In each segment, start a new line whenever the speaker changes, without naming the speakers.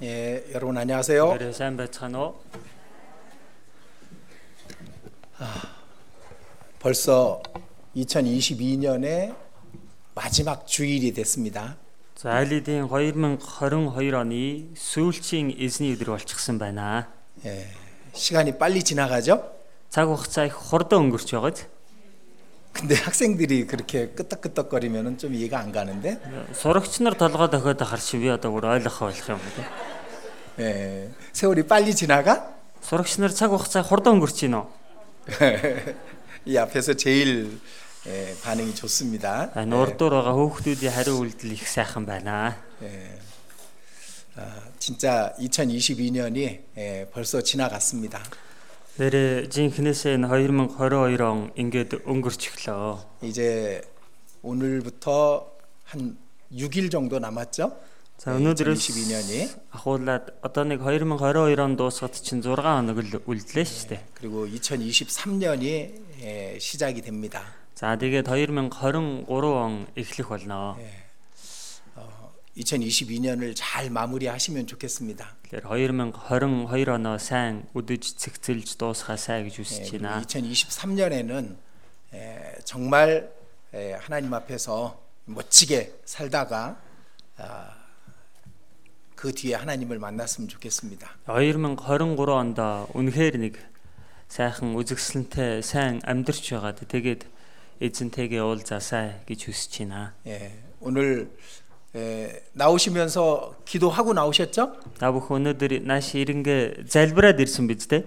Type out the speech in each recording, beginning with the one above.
예, 여러분 안녕하세요.
오늘은 샘베 찬호
벌써 2022년의 마지막 주일이 됐습니다.
за айлидийн 2022 оны сүүлчийн эзний өдөр болчихсон байна.
예, 시간이 빨리 지나가죠?
Цаг хугацаа их хурдан өнгөрч байгаа ч
근데 학생들이 그렇게 끄떡끄떡거리면 좀 이해가 안 가는데
сурагч нар толгой дохиод ахар шиг би одоо бүр ойлгох байх юм байна.
예, 세월이 빨리 지나가?
Сурагч нар цаг хугацаа хурдан өнгөрч байна уу?
이 앞에서 제일 예, 반응이 좋습니다.
Энэ урд дуур байгаа хөөхтүүдийн хариу үйлдэл их сайхан байна.
예, 아, 진짜 2022년이 예, 벌써 지나갔습니다.
Нэрэ жинхнээсээ энэ 2022 он ингээд өнгөрч эхлээ.
이제 오늘부터 한 6일 정도 남았죠?
За өнөөдрөөс
22년이
ахуулаад одоо нэг 2022 он дуусгаад чинь 6 хоног л үлдлээ шүү дээ.
그리고 2023년이 예, 시작이 됩니다.
За тэгээд 2023 он эхлэх болно.
2022년을 어, 잘 마무리하시면 좋겠습니다.
Тэгэхээр 2022 оноо сайн өдөж цэгцэлж дуусгаа сай гэж
예,
үсэж
그리고
байна.
2023년에는 예, 정말 에, 하나님 앞에서 멋지게 살다가 아, 그 뒤에 하나님을 만났으면 좋겠습니다.
2023 онд үнэхээр нэг сайхан үзэгсэлэнтэй сайн амьдрч байгаад тэгээд эзэнтэйгээ уулзаасай гэж үсэж байна.
예, 오늘 에, 나오시면서 기도하고 나오셨죠?
Та бүх өнөөдөр нааш ирэнгээ залбираад ирсэн биз дээ.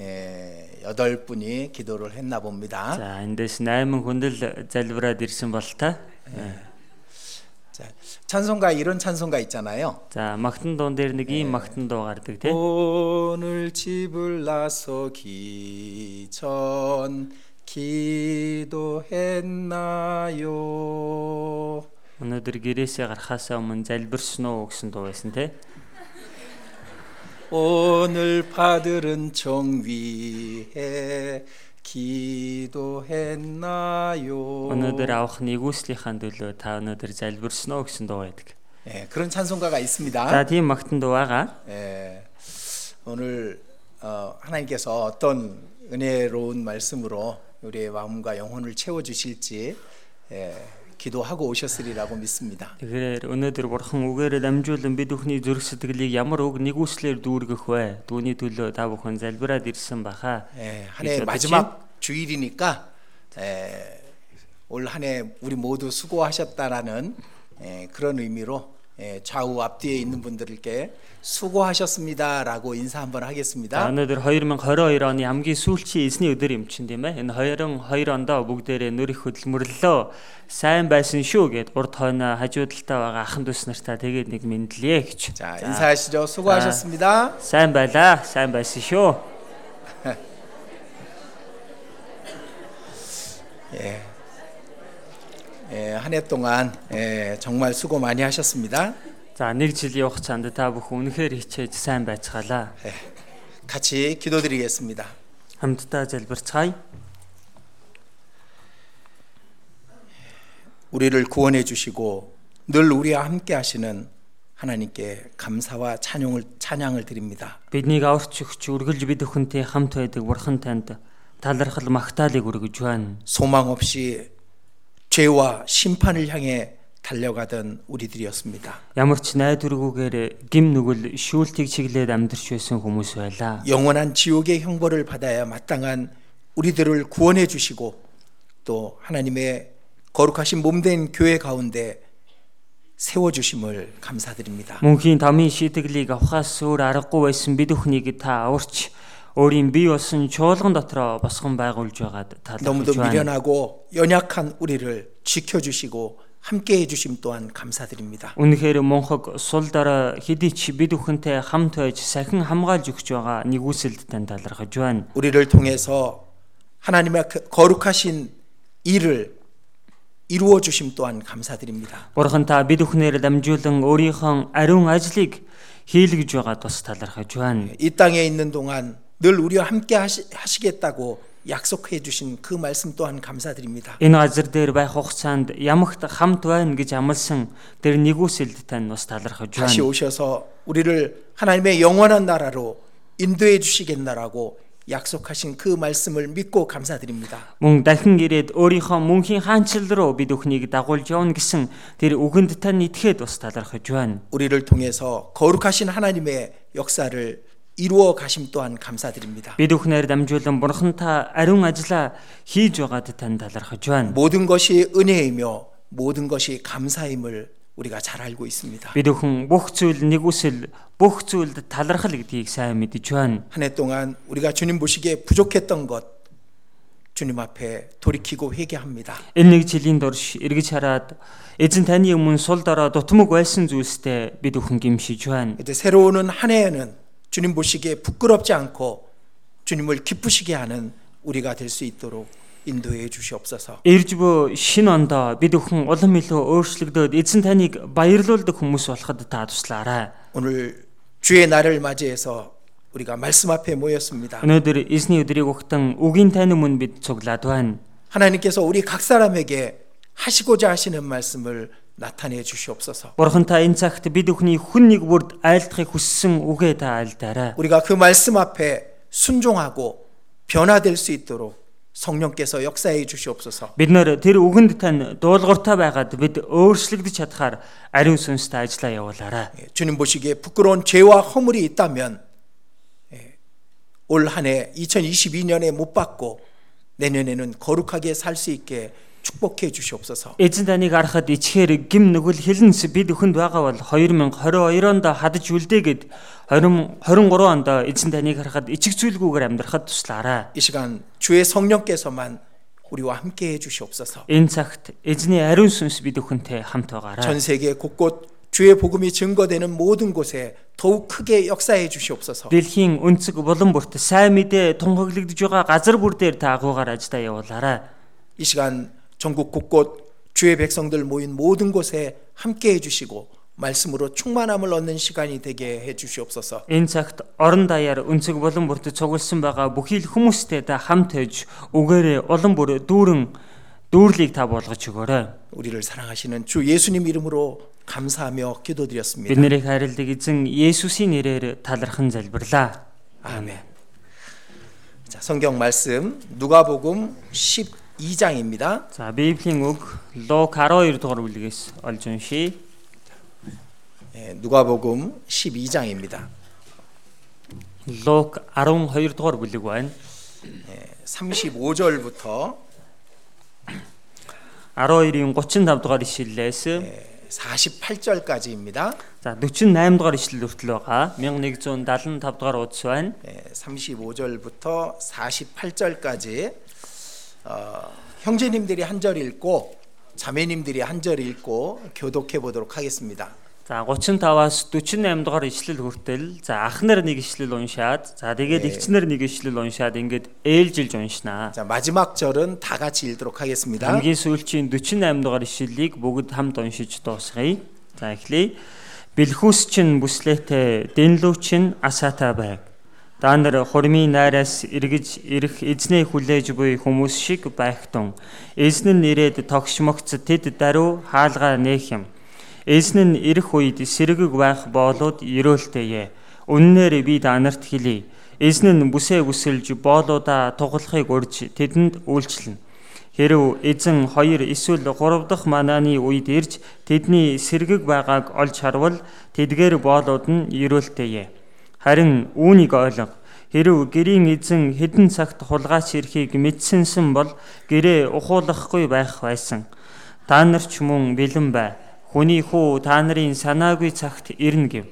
예, 여덟 분이 기도를 했나 봅니다.
За эндээс 8 хүн л залбираад ирсэн бол та.
자, 찬송가 이런 찬송가 있잖아요.
За магтан дуун дээр нэг ийм магтан дуу гардаг тий.
오늘 집을 나서 기천 기도했나요?
Өнөөдөр гэрээсээ гарахаасаа өмнө залбирсан уу гэсэн дуу байсан тий.
오늘 파들은 정위에 기도했나요?
Өнөөдөр авах нэгүслийнхаа төлөө та өнөөдөр залбирсан уу гэсэн дуу байдаг.
예, 그런 찬송가가 있습니다.
За тийм магтан дуу байгаа.
예, 오늘 어, 하나님께서 어떤 은혜로운 말씀으로 우리의 마음과 영혼을 채워 주실지 예, 기도하고 오셨으리라고 믿습니다.
Тэгэхээр өнөөдөр бурхан үгээр дамжуулан бид бүхний зүрх сэтгэлийг ямар үг нэгүслээр дүүргэх вэ? Дүүний төлөө та бүхэн залбираад ирсэн баха.
예, 한해
гэж бодож байна.
마지막 주일이니까 예, 올 한 해 우리 모두 수고하셨다라는 예, 그런 의미로 예, 좌우 앞뒤에 있는 분들께 수고하셨습니다라고 인사 한번
За
하겠습니다.
өнөөдөр 2022 оны хамгийн сүүлчийн эзний өдөр юм чин тийм ээ. Энэ 22 ондоо бүгдээрээ нөр их хөдөлмөрлөө. Сайн байсан шүү гэд урд хойно хажуудалтаа байгаа ахын дүүс нартаа тэгээд нэг мэдлээ гэж.
자, 인사하시죠. 수고하셨습니다.
Сайн байлаа. Сайн байсан шүү.
예. 예, 한 해 동안 예, 정말 수고 많이 하셨습니다.
За нэг жилийн хугацаанд та бүхэн үнэхээр хичээж сайн байцгаалаа.
예. 같이 기도드리겠습니다.
Хамтдаа залбирцгаая.
우리를 구원해 주시고 늘 우리와 함께 하시는 하나님께 감사와 찬양을 찬양을 드립니다.
Биднийг аварч өгч үргэлж бид өхөнтэй хамт байдаг Бурхан танд талархал магтаалыг өргөж байна.
소망 없이 죄와 심판을 향해 달려가던 우리들이었습니다.
Ямар ч найдваргүйгээр гим нүгэл шүүлтгийг чиглээд амьдарч байсан хүмүүс байлаа.
영원한 지옥의 형벌을 받아야 마땅한 우리들을 구원해 주시고 또 하나님의 거룩하신 몸된 교회 가운데 세워 주심을 감사드립니다.
Мөнхийн тамийн шийтгэлийг авахаас өөр аргагүй байсан бид өхнийг та аварч өөрийн бие болсон чуулган дотроо босгон байгуулж байгаад
너무도
талархаж байна.
미련하고 연약한 우리를 지켜 주시고 함께 해 주심 또한 감사드립니다.
Үнэхээр монхог сул дараа хэдий ч бид бүхэнтэй хамт байж сахин хамгаалж өгч байгаа нэгүсэлд тань талархаж байна.
우리를 통해서 하나님의 그 거룩하신 일을 이루어 주심 또한 감사드립니다.
Бурхан та бид бүхнээр дамжуулан өөрийнхөө ариун ажлыг хийлгэж байгаа тус талархаж байна.
이 땅에 있는 동안 늘 우리와 함께 하시, 하시겠다고 약속해 주신 그 말씀 또한 감사드립니다.
Энэ газар дээр байх хугацаанд ямагт хамт байна гэж амлсан тэр нэгүсэлд тань бас талархаж
다시
байна.
오셔서 우리를 하나님의 영원한 나라로 인도해 주시겠나라고 약속하신 그 말씀을 믿고 감사드립니다.
Мөн дахин ирээд өөрийнхөө мөнхийн хаанчил руу бид өхнийг дагуулж явна гэсэн тэр үгэнд тань итгэхэд бас талархаж байна.
우리를 통해서 거룩하신 하나님의 역사를 이루어 가심 또한 감사드립니다.
Бид өхнөр дамжуулан бурхантай ариун ажилла хийж байгаад тань талархаж байна.
모든 것이 은혜이며 모든 것이 감사임을 우리가 잘 알고 있습니다.
Бид өхөн бүх зүйл нэгүсэл бүх зүйлд талархал гэдгийг сайн мэдэж байна.
한 해 동안 우리가 주님 보시기에 부족했던 것 주님 앞에 돌이키고 회개합니다.
Энэ нэг жилийн дорш эргэж хараад эзэн таны өмнө сул дорой дутмаг байсан зүйлстэй бид өхөн гимшиж байна.
이제 새로 오는 한 해에는 주님 보시기에 부끄럽지 않고 주님을 기쁘시게 하는 우리가 될 수 있도록 인도해 주시옵소서.
Ирж бөө шин ондоо бид өхөн улам илүү өөрчлөгдөд эзэн таныг баярлуулдаг хүмүүс болоход та туслаарай.
오늘 주의 날을 맞이해서 우리가 말씀 앞에 모였습니다.
Өнөөдөр эзний өдрийг өгтөн үгийн тань өмнө бид цуглаад байна.
하나님께서 우리 각 사람에게 하시고자 하시는 말씀을 나타내 주시옵소서.
Бурхан та энэ цагт бид өхний хүн нэг бүрд айлдахыг хүссэн үгээ та айлдаарай.
우리가 그 말씀 앞에 순종하고 변화될 수 있도록 성령께서 역사해 주시옵소서.
Бид нэр тэр үгэнд тань дуулууртай байгаад бид өөрчлөгдөж чадхаар ариун сүнстэй ажиллаа явуулаарай.
예, 주님 보시기에 부끄러운 죄와 허물이 있다면 예, 올 한해 2022년에 못 받고 내년에는 거룩하게 살 수 있게 축복해 주시옵소서.
Эзэн таныг харахад ичхээр гим нүгэл хилэнс бид өхөнд байгаа бол 2022 онд хадж үлдээгээд 2023 онд эзэн таныг харахад ичг зүйлгүйгээр амьдрахад туслаарай.
이 시간 주의 성령께서만 우리와 함께 해 주시옵소서.
Энэ цагт эзний ариун сүнс бид өхөнтэй хамт байгаарай.
전 세계 곳곳 주의 복음이 증거되는 모든 곳에 더욱 크게 역사해 주시옵소서.
Дэлхийн өнцөг булан бүрт сайн мэдээ тунхаглагдж байгаа газар бүр дээр та агуугаар ажилдаа явуулаарай.
이 시간 전국 곳곳 주의 백성들 모인 모든 곳에 함께 해 주시고 말씀으로 충만함을 얻는 시간이 되게 해 주시옵소서.
Энэ цагт орон даяар өнцөг булан бүрт цугулсан байгаа бүхий л хүмүүстэй та хамт байж үгээрээ улам бүр дүүрэн дүүрлийг та болгож өгөөрэй.
우리를 사랑하시는 주 예수님 이름으로 감사하며
Бид
기도드렸습니다.
нарыг хайрладаг эзэн Есүсийн нэрээр талархан залбирлаа.
아멘. 자, 성경 말씀 누가복음 12장입니다.
За Библийн үг Лук 12 дугаар бүлгээс олж уншия.
예, 누가복음 12장입니다.
Лук 12 дугаар бүлэг байна.
35절부터
12-ийн 35 дугаар ишлэлээс
48절까지입니다.
за 48 дугаар ишлэл хүртэл байгаа. 1175 дугаар удас байна.
예, 35절부터 48절까지 어, 형제님들이 한 절 읽고 자매님들이 한 절 읽고 교독해 보도록 하겠습니다.
За 35-аас 48 дугаар ишлэл хүртэл за ах нар нэг ишлэл уншаад за тэгээд эгч нар нэг ишлэл уншаад ингээд ээлжилж уншнаа.
자, 마지막 절은 다 같이 읽도록 하겠습니다.
Хамгийн сүүлчийн 48 дугаар ишлэлийг бүгд хамт уншиж дуусгая. За эхлэе. Бэлхүүс чинь бүслээтэй, дэнлүү чинь асаатай байг. Даандар хурмын найраас эргэж ирэх эзнээ хүлээж буй хүмүүс шиг байхтун. Эзэн нь ирээд тогшмогц тэд даруй хаалгаа нээх юм. Эзэн нь ирэх үед сэргэг байх боолууд ерөөлтэйе. Үннээр би даанарт хэлий. Эзэн нь бүсээ бүсэлж боолуудаа тугалахыг урьж тэдэнд үйлчлэнэ. Хэрв эзэн 2 эсвэл 3 дахь манааны үед ирж тэдний сэргэг байгааг олж харвал тэдгээр боолууд нь ерөөлтэйе. Харин үүнийг ойлго. Хэрв гэрийн эзэн хідэн цагт хулгайч ирэхийг мэдсэнсэн бол гэрээ ухуулахгүй байх байсан. Та нар ч мөн бэлэн бай. Хүний хүү та нарын санаагүй цагт ирнэ гэв.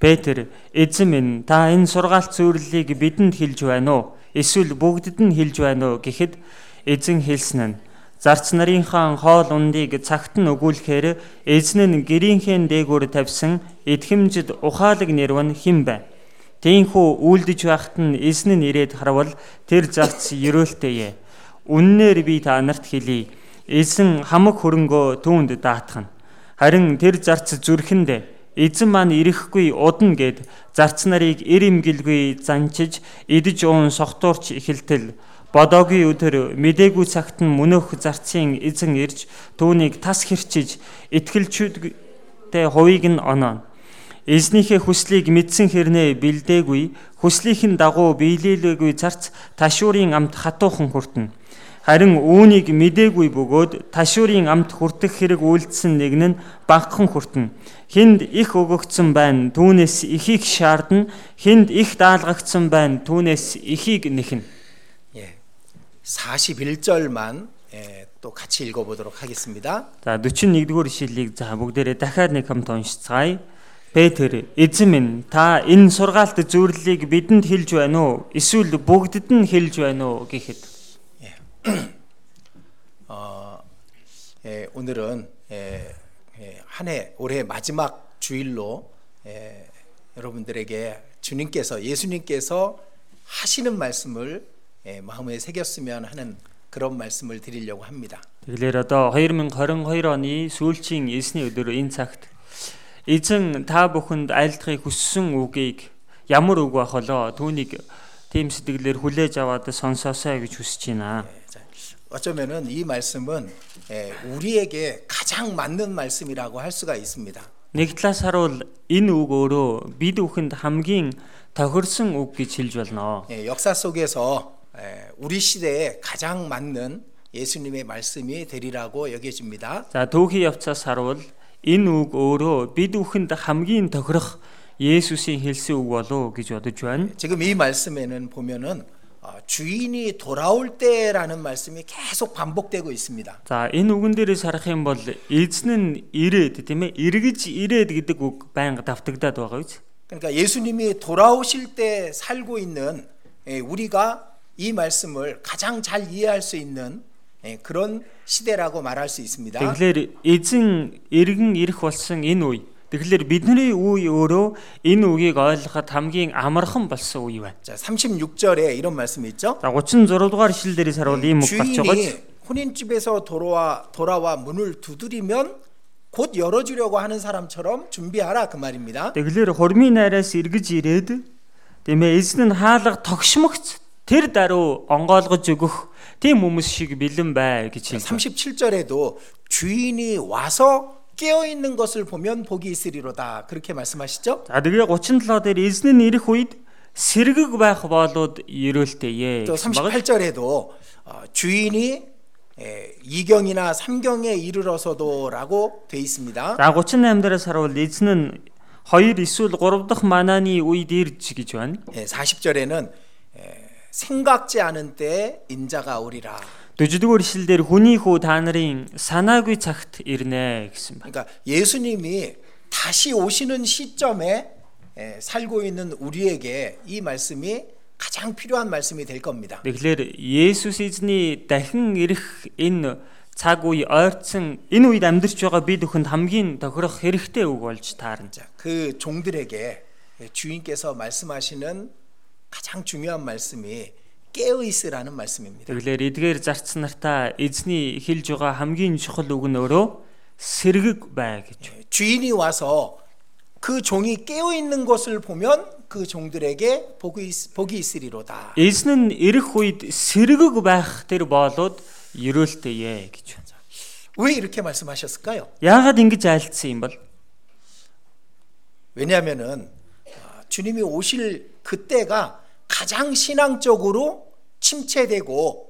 Петр эзэн минь та энэ сургаалт зүйлийг бидэнд хэлж байна уу? Эсвэл бүгдэд нь хэлж байна уу гэхэд эзэн хэлсэн нь зарц нарынхаа хоол ундыг цагт нь өгүүлэхээр эзэн нь гэрийнхээ дээгүүр тавьсан итгэмжид ухаалаг нэрвэн хим байна. Тэнхүү үйлдэж байхад нь эзэн нь ирээд харвал тэр зарц ерөөлтэйе. Үннээр би та нарт хэлий. Эзэн хамаг хөрөнгөө түүнд даатгана. Харин тэр зарц зүрхэндээ эзэн маань ирэхгүй удна гэд зарц нарыг эр имгэлгүй занчиж идэж уун сохтуурч эхэлтэл Бодоогүй өдөр мдээгүй цагт нь мөнөөх зарцын эзэн ирж түүнийг тас хэрчиж итгэлчүүдтэй хувийг нь оноо. Эзнийхээ хүслийг мэдсэн хэрнээ бэлдээгүй, хүслийнхэн дагуу биелээлгүй зарц ташуурын амт хатуухан хүртэн. Харин үүнийг мдээгүй бөгөөд ташуурын амт хүртэх хэрэг үйлдсэн нэг нь багхан хүртэн. Хинд их өгөгдсөн байна, түүнээс ихийг шаардна. Хинд их даалгагдсан байна, түүнээс ихийг нэхнэ.
예. 41절만 예, 또 같이 읽어 보도록 하겠습니다.
За 41-р ишлэлийг за бүгдээрээ дахиад нэг хамт уншицгаая. Петр эзэн минь та энэ сургаалт зөвлөлийг бидэнд хэлж байна уу? Эсвэл бүгдэд нь хэлж байна уу гэхэд.
어, 예, 오늘은 예, 예, 한해 올해 마지막 주일로 예, 여러분들에게 주님께서 예수님께서 하시는 말씀을 예, 마음에 새겼으면 하는 그런 말씀을 드리려고 합니다.
Тэгэлэр одоо 2022 оны сүүлчийн 9-ний өдөр энэ цагт эзэн та бүхэнд айлдахыг хүссэн үгийг ямар үг байх болоо түүнийг тийм сэтгэлээр хүлээж аваад сонсоосай гэж хүсэж байна.
예, 자, 어쩌면은 이 말씀은 예, 우리에게 가장 맞는 말씀이라고 할 수가 있습니다.
Нэг талаас харуул энэ үг өөрөө бид бүхэнд хамгийн тохирсон үг гэж хэлж болно.
예, 역사 속에서 예, 우리 시대에 가장 맞는 예수님의 말씀이 되리라고 여겨집니다.
За түүхийн явцаас харуул энэ үг өөрөө бид бүхэнд хамгийн тохирох Есүсийн хэлсэн үг болов гэж бодож байна.
지금 이 말씀에는 보면은 어, 주인이 돌아올 때라는 말씀이 계속 반복되고 있습니다.
За энэ үгэн дээрээс харах юм бол эзэн нь ирээд тийм ээ эргэж ирээд гэдэг үг байнга давтагдаад байгаа биз.
그러니까 예수님이 돌아오실 때 살고 있는 예, 우리가 이 말씀을 가장 잘 이해할 수 있는 예, 그런 시대라고 말할 수 있습니다.
Тэгэхээр эзэн эргэн ирэх болсон энэ үе. Тэгэхээр бидний үе өөрөө энэ үгийг ойлгоход хамгийн амархан болсон үе байна.
자, 36절에 이런 말씀이 있죠.
За 36 дугаар ишлэл дээрээс харуул ийм үг гарч байгаа биз.
주인이 혼인집에서 돌아와 돌아와 문을 두드리면 곧 열어주려고 하는 사람처럼 준비하라 그 말입니다.
Тэгэлэр хурмын найраас эргэж ирээд тиймээ эзэн нь хаалга тогшмогц тэр даруй онгойлгож өгөх тийм хүмүүс шиг бэлэн бай гэж хэлсэн.
37절에도 주인이 와서 깨어 있는 것을 보면 복이 있으리로다 그렇게 말씀하시죠.
За тэгээ 37 дээр эзэн нь ирэх үед сэргэг байх болоод ерөөлтэйе.
또
гэсэн байгаа.
38절에도 어, 주인이 에, 2경이나 3경에 이르러서도라고 돼 있습니다.
За 38 дээрээс харуул эзэн нь 2 эсвэл 3 дахь манааны үед ирж гэж байна.
예, 40절에는 예, 생각지 않은 때에 인자가 오리라.
40-р ишлэлдэр хүний хүү та нарын санаагүй цагт ирнэ гэсэн байна.
그러니까 예수님이 다시 오시는 시점에 에, 살고 있는 우리에게 이 말씀이 가장 필요한 말씀이 될 겁니다.
Тэгэхээр Есүс эзний дахин ирэх энэ цаг үе ойрцсон энэ үед амьдарч байгаа бид бүхэнд хамгийн тохирох хэрэгтэй үг болж таарна.
자, 그 종들에게 주인께서 말씀하시는 가장 중요한 말씀이 깨어 있으라는 말씀입니다.
Тэгэхээр эдгээр зарц нартаа эзний хэлж байгаа хамгийн чухал үг нь өөрөө сэргэг бай гэж.
예, 주인이 와서 그 종이 깨어 있는 것을 보면 그 종들에게 복이, 있, 복이 있으리로다.
Эзэн нь ирэх үед сэргэг байх тэр болоод ерөөлтэйе гэж. байна.
왜 이렇게 말씀하셨을까요?
Яагаад ингэж айлцсан юм бол?
왜냐하면은 아, 주님이 오실 그때가 가장 신앙적으로 침체되고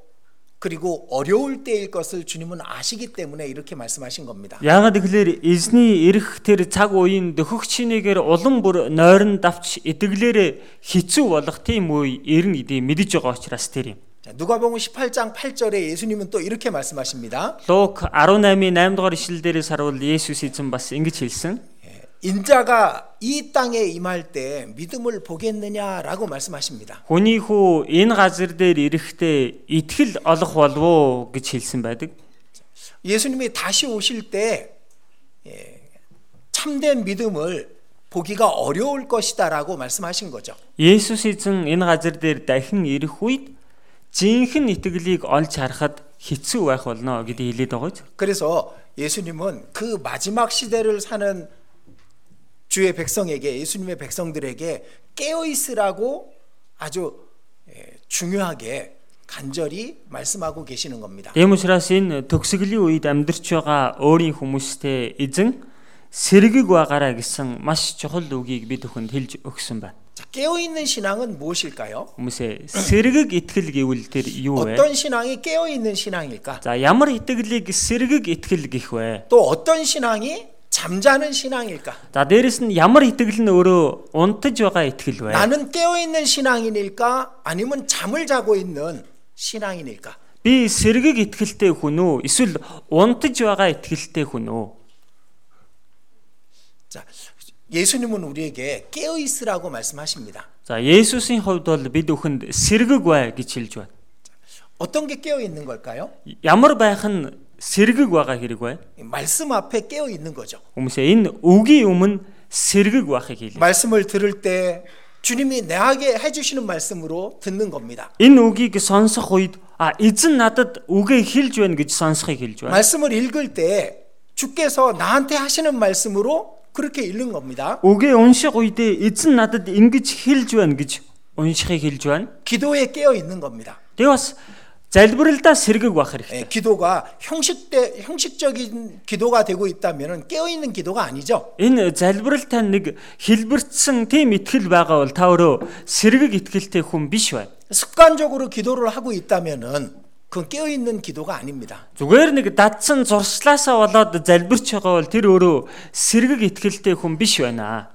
그리고 어려울 때일 것을 주님은 아시기 때문에 이렇게 말씀하신 겁니다.
Яагаад тэгэхээр эзний ирэх тэр цаг үеийн дөхөх чинээгээр улам бүр нойрон давч эдгэлээрээ хэцүү болох тийм үе ирнэ гэдэг мэдэж байгаа учраас тэр юм.
자, 누가복음 18장 8절에 예수님은 또 이렇게 말씀하십니다.
Лук 18-ийн 8 дугаар ишлэл дээрээс харуул Есүс эзэн бас ингэж хэлсэн.
예, 인자가 이 땅에 임할 때 믿음을 보겠느냐라고 말씀하십니다.
Хүний хүү энэ газар дээр ирэхдээ итгэл олох болов уу гэж хэлсэн байдаг.
예수님이 다시 오실 때 예, 참된 믿음을 보기가 어려울 것이다라고 말씀하신 거죠.
Есүс эзэн энэ газар дээр дахин ирэх үед жинхэнэ итгэлийг олж харахад хэцүү байх болно гэдэг хэлээд байгаа ч.
그래서 예수님은 그 마지막 시대를 사는 주의 백성에게 예수님의 백성들에게 깨어 있으라고 아주 예, 중요하게 간절히 말씀하고 계시는 겁니다.
Ийм учраас энэ төгсгөлийн үед амьдарч байгаа өөрийн хүмүүстэй эзэн сэргэг байгаараа гэсэн маш чухал үгийг би төхөнд хэлж өгсөн байна.
자, 깨어있는 신앙은 무엇일까요?
Хүмүүсээ сэргэг итгэл гэвэл тэр юу вэ?
어떤 신앙이 깨어있는 신앙일까?
За ямар итгэлийг сэргэг итгэл гэх вэ?
또 어떤 신앙이 잠자는 신앙일까?
За дээрэс нь ямар итгэл нь өөрөө унтаж байгаа итгэл вэ?
나는 깨어있는 신앙인일까? 아니면 잠을 자고 있는 신앙인일까?
Би сэргэг итгэлтэй хүн үү? Эсвэл унтаж байгаа итгэлтэй хүн үү?
자, 예수님은 우리에게 깨어있으라고 말씀하십니다.
За Есүсийн хувьд бол бид өхөнд сэргэг бай гэж хэлж байна.
어떤 게 깨어있는 걸까요?
Ямар байх нь сэргэг байгаа хэрэг вэ?
이 말씀 앞에 깨어있는 거죠.
Хүмүүсээ энэ үгийн өмнө сэргэг байхыг хэлээ.
말씀을 들을 때 주님이 내게 해주시는 말씀으로 듣는 겁니다.
Энэ үгийг сонсох үед а эзэн надад үгээ хэлж байна гэж сонсхийг хэлж байна.
말씀을 읽을 때 주께서 나한테 하시는 말씀으로 그렇게 읽는 겁니다.
Үгээ унших үедээ эзэн надад ингэж хэлж байна гэж уншихыг хэлж байна.
기도에 깨어 있는 겁니다.
Тэгээ бас залбиралдаа сэргэг байх
예,
хэрэгтэй.
기도가 형식대 형식적인 기도가 되고 있다면 깨어 있는 기도가 아니죠.
Энэ залбиралтай нэг хэлбэртсэн тийм ихтгэл байгаа бол та өөрөө сэргэг ихтгэлтэй хүн биш байна.
습관적으로 기도를 하고 있다면은 그건 깨어 있는 기도가 아닙니다.
Зүгээр нэг дадсан зурслаасаа болоод залбирч байгаа бол тэр өөрөө сэргэг ихтгэлтэй хүн биш байна.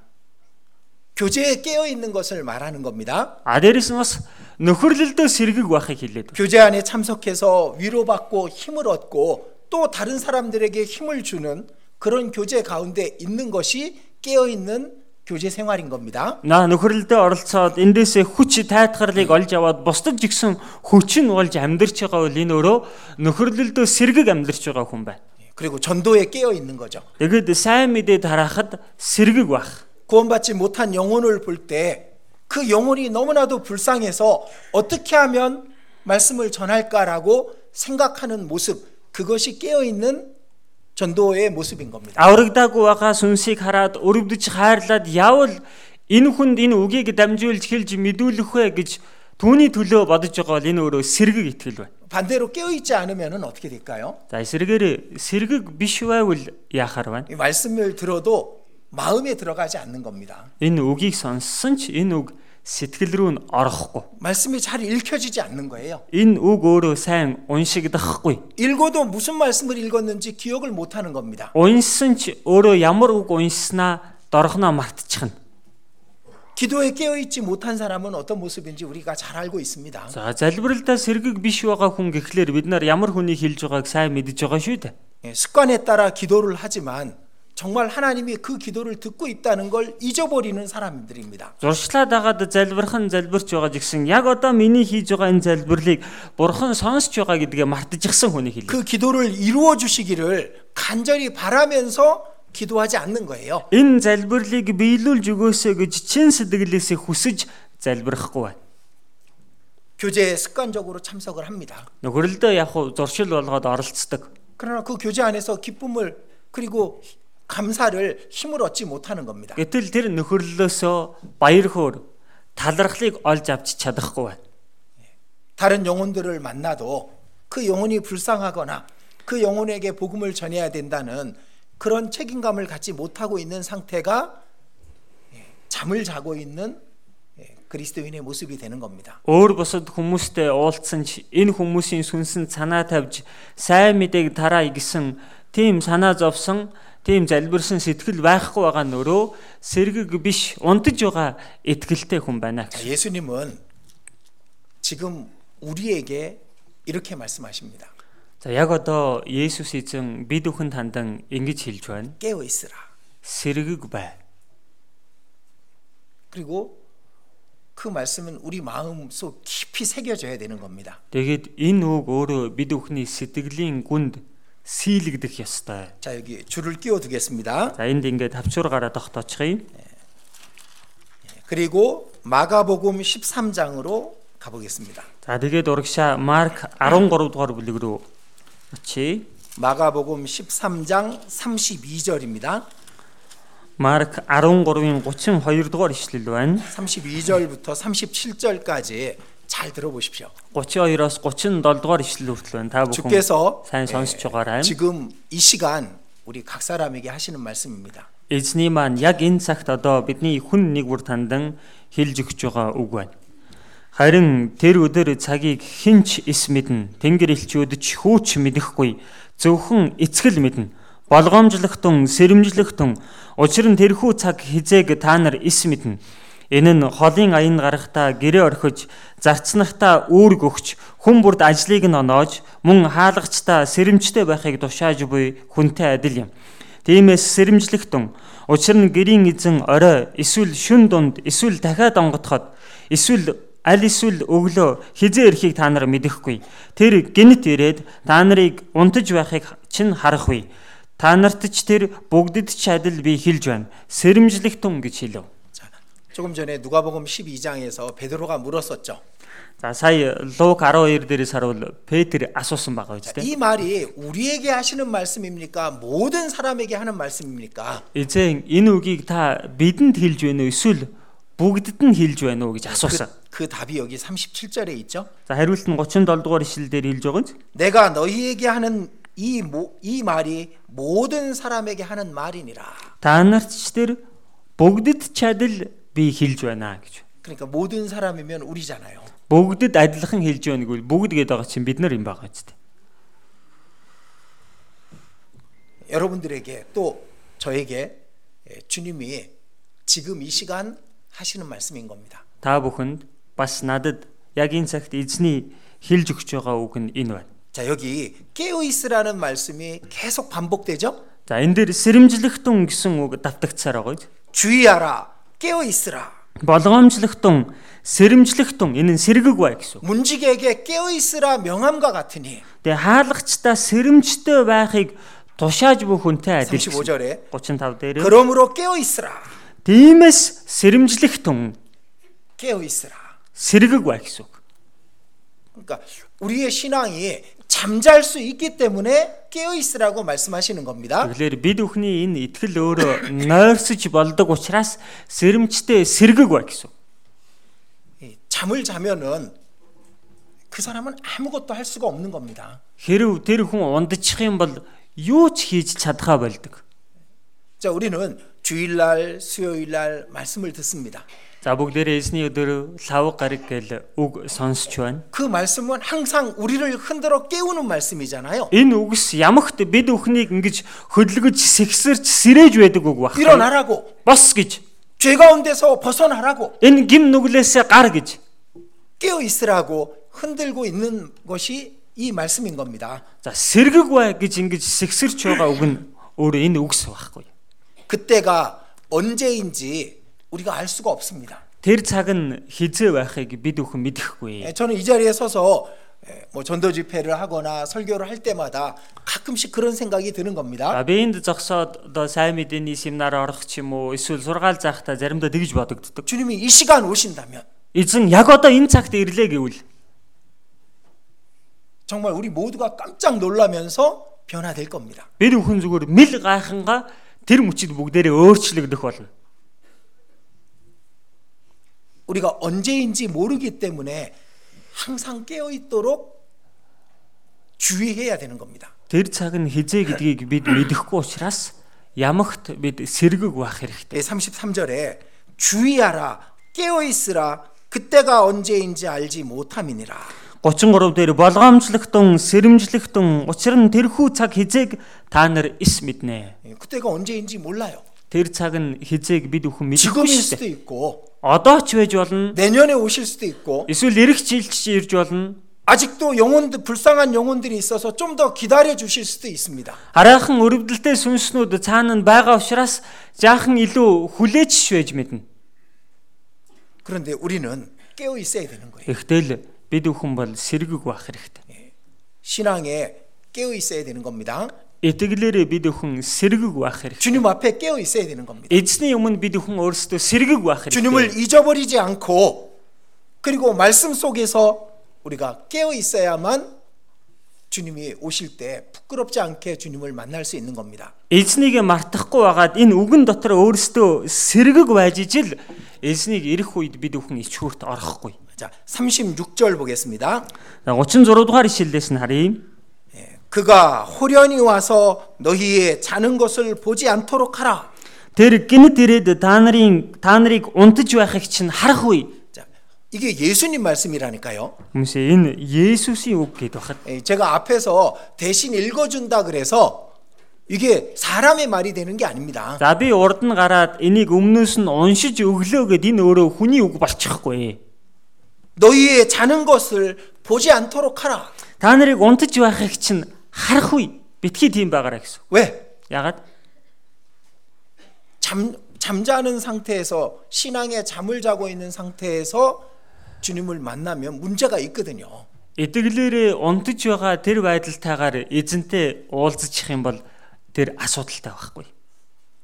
교제에 깨어 있는 것을 말하는 겁니다.
А дээрэс нь бас нөхөрлөлдөө сэргэг байхыг хэлээд байна.
교제 안에 참석해서 위로받고 힘을 얻고 또 다른 사람들에게 힘을 주는 그런 교제 가운데 있는 것이 깨어 있는 교제 생활인 겁니다.
Наа нөхөрлөлдөө оролцоод эндээсээ хүч тайтгарлыг олж аваад бусдад жигсэн хүч нь болж амьдарч байгаа бол энэ өөрөө нөхөрлөлдөө сэргэг амьдарч байгаа хүн байна.
그리고 전도에 깨어 있는 거죠.
Тэгэд сайн мэдээ тараахад сэргэг байх.
구원받지 못한 영혼을 볼 때 그 영혼이 너무나도 불쌍해서 어떻게 하면 말씀을 전할까라고 생각하는 모습 그것이 깨어 있는 전도의 모습인 겁니다.
Аврагдаагүй байгаа сүнсийг хараад өрөвдөж хайрлаад явал энэ хүнд энэ үгийг дамжуулж хэлж мэдүүлэх вэ гэж түүний төлөө бодож байгаа бол энэ өөрөө сэргэг итгэл байна.
반대로 깨어 있지 않으면 어떻게 될까요?
За эсрэгээр сэргэг биш байвал яахаар байна?
이 말씀을 들어도 마음에 들어가지 않는 겁니다.
Энэ үгийг сонссон ч энэ үг сэтгэл рүү нь орохгүй.
말씀이 잘 읽혀지지 않는 거예요.
Энэ үг өөрөө сайн уншигдахгүй.
읽어도 무슨 말씀을 읽었는지 기억을 못 하는 겁니다.
Уншсан ч өөрөө ямар үг уншсанаа дорхноо мартчихна.
기도에 깨어 있지 못한 사람은 어떤 모습인지 우리가 잘 알고 있습니다.
За залбиралдаа сэргэг биш байгаа хүн гэхлээр бид нар ямар хүний хэлж байгааг сайн мэдж байгаа шүү дээ.
예, 습관에 따라 기도를 하지만 정말 하나님이 그 기도를 듣고 있다는 걸 잊어버리는 사람들입니다.
Зуршлаад агаад залбирхан залбирч байгаа гэсэн яг одоо миний хийж байгаа энэ залбирлыг бурхан сонсч байгаа гэдгээ мартчихсан хүний хэлээ.
그 기도를 이루어 주시기를 간절히 바라면서 기도하지 않는 거예요.
Энэ залбирлыг биелүүлж өгөөсэй гэж чин сэтгэлээсээ хүсэж залбирахгүй байна.
교제에 습관적으로 참석을 합니다.
Нөхөрлөдөө яг хуу зуршил болгоод оролцдог.
그러나 그 교제 안에서 기쁨을 그리고 감사를 힘을 얻지 못하는 겁니다.
Гэтэл тэр нөхөрлөлөөсөө баяр хөөр талархлыг олж авч чадахгүй байна.
다른 영혼들을 만나도 그 영혼이 불쌍하거나 그 영혼에게 복음을 전해야 된다는 그런 책임감을 갖지 못하고 있는 상태가 예, 잠을 자고 있는 예, 그리스도인의 모습이 되는 겁니다.
Өөр бусад хүмүүстэй уулзсан ч энэ хүмүүсийн сүнсэн санаа тавьж сайн мэдээг тараа гэсэн тийм санаа зовсон, тийм залбирсан сэтгэл байхгүй байгаа нөрөө сэргэг биш унтаж байгаа итгэлтэй хүн байна.
자, 예수님은 지금 우리에게 이렇게 말씀하십니다.
За яг одоо Есүс эзэн бид бүхэн тандан ингэж хэлж байна.
깨어 있으라.
Сэргэг бай.
그리고 그 말씀은 우리 마음 속 깊이 새겨져야 되는 겁니다.
Тэгээд энэ үг өөрөө бид бүхний сэтгэлийн гүнд сийлэгдэх ёстой.
자, 여기 줄을 끼워 두겠습니다.
За энд ингээд тавчуур гараа тогтоочихъя.
그리고 마가복음 13장으로 가보겠습니다.
За тэгээд урагшаа Марк 13 дугаар бүлэг рүү очие.
마가복음 13장 32절입니다.
Марк 13-ийн 32 дугаар ишлэл байна.
32절부터 37절까지 잘 들어보십시오.
32-оос 37 дугаар ишлэл хүртэл байна. Та бүхэн
주께서 예,
сайн сонсож байгаарай.
지금 이 시간 우리 각 사람에게 하시는 말씀입니다.
Эзний маань яг энэ цагт одоо бидний хүн нэг бүр тандан хэлж өгч байгаа үг байна. Харин тэр өдөр цагийг хинч эс мэднэ. Тэнгэр элчүүд ч хүүч мэдэхгүй. Зөвхөн эцгэл мэднэ. Болгоомжлогтун, сэрэмжлэгтун учир нь тэрхүү цаг хизээг та нар эс мэднэ. Энэ нь холын аянд гарахтаа гэрээ орхиж, зарцнахтаа үүрэг өгч, хүн бүрд ажлыг нь оноож, мөн хаалагчтаа сэрэмжтэй байхыг тушааж буй хүнтэй адил юм. Тиймээс сэрэмжлэгтэн учир нь гэрийн эзэн орой эсвэл шүн дунд эсвэл дахиад онгодоход эсвэл аль эсвэл өглөө хизээ ирэхийг та нар мэдэхгүй. Тэр гинт ирээд та нарыг унтаж байхыг чинь харахгүй. Та нарт ч тэр бүгдэд ч адил би хэлж байна. Сэрэмжлэгтэн гэж хэлв.
자, 조금 전에 누가복음 12장에서 베드로가 물었었죠.
За сая Лук 12 дээрээс харуул Петр асуусан байгаа үү тийм.
이 말이 우리에게 하시는 말씀입니까? 모든 사람에게 하는 말씀입니까?
Эзэн энэ үгийг та бидэнд хэлж байна уу эсвэл бүгдэд нь хэлж байна уу гэж
그,
асуусан.
그 답이 여기 37절에 있죠.
За хариулт нь 37 дугаар ишлэл дээр хэлж байгаа нь
내가 너희에게 하는 이, 모, 이 말이 모든 사람에게 하는 말이니라.
та нарт ч тэр бүгдэд ч адил би хэлж байна гэж.
그러니까 모든 사람이면 우리잖아요.
Бүгдэд адилхан хэлж байна гэвэл бүгд гээд байгаа чинь бид нар юм байгаа ч тийм.
여러분들에게 또 저에게 예, 주님이 지금 이 시간 하시는 말씀인 겁니다.
Та бүхэнд бас надад яг энэ цагт эзний хэлж өгч байгаа үг нь энэ байна.
자, 여기 깨어 있으라는 말씀이 계속 반복되죠?
За энэ дээр сэрэмжлэгтэн гэсэн үг давтагцсаар байгаа гэж.
주의하라. 깨어 있으라.
Болгоомжлогтун, сэрэмжлэгтэн энэ нь сэргэг бай гэсэн. үг.
문지기에게 깨어 있으라 명함과 같으니
Тэгээ хаалагчдаа сэрэмжтэй байхыг тушааж бүх хүнтэй адил. гэсэн.
35 절에
35 дээр.
그러므로 깨어 있으라.
Тиймээс сэрэмжлэгтэн
깨어 있으라.
сэргэг бай гэсэн. үг.
그러니까 우리의 신앙이 잠잘 수 있기 때문에 깨어 있으라고 말씀하시는 겁니다.
Тэгвэл бид бүхний энэ итгэл өөрөө нойрсож болдог учраас сэрэмжтэй сэргэг бай гэсэн.
이 잠을 자면은 그 사람은 아무것도 할 수가 없는 겁니다.
Хэрв тэр хүн ундчих юм бол юу ч хийж чадхаа болдог.
자, 우리는 주일날, 수요일날 말씀을 듣습니다.
За бүгдээрээ эзний өдөр лав гараг гэл үг сонсч байна.
그 말씀은 항상 우리를 흔들어 깨우는 말씀이잖아요.
Энэ үгс ямагт бид бүхнийг ингэж хөдөлгөж сэгсэрч сэрэж байдаг үг баг.
일어나라고,
Бос гэж
죄 가운데서 벗어나라고,
энэ гим нүглээсээ гар гэж.
깨어 있으라고 흔들고 있는 것이 이 말씀인 겁니다.
За сэргэг бай гэж ингэж сэгсэрч байгаа үг нь өөрөө энэ үгс байхгүй.
그때가 언제인지 우리가 알 수가 없습니다.
Тэр цаг нь хизээ байхыг бид бүхэн мэдэхгүй.
예, 저는 이 자리에 서서 예, 뭐 전도 집회를 하거나 설교를 할 때마다 가끔씩 그런 생각이 드는 겁니다.
А би энд зогсоод одоо сайн мэдээний семинар орох ч юм уу эсвэл сургаал заахта заримдаа тэгж бодогддог.
주님이 이 시간 오신다면
Эзэн яг одоо энэ цагт ирлээ гэвэл
정말 우리 모두가 깜짝 놀라면서 변화될 겁니다.
бид бүхэн зүгээр мэл гайхангаа тэр мөчид бүгдээрээ өөрчлөгдөх болно.
우리가 언제인지 모르기 때문에 항상 깨어 있도록 주의해야 되는 겁니다.
Тэр цаг нь хизээ гэдгийг бид мэдэхгүй учраас ямагт бид сэргэг байх
예,
хэрэгтэй.
33절에 주의하라 깨어 있으라 그때가 언제인지 알지 못함이니라.
33 дээр болгоомжлогтун, сэрэмжлэгтун учир нь тэрхүү цаг хизээг та нар ис мэднэ.
예, 그때가 언제인지 몰라요.
Тэр цаг нь хизээг бид бүхэн
지금일
мэдэхгүй шүү
수도
дээ.
있고
Одоо ч байж болно.
내년에 오실 수도 있고
Эсвэл ирэх жилч ирж болно.
아직도 영혼들 불쌍한 영혼들이 있어서 좀 더 기다려 주실 수도 있습니다.
Хараахан өрөвдөлтэй сүнснүүд цаана нь байгаа учраас жаахан илүү хүлээж швэж мэднэ.
그런데 우리는 깨어 있어야 되는 거예요.
Эхтэл бид бүхэн бол сэргэг байх хэрэгтэй.
신앙에 깨어 있어야 되는 겁니다.
Итгэлээрээ бид бүхэн сэргэг байх хэрэгтэй.
주님 앞에 깨어 있어야 되는 겁니다.
Эзний өмнө бид бүхэн өөрсдөө сэргэг байх
주님을
хэрэгтэй.
잊어버리지 않고 그리고 말씀 속에서 우리가 깨어 있어야만 주님이 오실 때 부끄럽지 않게 주님을 만날 수 있는 겁니다.
Эзнийг мартахгүй байгаад энэ үгэн дотор өөрсдөө сэргэг байж ижил эзнийг ирэх үед бид бүхэн ичхүүрт орохгүй.
자, 36절 보겠습니다.
За 36 дугаар ишлэлээс нь харъя.
예, 그가 호련히 와서 너희의 자는 것을 보지 않도록 하라.
Тэр гинт ирээд та нарын та нарыг унтаж байхыг чинь харах үе.
자, 이게 예수님 말씀이라니까요.
Хүмүүс энэ Есүсийн үг гэдээ бахад
예, 제가 앞에서 대신 읽어준다 그래서 이게 사람의 말이 되는 게 아닙니다.
За би урд нь гараад энийг өмнөөс нь уншиж өглөө гэд энэ өөрөө хүний үг болчихгүй.
너희의 자는 것을 보지 않도록 하라.
Та нарыг унтаж байхыг чинь харах үе. Битгий тийм байгаараа гэсэн.
왜?
Ягаад?
잠, 잠자는 상태에서 신앙에 잠을 자고 있는 상태에서 주님을 만나면 문제가 있거든요.
Эдэглээрээ унтаж байгаа тэр байдалтайгаар эзэнтэй уулзчих юм бол тэр асуудалтай байхгүй.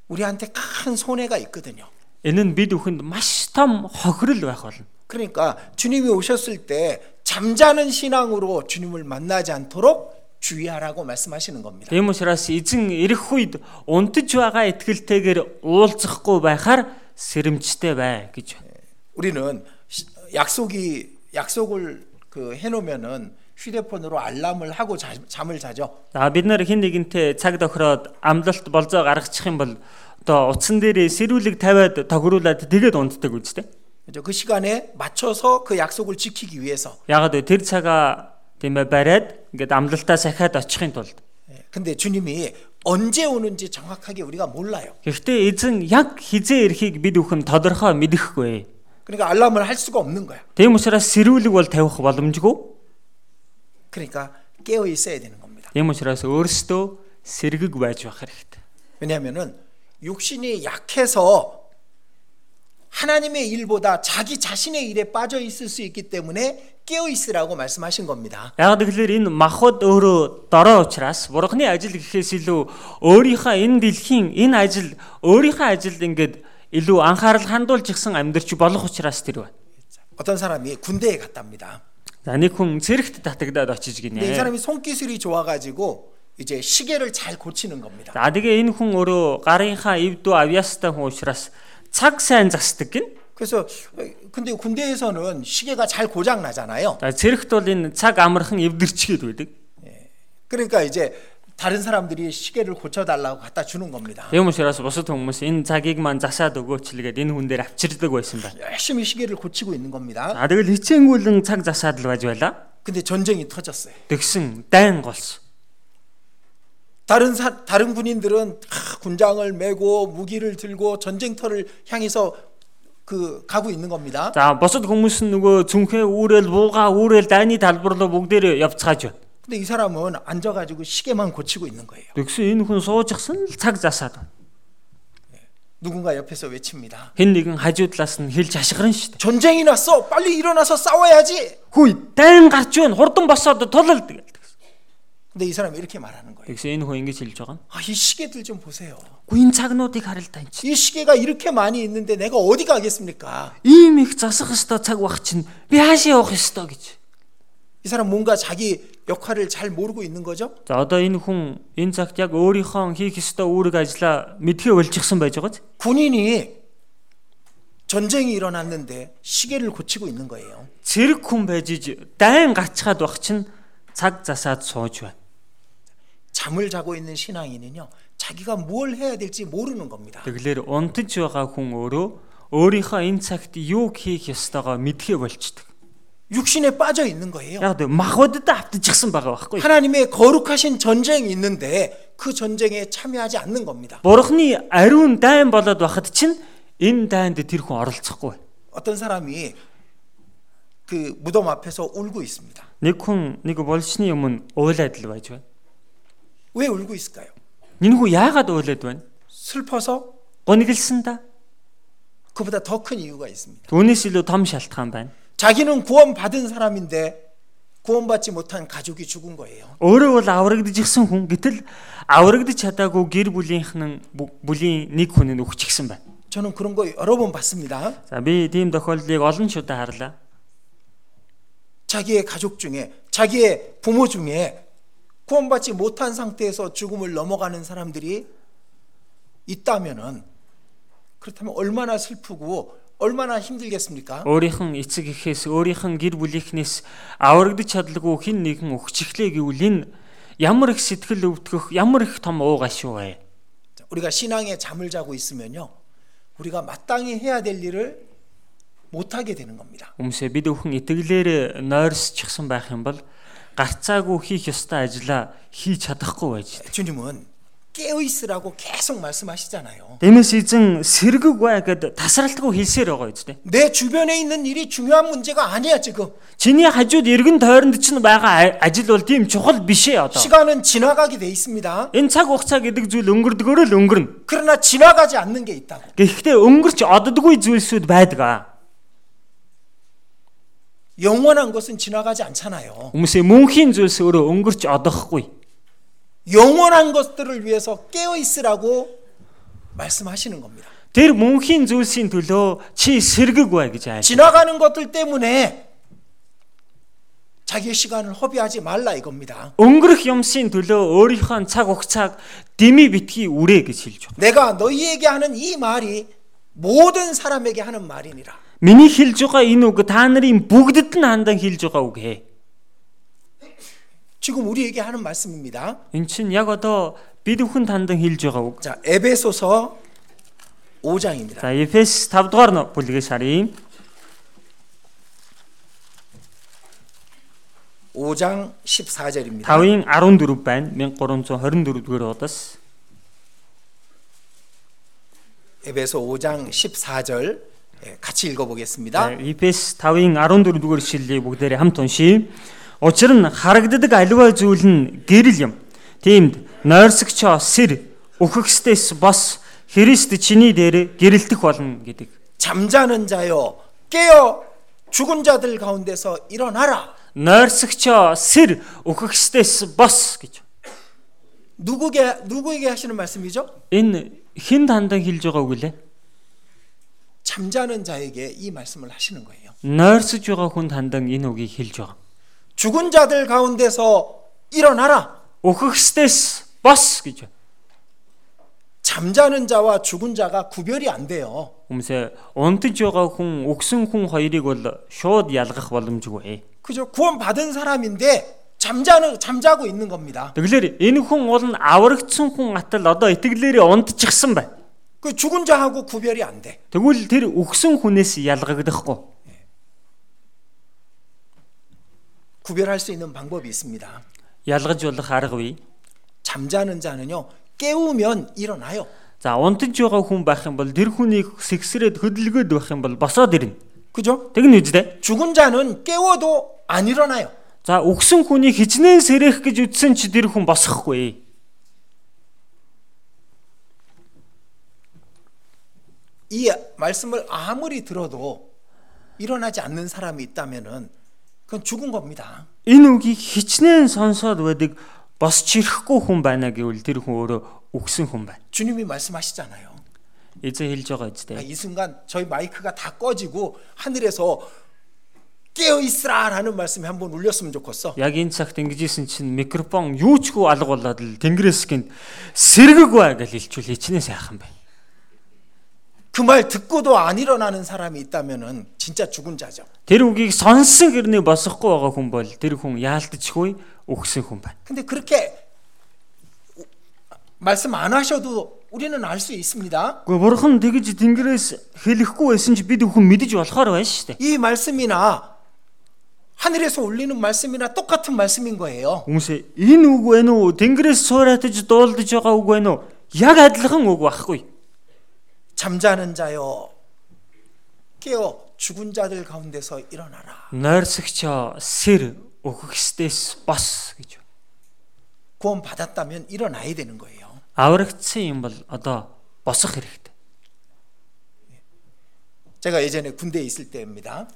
우리한테 큰 손해가 있거든요.
Энэ нь бид бүхэнд маш том хохирол байх болно.
그러니까 주님이 오셨을 때 잠자는 신앙으로 주님을 만나지 않도록 주의하라고 말씀하시는 겁니다.
Тийм учраас эзэн ирэх үед унтаж байгаа итгэлтэйгээр уулзахгүй байхаар сэрэмжтэй бай гэж байна.
우리는 시- 약속이 약속을 그 해놓으면은 휴대폰으로 알람을 하고 자, 잠을 자죠.
За бид нар хин нэгэнтэй цаг тохироод амлалт болзоо гаргачих юм бол одоо утсан дээрээ сэрүүлэг тавиад тохируулаад тэгээд унтдаг үстэй.
그죠? 그 시간에 맞춰서 그 약속을 지키기 위해서.
Ягаад вэ? Тэр цагаа тийм ээ бариад ингээд амлалтаа сахиад очихын тулд.
예, 근데 주님이 언제 오는지 정확하게 우리가 몰라요.
Гэхдээ эзэн яг хизээ ирэхийг бид бүхэн тодорхой мэдэхгүй.
그러니까 알람을 할 수가 없는 거야.
Тийм учраас сэрүүлэг бол тавих боломжгүй.
그러니까 깨어 있어야 되는 겁니다.
Тийм учраас өөрсдөө сэргэг байж байх хэрэгтэй.
왜냐하면은 육신이 약해서 하나님의 일보다 자기 자신의 일에 빠져 있을 수 있기 때문에 깨어 있으라고 말씀하신 겁니다.
Яг тэгэхээр энэ махуд өөрөө дорой учраас бурхны ажил гэхээс илүү өөрийнхөө энэ дэлхийн энэ ажил өөрийнхөө ажилд ингээд илүү анхаарал хандуулж ихсэн амьдрч болох учраас тэр байна.
어떤 사람이 군대에 갔답니다.
За нэг хүн зэрэгт татагдаад очиж гинэ.
근데 이 사람이 손기술이 좋아가지고 이제 시계를 잘 고치는 겁니다.
За тэгээ энэ хүн өөрөө гарынхаа эвдүү авьяастай хүн учраас цаг сайн засдаг гин.
그래서 어, 근데 군대에서는 시계가 잘 고장 나잖아요.
За зэрэгт бол энэ цаг амархан эвдэрчгээд байдаг.
그러니까 이제 다른 사람들이 시계를 고쳐달라고 갖다 주는 겁니다.
Тэм учраас бусад хүмүүс энэ цагийг маань засаад өгөөчлгээд энэ хүн дээр авчирдаг байсан байна.
열심히 시계를 고치고 있는 겁니다.
За тэгэл хичээнгүүлэн цаг засаад л байж байла.
근데 전쟁이 터졌어요.
Тэгсэн дайн голсон.
다른 사, 다른 군인들은 다 군장을 메고 무기를 들고 전쟁터를 향해서 그 가고 있는 겁니다.
За бусад хүмүүс нь нөгөө цүнхээ үүрэл буугаа үүрэл дайны талбар руу бүгдээр явцгааж байна.
근데 이 사람은 앉아가지고 시계만 고치고 있는 거예요.
Тэгсэн энэ хүн суужчихсан л цаг засаад байна.
누군가 옆에서 외칩니다.
Хэн нэгэн хажуудлаас нь хэлж ашгарна шүү дээ.
전쟁이 났어. 빨리 일어나서 싸워야지.
Хүй дайн гарч байна. Хурдан босоод тулал гэдэг.
근데 이 사람이 이렇게 말하는 거예요.
Тэгсэн энэ хүн ингэж хэлж байгаа нь.
아, 이 시계들 좀 보세요.
Гү энэ цагнуудыг харал таньч.
이 시계가 이렇게 많이 있는데 내가 어디 가겠습니까?
Ийм их засах ёстой цаг баг чинь би хаашаа явах ёстой гэж.
이 사람 뭔가 자기 역할을 잘 모르고 있는 거죠?
За одоо энэ хүн энэ цагт яг өөрийнхөө хийх ёстой үүрэг ажиллаа мэдхий болчихсан байж байгаа ч.
군인이 전쟁이 일어났는데 시계를 고치고 있는 거예요.
Цэрэг хүн байж иж дайн гарчгаад байх чинь цаг засаад сууж байна.
잠을 자고 있는 신앙인은요, 자기가 뭘 해야 될지 모르는 겁니다.
Тэглэр унтаж байгаа хүн өөрөө өөрийнхөө энэ цагт юу хийх ёстойгоо мэдхий болчдөг.
육신에 빠져 있는 거예요.
Яг тийм махуудад автчихсан байгаа байхгүй.
하나님의 거룩하신 전쟁이 있는데 그 전쟁에 참여하지 않는 겁니다.
Бурхны ариун дайн болоод байхад чинь энэ дайнд тэр хүн оролцохгүй.
어떤 사람이 그 무덤 앞에서 울고 있습니다.
Нэг хүн нэг болшны өмнө уйлаад л байж байна.
왜 울고 있을까요?
Энэ хүн яагаад уйлаад байна?
슬퍼서
Гунигэлсэн да.
그보다 더 큰 이유가 있습니다.
Түүнээс илүү том шалтгаан байна.
자기는 구원받은 사람인데 구원받지 못한 가족이 죽은 거예요.
Өөрөө бол аврагдж ирсэн хүн гэтэл аврагдж чадаагүй гэр бүлийнх нь бү- бүлийн нэг хүн нь өгчихсэн байна.
저는 그런 거 여러 번 봤습니다.
За би тийм тохиолдлыг олон шудаа харлаа.
자기의 가족 중에 자기의 부모 중에 구원받지 못한 상태에서 죽음을 넘어가는 사람들이 있다면은 그렇다면 얼마나 슬프고 얼마나 힘들겠습니까?
Өөрийнх нь эцэг эхээс өөрийнх нь гэр бүлийнхнээс аврагдаж чадлаггүй хин нэгэн өгч эхлэе гэвэл энэ ямар их сэтгэл өвдгөх, ямар их том уугаа шүү вэ?
자, 우리가 신앙에 잠을 자고 있으면요. 우리가 마땅히 해야 될 일을 못 하게 되는 겁니다.
Хүмүүсээ бид өвхөн итгэлээр нойрсчихсан байх юм бол гарцаагүй хийх ёстой ажиллаа хийж чадахгүй байж.
주님은 깨어 있으라고 계속 말씀하시잖아요.
Дэмэс эзэн сэргэг бай гэд тасралтгүй хэлсээр байгаа үст.
내 주변에 있는 일이 중요한 문제가 아니야 지금.
Чиний хажууд эргэн тойронд чинь байгаа а- ажил бол тийм чухал биш ээ одоо.
시간은 지나가게 돼 있습니다.
Энэ цаг хугацаа гэдэг зүйл өнгөрдгөөр л өнгөрнө.
그러나 지나가지 않는 게 있다고.
Гэхдээ өнгөрч оддгүй зүйлсүүд байдаг аа.
영원한 것은 지나가지 않잖아요.
Хүмүүсээ мөнхийн зүйлс өөрөө өнгөрч одохгүй.
영원한 것들을 위해서 깨어 있으라고 말씀하시는 겁니다.
Тэр мөнхийн зүйлсийн төлөө чи сэргэг бай гэж айл.
지나가는 것들 때문에 자기의 시간을 허비하지 말라 이겁니다.
Өнгөрөх юмсийн төлөө өөрийнхөө цаг хугацааг дэмий битгий үрээ гэж хэлж байна.
내가 너희에게 하는 이 말이 모든 사람에게 하는 말이니라.
Миний хэлж байгаа энэ үг та нарын бүгдэд нь хандан хэлж байгаа үг ээ.
지금 우리에게 하는 말씀입니다.
Энэ чинь яг одоо бид бүхэн тандан хэлж байгаа үг.
자, 에베소서 5장입니다.
За Эфес 5 дугаар но- бүлгийн сарын
5장 14절입니다.
5-ын 14 байна. 1324 дугаар удаас
에베소 5장 14절 예, 같이 읽어
네.
보겠습니다.
Эфес 5-ын 14 дугаар ишлэлийг бүгдээрээ хамт уншийе. Учир нь харагддаг аливаа зүйл нь гэрэл юм. Тиймд нойрсогчоо сэр, өөхөксдээс бос Христ чиний дээр гэрэлтэх болно гэдэг.
잠자는 자여 깨어 죽은 자들 가운데서 일어나라.
Нойрсогчоо сэр, өөхөксдээс бос гэж.
누구게 누구에게 하시는 말씀이죠?
Энэ хэн тандан хэлж байгааг үлээ?
잠자는 자에게 이 말씀을 하시는 거예요.
Нойрсож байгаа хүн тандан энэ үгийг хэлж байгаа.
죽은 자들 가운데서 일어나라.
Өөхөксдээс бос гэж.
잠자는 자와 죽은 자가 구별이 안 돼요.
Хүмүүсээ унтж байгаа хүн, өгсөн хүн хоёрыг бол шууд ялгах боломжгүй.
그죠? 구원받은 사람인데 잠자는 잠자고 있는 겁니다.
Тэгэлэр энэ хүн уул нь аврагдсан хүн атал одоо итгэлээрээ унтчихсан байна.
그 죽은 자하고 구별이 안 돼.
Тэгвэл тэр өгсөн хүнээс ялгагдахгүй.
구별할 수 있는 방법이 있습니다.
Ялгаж болох арга бий.
잠자는 자는요. 깨우면 일어나요.
За унтж байгаа хүн байх юм бол тэр хүнийг сэгсрээд хөдөлгөөд байх юм бол босоод ирнэ.
그죠?
Тэгнэ үздэ.
죽은 자는 깨워도 안 일어나요.
За өгсөн хүний хичнээн сэрэх гэж үтсэн чи тэр хүн босохгүй.
이 말씀을 아무리 들어도 일어나지 않는 사람이 있다면은 그건 죽은 겁니다.
Энэ үгийг хичнээн сонсоод байдаг босч ирэхгүй хүн байна гэвэл тэр хүн өөрөө өгсөн хүн байна.
주님이 말씀하시잖아요.
Эзэн хэлж байгаа
아,
үздэ.
이 순간 저희 마이크가 다 꺼지고 하늘에서 깨어 있으라라는 말씀이 한번 울렸으면 좋겠어.
Яг энэ цагт ингэж исэн чинь микрофон юу чгүй алга болоод л тэнгэрээс гинт сэргэг бай гэж хэлчихвэл хичнээн сайхан бай.
그 말 듣고도 안 일어나는 사람이 있다면은 진짜 죽은 자죠.
Тэр үгийг сонсон гэрнээ босохгүй байгаа хүн бол тэр хүн яалтчихгүй өгсөн хүн байна.
근데 그렇게 말씀 안 하셔도 우리는 알 수 있습니다.
Гэхдээ бурхан тэгж тэнгэрээс хэлэхгүй байсан ч бид бүхэн мэдэж болохоор байна шүү дээ.
이 말씀이나 하늘에서 울리는 말씀이나 똑같은 말씀인 거예요.
Хүмүүс энэ үг вэ нү тэнгэрээс суураатаж дуулдаж байгаа үг вэ нү яг адилхан үг байхгүй.
잠자는 자여 깨어 죽은 자들 가운데서 일어나라.
Нойрсогчоо сэр өгөхстэйс бос гэж.
구원 받았다면 일어나야 되는 거예요.
Аврагдсан юм бол одоо босох хэрэгтэй.
제가 예전에 군대에 있을 때입니다.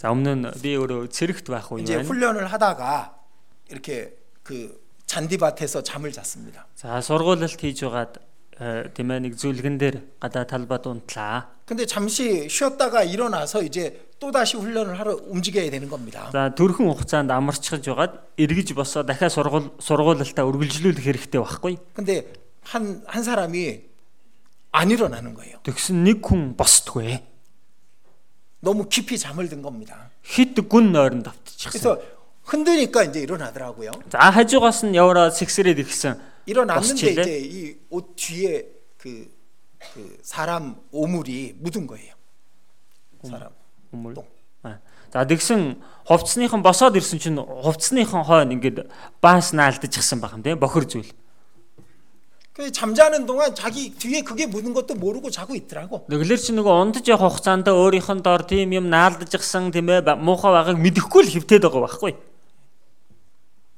За өмнө нь би өөрөө цэрэгт байх уу
이제
юм.
훈련을 하다가 이렇게 그 잔디밭에서 잠을 잤습니다.
За сургуулалт хийжгаад э, тийм ээ нэг зүлгэн дээр гадаа талбад унтлаа.
근데 잠시 쉬었다가 일어나서 이제 또 다시 훈련을 하러 움직여야 되는 겁니다.
За төрхөн хугацаанд амарчж жагаад эргэж босоо дахиад сургуул сургуулалтаа үргэлжлүүлэх хэрэгтэй байхгүй.
근데 한 한 사람이 안 일어나는 거예요.
Тэгсэн нэг хүн босдгүй.
너무 깊이 잠을 든 겁니다.
хит гүн нойронд автчихсан.
그래서 흔드니까 이제 일어나더라고요.
За хажуугаас нь яваараа сэгсрээд ирсэн.
일어났는데
Possible.
이제 이 옷 뒤에 그, 그 사람 오물이 묻은 거예요. 사람.
Хүмүүр. Аа. За тэгсэн хувцсныхан босоод ирсэн чинь хувцсныхан хойно ингээд баас наалдчихсан баг юм тийм бохор зүйл.
그 잠자는 동안 자기 뒤에 그게 묻은 것도 모르고 자고 있더라고.
Тэгэлэр чи нөгөө ундаж явах хугацаанд өөрийнх нь дор тийм юм наалдчихсан тийм ээ ба- муухай байгааг мэдэхгүй л хөвтээд байгаа байхгүй.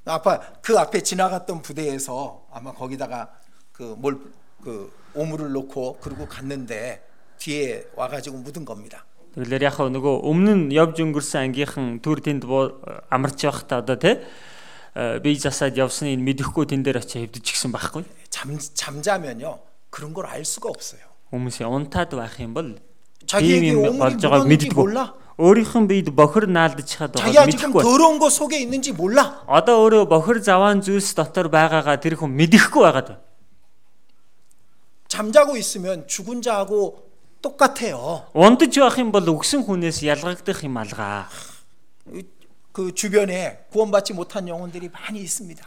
아빠 그 앞에 지나갔던 부대에서 아마 거기다가 그 뭘 그 오물을 놓고 그러고 갔는데 뒤에 와가지고 묻은 겁니다.
Тэгэлэр яг хөө нөгөө өмнө нь явж өнгөрсөн ангийнхан төр тэнд буу- амарч явах та одоо тийм би засаад явсныг мэдэхгүй тэн дээр очиж хөвдөжчихсэн байхгүй.
잠 잠자면요 그런 걸 알 수가 없어요.
Хүмүүс унтаад байх юм бол
자기에게
ийм
오물이
юм болж байгааг
묻었는지
мэддэггүй.
몰라.
Өөрийнх нь биед бохор наалдчихад
자기가
байгааг
지금
мэдэхгүй.
더러운 거 속에 있는지 몰라.
Одоо өөрөө бохор заваан зүйлс дотор байгаагаа тэр хүн мэдэхгүй байгаад байна.
잠자고 있으면 죽은 자하고 똑같아요.
Ундаж явах юм бол өгсөн хүнээс ялгагдах юм алгаа.
그 주변에 구원받지 못한 영혼들이 많이 있습니다.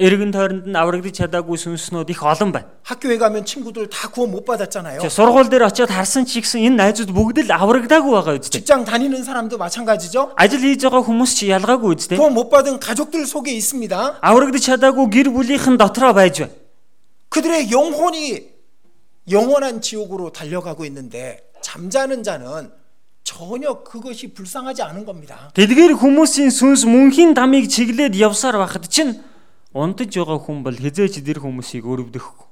Эргэн тойронд нь аврагдаж чадаагүй сүнснүүд их олон байна.
학교에 가면 친구들 다 구원 못 받았잖아요.
Тэгээ сургууль дээр очиод харсан ч ихсэн энэ найзууд бүгд л аврагдаагүй байгаа үстэй.
직장 다니는 사람도 마찬가지죠.
Ажил хийж байгаа хүмүүс ч ялгаагүй үстэй.
구원 못 받은 가족들 속에 있습니다.
Аврагдаж чадаагүй гэр бүлийнхэн дотроо байж байна.
그들의 영혼이 영원한 지옥으로 달려가고 있는데 잠자는 자는 전혀 그것이 불쌍하지 않은 겁니다.
Тэдгээр хүмүүсийн сүнс мөнхийн дамыг чиглээд явсаар байхад чинь унтаж байгаа хүн бол хизээч тэр хүмүүсийг өрөвдөхгүй.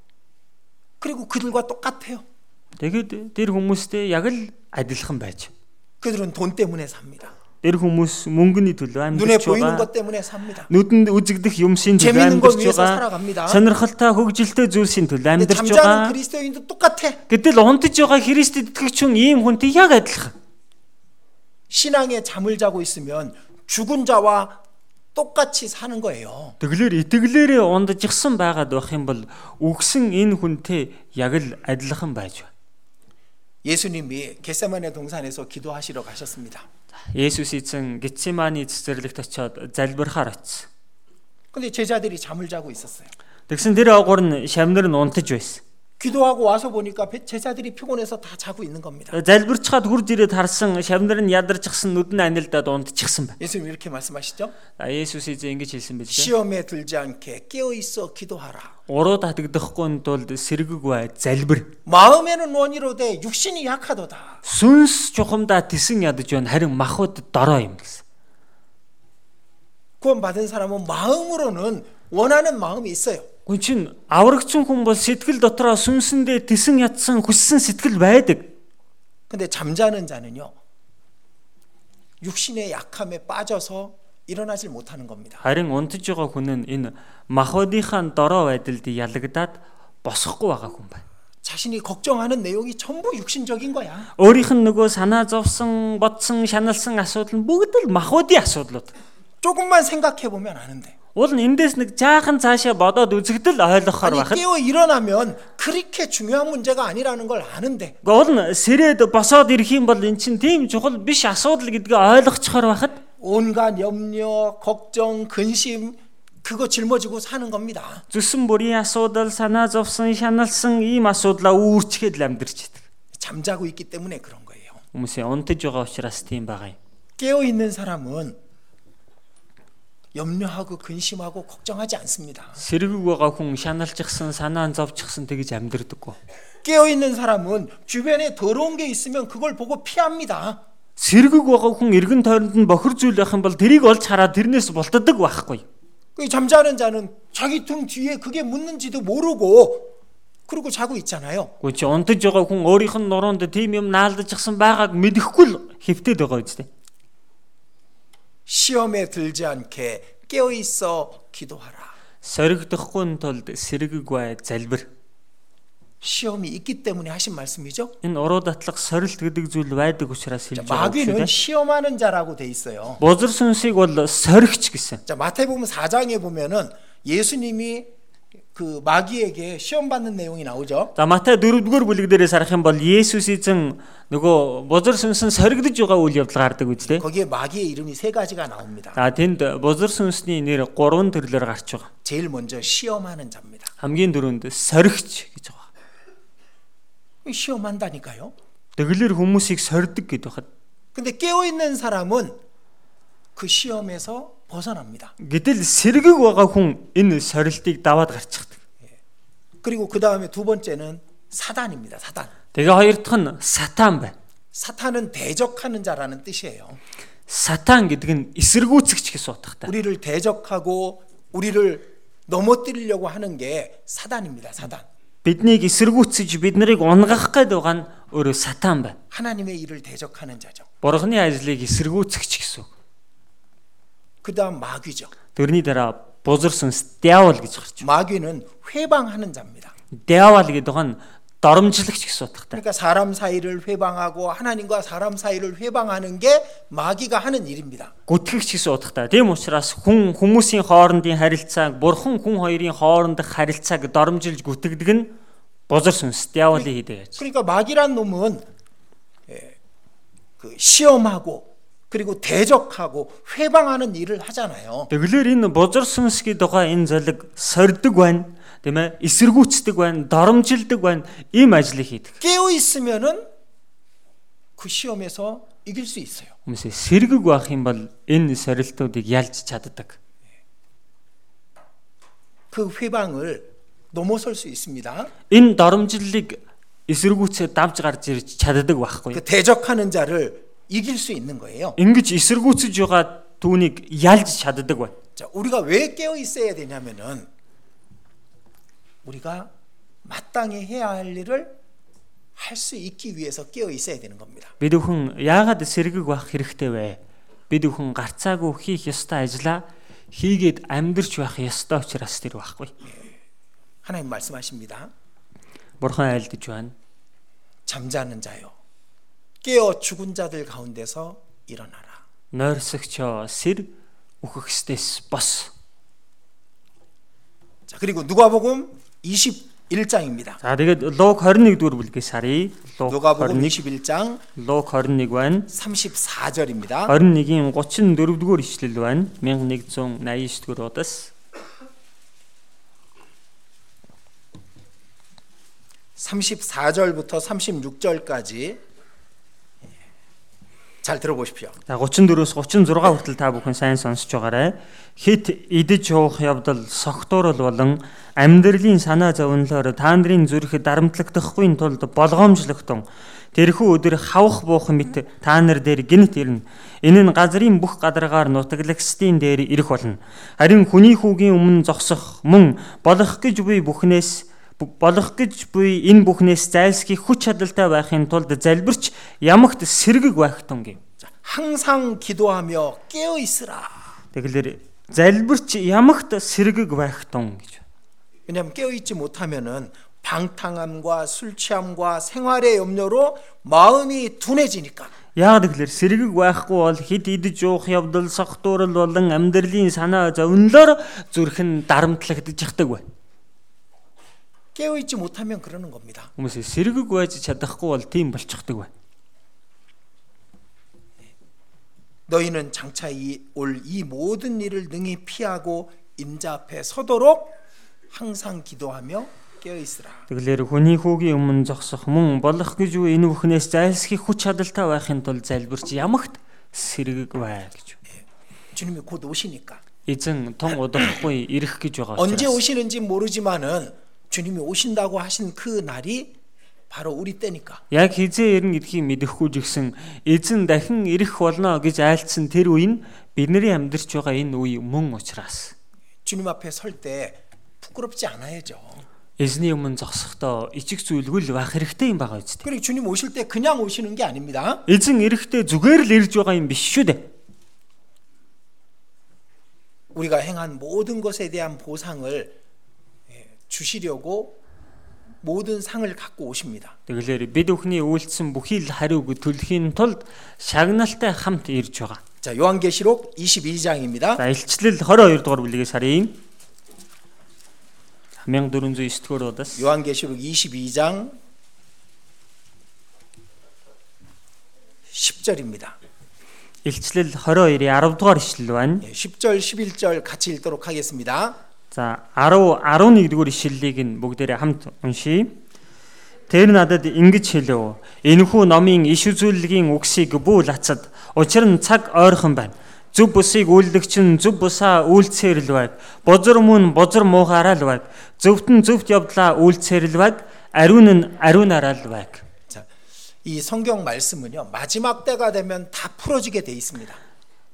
그리고 그들과 똑같아요.
Тэгэхэд тэр хүмүүстэй яг л адилхан байж.
그들은 돈 때문에 삽니다.
Тэр хүмүүс мөнгөний төлөө
눈에
амьдарч
보이는
байгаа.
것 때문에 삽니다.
Нүдэнд үзэгдэх юмсийн төлөө
재밌는 거
амьдарч
위해서
байгаа.
살아갑니다.
Сонирхолтой хөгжилтэй зүйлсийн төлөө
근데
амьдарч
잠자는
байгаа.
그리스도인도 똑같아.
Гэтэл унтаж байгаа Христэд итгэгч хүн ийм хүнтэй яг адилхан.
신앙에 잠을 자고 있으면 죽은 자와 똑같이 사는 거예요.
Тэглэр итгэлээрээ ундажсан байгаад байх юм бол үгсэн энэ хүнтэй яг л адилхан байж байна.
예수님이 겟세마네 동산에서 기도하시러 가셨습니다.
Есүс эзэн Гетсиманы цэцэрлэгт очиод залбирахаар очив.
근데 제자들이 잠을 자고 있었어요.
Тэгсэн тэр агуур нь шамнар нь унтаж байсан.
기도하고 와서 보니까 배- 제자들이 피곤해서 다 자고 있는 겁니다.
залбирчхад хурж ирээд харсан шавнар нь ядарчихсан нүд нь анилдаад унтчихсан байна.
예수님 이렇게 말씀하시죠?
А Есүс эзэн ингэж хэлсэн биз дээ.
시험에 들지 않게 깨어 있어 기도하라.
Уруу татагдахгүйн тулд сэргэг бай, залбир.
마음에는 원이로되 육신이 약하도다.
Сүнс чухамдаа тисэн ядаж байна, харин махуд дорой юм гэсэн.
구원받은 사람은 마음으로는 원하는 마음이 있어요.
Гүн чин аврагцсан хүн бол сэтгэл дотроо сүнсэндээ тисэн ядсан хүссэн сэтгэл байдаг.
근데 잠자는 자는요. 육신의 약함에 빠져서 일어나질 못하는 겁니다.
Харин унтж байгаа хүн нь энэ махуудынхаа дорой байдалд ялагдаад босохгүй байгаа хүн байна.
자신이 걱정하는 내용이 전부 육신적인 거야.
Өөрийнх нь нөгөө санаа зовсон, бодсон, шаналсан асуудал нь бүгд л махуудын асуудлууд.
조금만 생각해 보면 아는데.
Уул нь эндээс нэг жаахан цаашаа бодоод үзэгдэл ойлгохоор
아니
байхад
깨어 일어나면 그렇게 중요한 문제가 아니라는 걸 아는데
уул нь сэрэд босоод ирэх юм бол эн чинь тийм чухал биш асуудал гэдгээ ойлгоцохоор байхад
온갖 염려, 걱정, 근심 그거 짊어지고 사는 겁니다.
зүсэн бүрийн асуудал, санаа зовсон, шаналсан ийм асуудлаа үүрчгээд л амьдарч идэг.
잠자고 있기 때문에 그런 거예요.
Хүмүүсээ унтаж байгаа учраас тийм байгаа юм.
깨어 있는 사람은 염려하고 근심하고 걱정하지 않습니다.
Сэргэг байгаа хүн шаналчихсан, санаа зовчихсан тэгж амьдардаггүй.
깨어 있는 사람은 주변에 더러운 게 있으면 그걸 보고 피합니다.
Сэргэг байгаа хүн эргэн тойронд нь бохир зүйл байх юм бол тэрийг олж хараад тэрнээс бултадаг байхгүй.
그 잠자는 자는 자기 등 뒤에 그게 묻는지도 모르고 그러고 자고 있잖아요.
Гүн чи унтаж байгаа хүн өөрийнх нь нуруунд тийм юм наалдажчихсан байгааг мэдэхгүй л хэвтээд байгаа үст.
시험에 들지 않게 깨어 있어 기도하라.
Соригдохгүй нь тулд сэргэг бай, залбир.
시험이 있기 때문에 하신 말씀이죠.
Энэ уруу датлах сорилт гэдэг зүйл байдаг учраас хэлж байгаа үг шүү
마귀는
дээ.
시험하는 자라고 돼 있어요.
Бузар сүнсийг бол соригч гэсэн.
자 마태복음 4장에 보면은 예수님이 그 마귀에게 시험 받는 내용이 나오죠.
За Матай 4-р бүлэг дээрээс харах юм бол Есүс эзэн нөгөө бузар сүнсэн соригдож байгаа үйл явдал гардаг үү те.
거기에 마귀의 이름이 세 가지가 나옵니다.
За тэнд бузар сүнсний нэр 3 төрлөөр гарч байгаа.
제일 먼저 시험하는 자입니다.
Хамгийн дөрөнд соригч гэж байгаа.
시험한다니까요.
Тэглэр хүмүүсийг сордог гэдэг хад.
근데 깨어 있는 사람은 그 시험에서 벗어납니다.
Гэтэл сэргэг байгаа хүн энэ сорилтыг даваад гарчихдаг.
그리고 그 다음에 두 번째는 사단입니다. 사단.
Тэгээ хоёр дахь нь сатан байна.
사탄은 대적하는 자라는 뜻이에요.
Сатан гэдэг нь эсэргүүцэгч гэсэн утгатай.
우리를 대적하고 우리를 넘어뜨리려고 하는 게 사단입니다. 사단.
Биднийг эсэргүүцэж бид нарыг унгах гээд байгаа нь өөрөө сатан байна.
하나님의 일을 대적하는 자죠.
Бурхны ажлыг эсэргүүцэгч гэсэн. үг.
그다음 마귀죠.
Дөрний дараа бузар сүнс диавол гэж гарч.
그렇죠. 마귀는 회방하는 자입니다.
Диавол гэдэг нь доромжлагч гэсэн утгатай.
그러니까 사람 사이를 회방하고 하나님과 사람 사이를 회방하는 게 마귀가 하는 일입니다.
Гүтгэгч гэсэн утгатай. Тийм учраас хүн хүмүүсийн хоорондын харилцааг, бурхан хүн хоёрын хоорондох харилцааг доромжилж гүтгэдэг нь бузар сүнс диаволын хийдэг ажил.
그러니까 마귀란 놈은 예, 그 시험하고 그리고 대적하고 회방하는 일을 하잖아요.
Тэгэлэр энэ бузар сүнс гэдэг гоо энэ золиг сордог байна, тийм ээ? Эсэргүүцдэг байна, доромжилдог байна, ийм ажлыг хийдэг.
깨어 있으면은 그 시험에서 이길 수 있어요.
Хүмүүсээ сэргэг байх юм бол энэ сорилтуудыг ялж чаддаг.
그 회방을 넘어설 수 있습니다.
Энэ доромжллыг эсэргүүцээ давж гарч ирж чаддаг байхгүй.
그 대적하는 자를 이길 수 있는 거예요.
Ингиж эсэргүүцэж байгаа түүнийг ялж чаддаг байна.
자, 우리가 왜 깨어 있어야 되냐면은 우리가 마땅히 해야 할 일을 할 수 있기 위해서 깨어 있어야 되는 겁니다.
Бид өхөн яагаад сэргэг байх хэрэгтэй вэ? Бид өхөн гарцаагүй хийх ёстой ажлаа хийгээд амьдрч байх ёстой учраас тэр байхгүй.
하나님 말씀하십니다.
Бурхан айлдж байна.
잠자는 자요. 깨어 죽은 자들 가운데서 일어나라.
Нойрсогчоо сэр үхэхстэс бос.
자, 그리고 누가복음 21장입니다.
За тэгээд Луг 21 дугаар бүлгээс харъя. Луг
누가복음
21
21장
Луг 21 байна.
34절입니다.
21-ийн 34 дугаар ишлэл байна. 1189 дугаар удаас
34절부터 36절까지 예. 잘 들어보십시오.
За 34-өөс 36 хүртэл та бүхэн сайн сонсож байгаарай. Хит идэж явах явдал, согтуурал болон амьдралын санаа зовнилоор таандрын зүрхэд дарамтлагдахгүй тулд болгоомжлогтон тэрхүү өдөр хавах буух мэт таа нар дээр гинт ирнэ. Энэ нь газрын бүх гадаргаар нутаглагчдын дээр ирэх болно. Харин хүний хүүгийн өмнө зогсох мөн болох гэж буй бүхнээс болох гэж буй энэ бүхнээс зайлсхийх хүч чадалтай байхын тулд залбирч ямагт сэргэг байх тун гэв.
자, 항상 기도하며 깨어 있으라.
Тэгэлэр залбирч ямагт сэргэг байх тун гэж.
왜냐하면 깨어 있지 못하면은 방탕함과 술 취함과 생활의 염려로 마음이 둔해지니까.
Яагаад гэвэл сэргэг байхгүй бол хид идэж уух явдал, сохтуурал болон амьдралын санаа зовнилоор зүрх нь дарамтлагдаж яхдаг байна.
깨어 있지 못하면 그러는 겁니다.
Хүмүүс сэргэг байж чадахгүй бол тийм болчихдаг байна.
너희는 장차 올 이 모든 일을 능히 피하고 임자 앞에 서도록 항상 기도하며 깨어 있으라.
Тэгэлэр хүний хүүгийн өмнө зогсох мөн болох гэж үе энэ бүхнээс зайлсхийх хүч чадалтай байхын тулд залбирч ямагт сэргэг бай гэж.
주님이 곧 오시니까
Эзэн тун удахгүй ирэх гэж байгаа.
언제
учраас
오시는지 모르지만은 주님이 오신다고 하신 그 날이 바로 우리 때니까.
Яг хизээ ирнэ гэдгийг мэдэхгүй ч гэсэн эзэн дахин ирэх болно гэж айлцсан тэр үе нь бидний амьдарч байгаа энэ үе мөн учраас
주님 앞에 설 때 부끄럽지 않아야죠.
эзний өмнө зогсохдоо ичиг зүйлгүй л байх хэрэгтэй юм байгаа үст.
그리고 주님 오실 때 그냥 오시는 게 아닙니다.
Эзэн эрэхтэй зүгээр л ирж байгаа юм биш шүү дээ.
우리가 행한 모든 것에 대한 보상을 예, 주시려고 모든 상을 갖고 오십니다.
Тэгэлэр бид бүхний үйлдсэн бүхий л хариуг төлөхийн тулд шагналтай хамт ирж байгаа.
자, 요한계시록 22장입니다.
За илчлэл 22 дугаар бүлгээс харъя. 1409-р удаас
요한계시록 22장 10절입니다.
Илчлэл 22-ийн 10-р ишлэл байна.
예, 10절, 11절 같이 읽도록 하겠습니다.
За 10 11-р ишлэлийг нь бүгдээрээ хамт уншийе. Тэр надад ингэж хэлв. Энэхүү номын иш үзүүлэлгийн үгсийг бүү лацад учир нь цаг ойрхон байна. Зүв бүсийг үйлдэгч нь зүв бусаа үйлцээр л байг. Бузар мөн бузар муухаараа л байг. Зөвт нь зөвт явдлаа үйлцээр л байг. Ариун нь ариунаараа л байг.
자, 이 성경 말씀은요 마지막 때가 되면 다 풀어지게 돼 있습니다.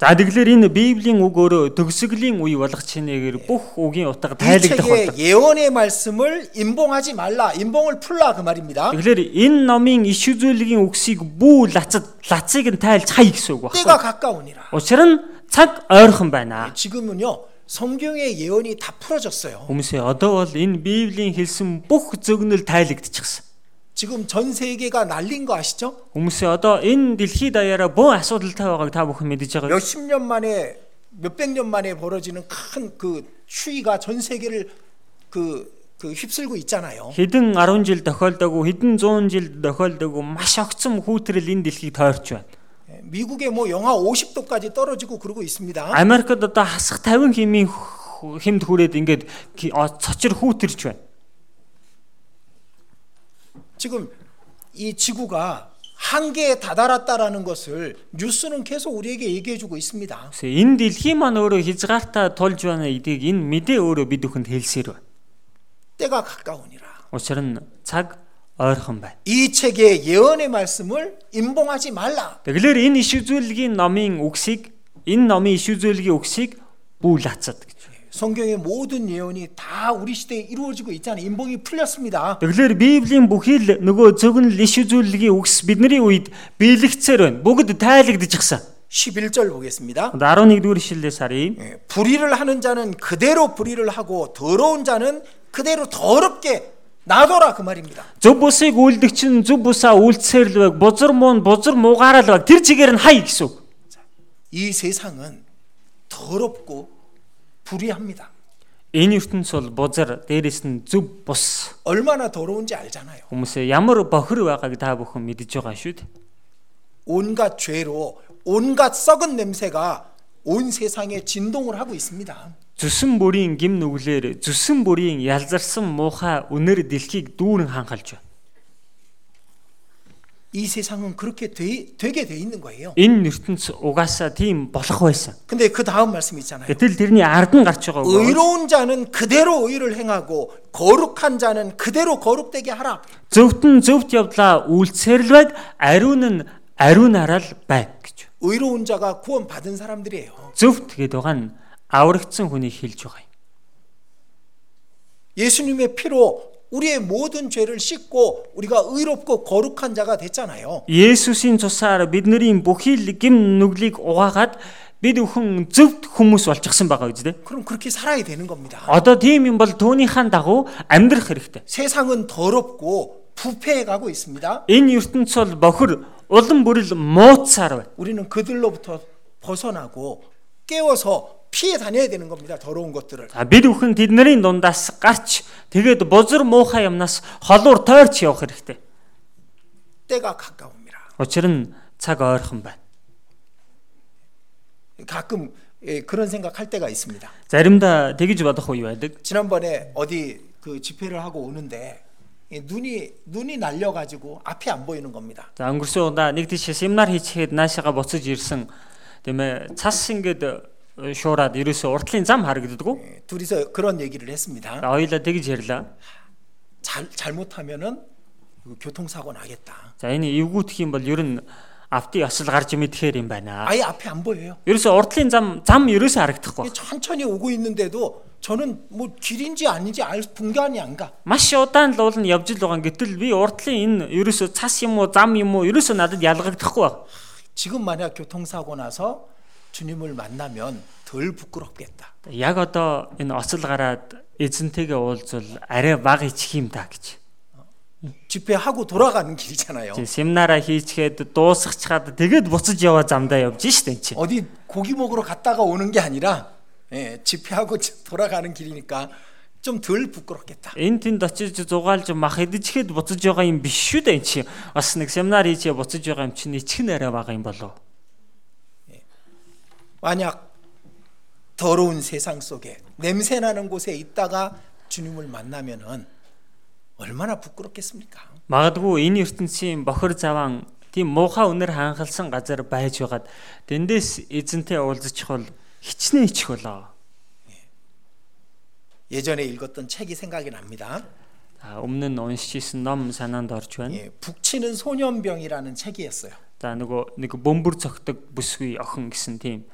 За тэгэхээр энэ Библийн үг өөрөө төгсгөлийн үе болох чинээгээр бүх үгийн утга
이
тайлагдах болдог.
책의 예언의 말씀을 임봉하지 말라, 임봉을 풀라 그 말입니다.
Тэгэхээр энэ номын иш үзүүлэлгийн үгсийг бүү лацад лацыг нь тайлж хай гэсэн үг
때가
байна.
가까우니라.
Учир нь цаг ойрхон байна.
지금은요 성경의 예언이 다 풀어졌어요.
Хүмүүсээ одоо бол энэ Библийн хэлсэн бүх зөвгнөл тайлагдчихсан.
지금 전 세계가 날린 거 아시죠?
Хүмүүсээ одоо энэ дэлхийд даяараа бүх асуудалтай байгааг та бүхэн мэдэж байгаа.
몇십 년 만에 몇백 년 만에 벌어지는 큰 그 추위가 전 세계를 그, 그 휩쓸고 있잖아요.
Хэдэн 10 жил тохиолдоогүй, хэдэн 100 жил тохиолдоогүй маш огцом хүүтрэл энэ дэлхийг тойрч байна.
미국에 뭐 영하 50도까지 떨어지고 그러고 있습니다.
Америкт одоо хасах 50 хэмийн хө- хэмд хүрээд ингээд ки- о- цочор хүүтэрч байна.
지금 이 지구가 한계에 다다랐다라는 것을 뉴스는 계속 우리에게 얘기해주고 있습니다.
Үгүй ээ, Энэ дэлхийн маань өөрөө хязгаартаа тулж байна гэдгийг энэ мэдээ өөрөө бид бүхэнд хэлсээр байна.
때가 가까우니라.
Учир нь цаг ойрхон байна.
이 책의 예언의 말씀을 임봉하지 말라.
Тэгэлэр энэ иш үзүүлэлгийн номын үгсийг энэ номын иш үзүүлэлгийн үгсийг бүү лацад гэж. байна.
성경의 모든 예언이 다 우리 시대에 이루어지고 있잖아요. 임봉이 풀렸습니다.
Тэгэлэр Библийн бүхий л нөгөө зөвгөн иш үзүүлэлгийн үгс бидний үед биелэгцээр байна. Бүгд тайлагдчихсан.
11절 보겠습니다.
Одоо 11-р ишлэлээс харъя.
예, 불의를 하는 자는 그대로 불의를 하고 더러운 자는 그대로 더럽게 놔둬라 그 말입니다.
Зөв бусыг үйлдэгч нь зөв бусаа үйлцээр л байг. Бузар муу нь бузар муугаараа л байг. Тэр чигээр нь хай гэсэн үг.
이 세상은 더럽고 불의합니다.
Энэ ертөнц бол бузар, дээрэс нь зөв бус.
얼마나 더러운지 알잖아요.
Хүмүүсээ ямар бохир байгааг та бүхэн мэдж байгаа шүү дээ.
온갖 죄로 온갖 썩은 냄새가 온 세상에 진동을 하고 있습니다.
Зүсэн бүрийн гим нүглэр, зүсэн бүрийн ялзарсан муухай үнэр дэлхийг дүүрэн хангалж байна.
이 세상은 그렇게 되, 되게 돼 있는 거예요.
Энэ ертөнц угаасаа тийм болох байсан.
근데 그 다음 말씀 있잖아요.
Гэтэл тэрний ард нь гарч байгаа үг. бол,
의로운 자는 그대로 의를 행하고 거룩한 자는 그대로 거룩되게 하라.
Зөвтөн зөвд явдлаа үйлцээр л байг, ариун нь ариунаараа л байг гэж.
의로운 자가 구원 받은 사람들이에요.
Зөвт гэдэг байгаа нь аврагдсан хүнийг хэлж байгаа юм.
예수님의 피로 우리의 모든 죄를 씻고 우리가 의롭고 거룩한 자가 됐잖아요.
Есүсийн цусаар бидний бүхий л гим нүглийг угаагаад бид өхөн зөвд хүмүүс болчихсон байгаа биз дээ.
그럼 그렇게 살아야 되는 겁니다.
Одоо тийм юм бол түүнийхээ дагуу амьдрах хэрэгтэй.
세상은 더럽고 부패해 가고 있습니다.
Энэ ертөнц бол бохир улан бүрэл мууцсаар байна.
우리는 그들로부터 벗어나고 깨워서 피해 다녀야 되는 겁니다. 더러운 것들을.
За бид өхөн тэднэрийн дундаас гарч тэгээд бузар муухай юмнаас холуур тойрч явах хэрэгтэй.
때가 가까웁니다.
Учир нь цаг ойрхон байна.
가끔 예, 그런 생각할 때가 있습니다.
Заримдаа тэгж бодох үе байдаг.
지난번에 어디 그 집회를 하고 오는데 이 눈이 눈이 날려가지고 앞이 안 보이는 겁니다.
За өнгөрсөн удаа нэг тийш семинар хийчихэд наашаага буцаж ирсэн тийм ээ цас ингээд э, шуураад ерөөсө уртлын зам харагддаггүй.
예, 둘이서 그런 얘기를 했습니다.
Хоёлаа тэгж ярьлаа.
잘 잘못하면은 이거 교통사고 나겠다.
За энэ эвгүүтх юм бол ер нь автыг осол гарч мэдхээр юм байна.
아예 앞이 안 보여요.
Ерөөсө уртлын зам зам ерөөсө
이게
харагдахгүй. байна.
천천히 오고 있는데도 저는 뭐 길인지 아닌지 알 분간이 안 가.
Маш удаан л уулын явж л байгаа юм. гэтэл би уртлын энэ ерөөсө цас юм уу зам юм уу ерөөсө надад ялгагдахгүй байна.
지금 만약 교통사고 나서 주님을 만나면 덜 부끄럽겠다.
Яг одоо энэ осол гараад эзэнтэйгээ уулзвал арай баг ичих юм та гэж.
집회하고 돌아가는 길이잖아요.
Тэг, Семинараа хийчихэд дуусчихад тэгээд буцаж яваа замдаа явж штэ энэ чинь.
어디 고기 먹으러 갔다가 오는 게 아니라 예, 집회하고 돌아가는 길이니까 좀 덜 부끄럽겠다.
Энэ тэнд очиж зугаалж мах идчихэд буцаж байгаа юм биш шүү дээ энэ чинь. Бас нэг семинар хийж буцаж байгаа юм чинь ичих нэрэ байгаа юм болов.
만약 더러운 세상 속에 냄새 나는 곳에 있다가 주님을 만나면은 얼마나 부끄럽겠습니까?
Магадгүй энэ ертөнцийн бохор заван тийм муухай өнөр хаанхалсан газар байж байгаад тэндээс эзэнтэй уулзчих бол хичнээн ичих болоо.
예전에 읽었던 책이 생각이 납니다.
За өмнө нь уншижсэн ном санаанд орж байна.
예, 북치는 소년병이라는 책이었어요.
За нөгөө нэг бөмбөр цогтөг бүсгүй охин гэсэн тийм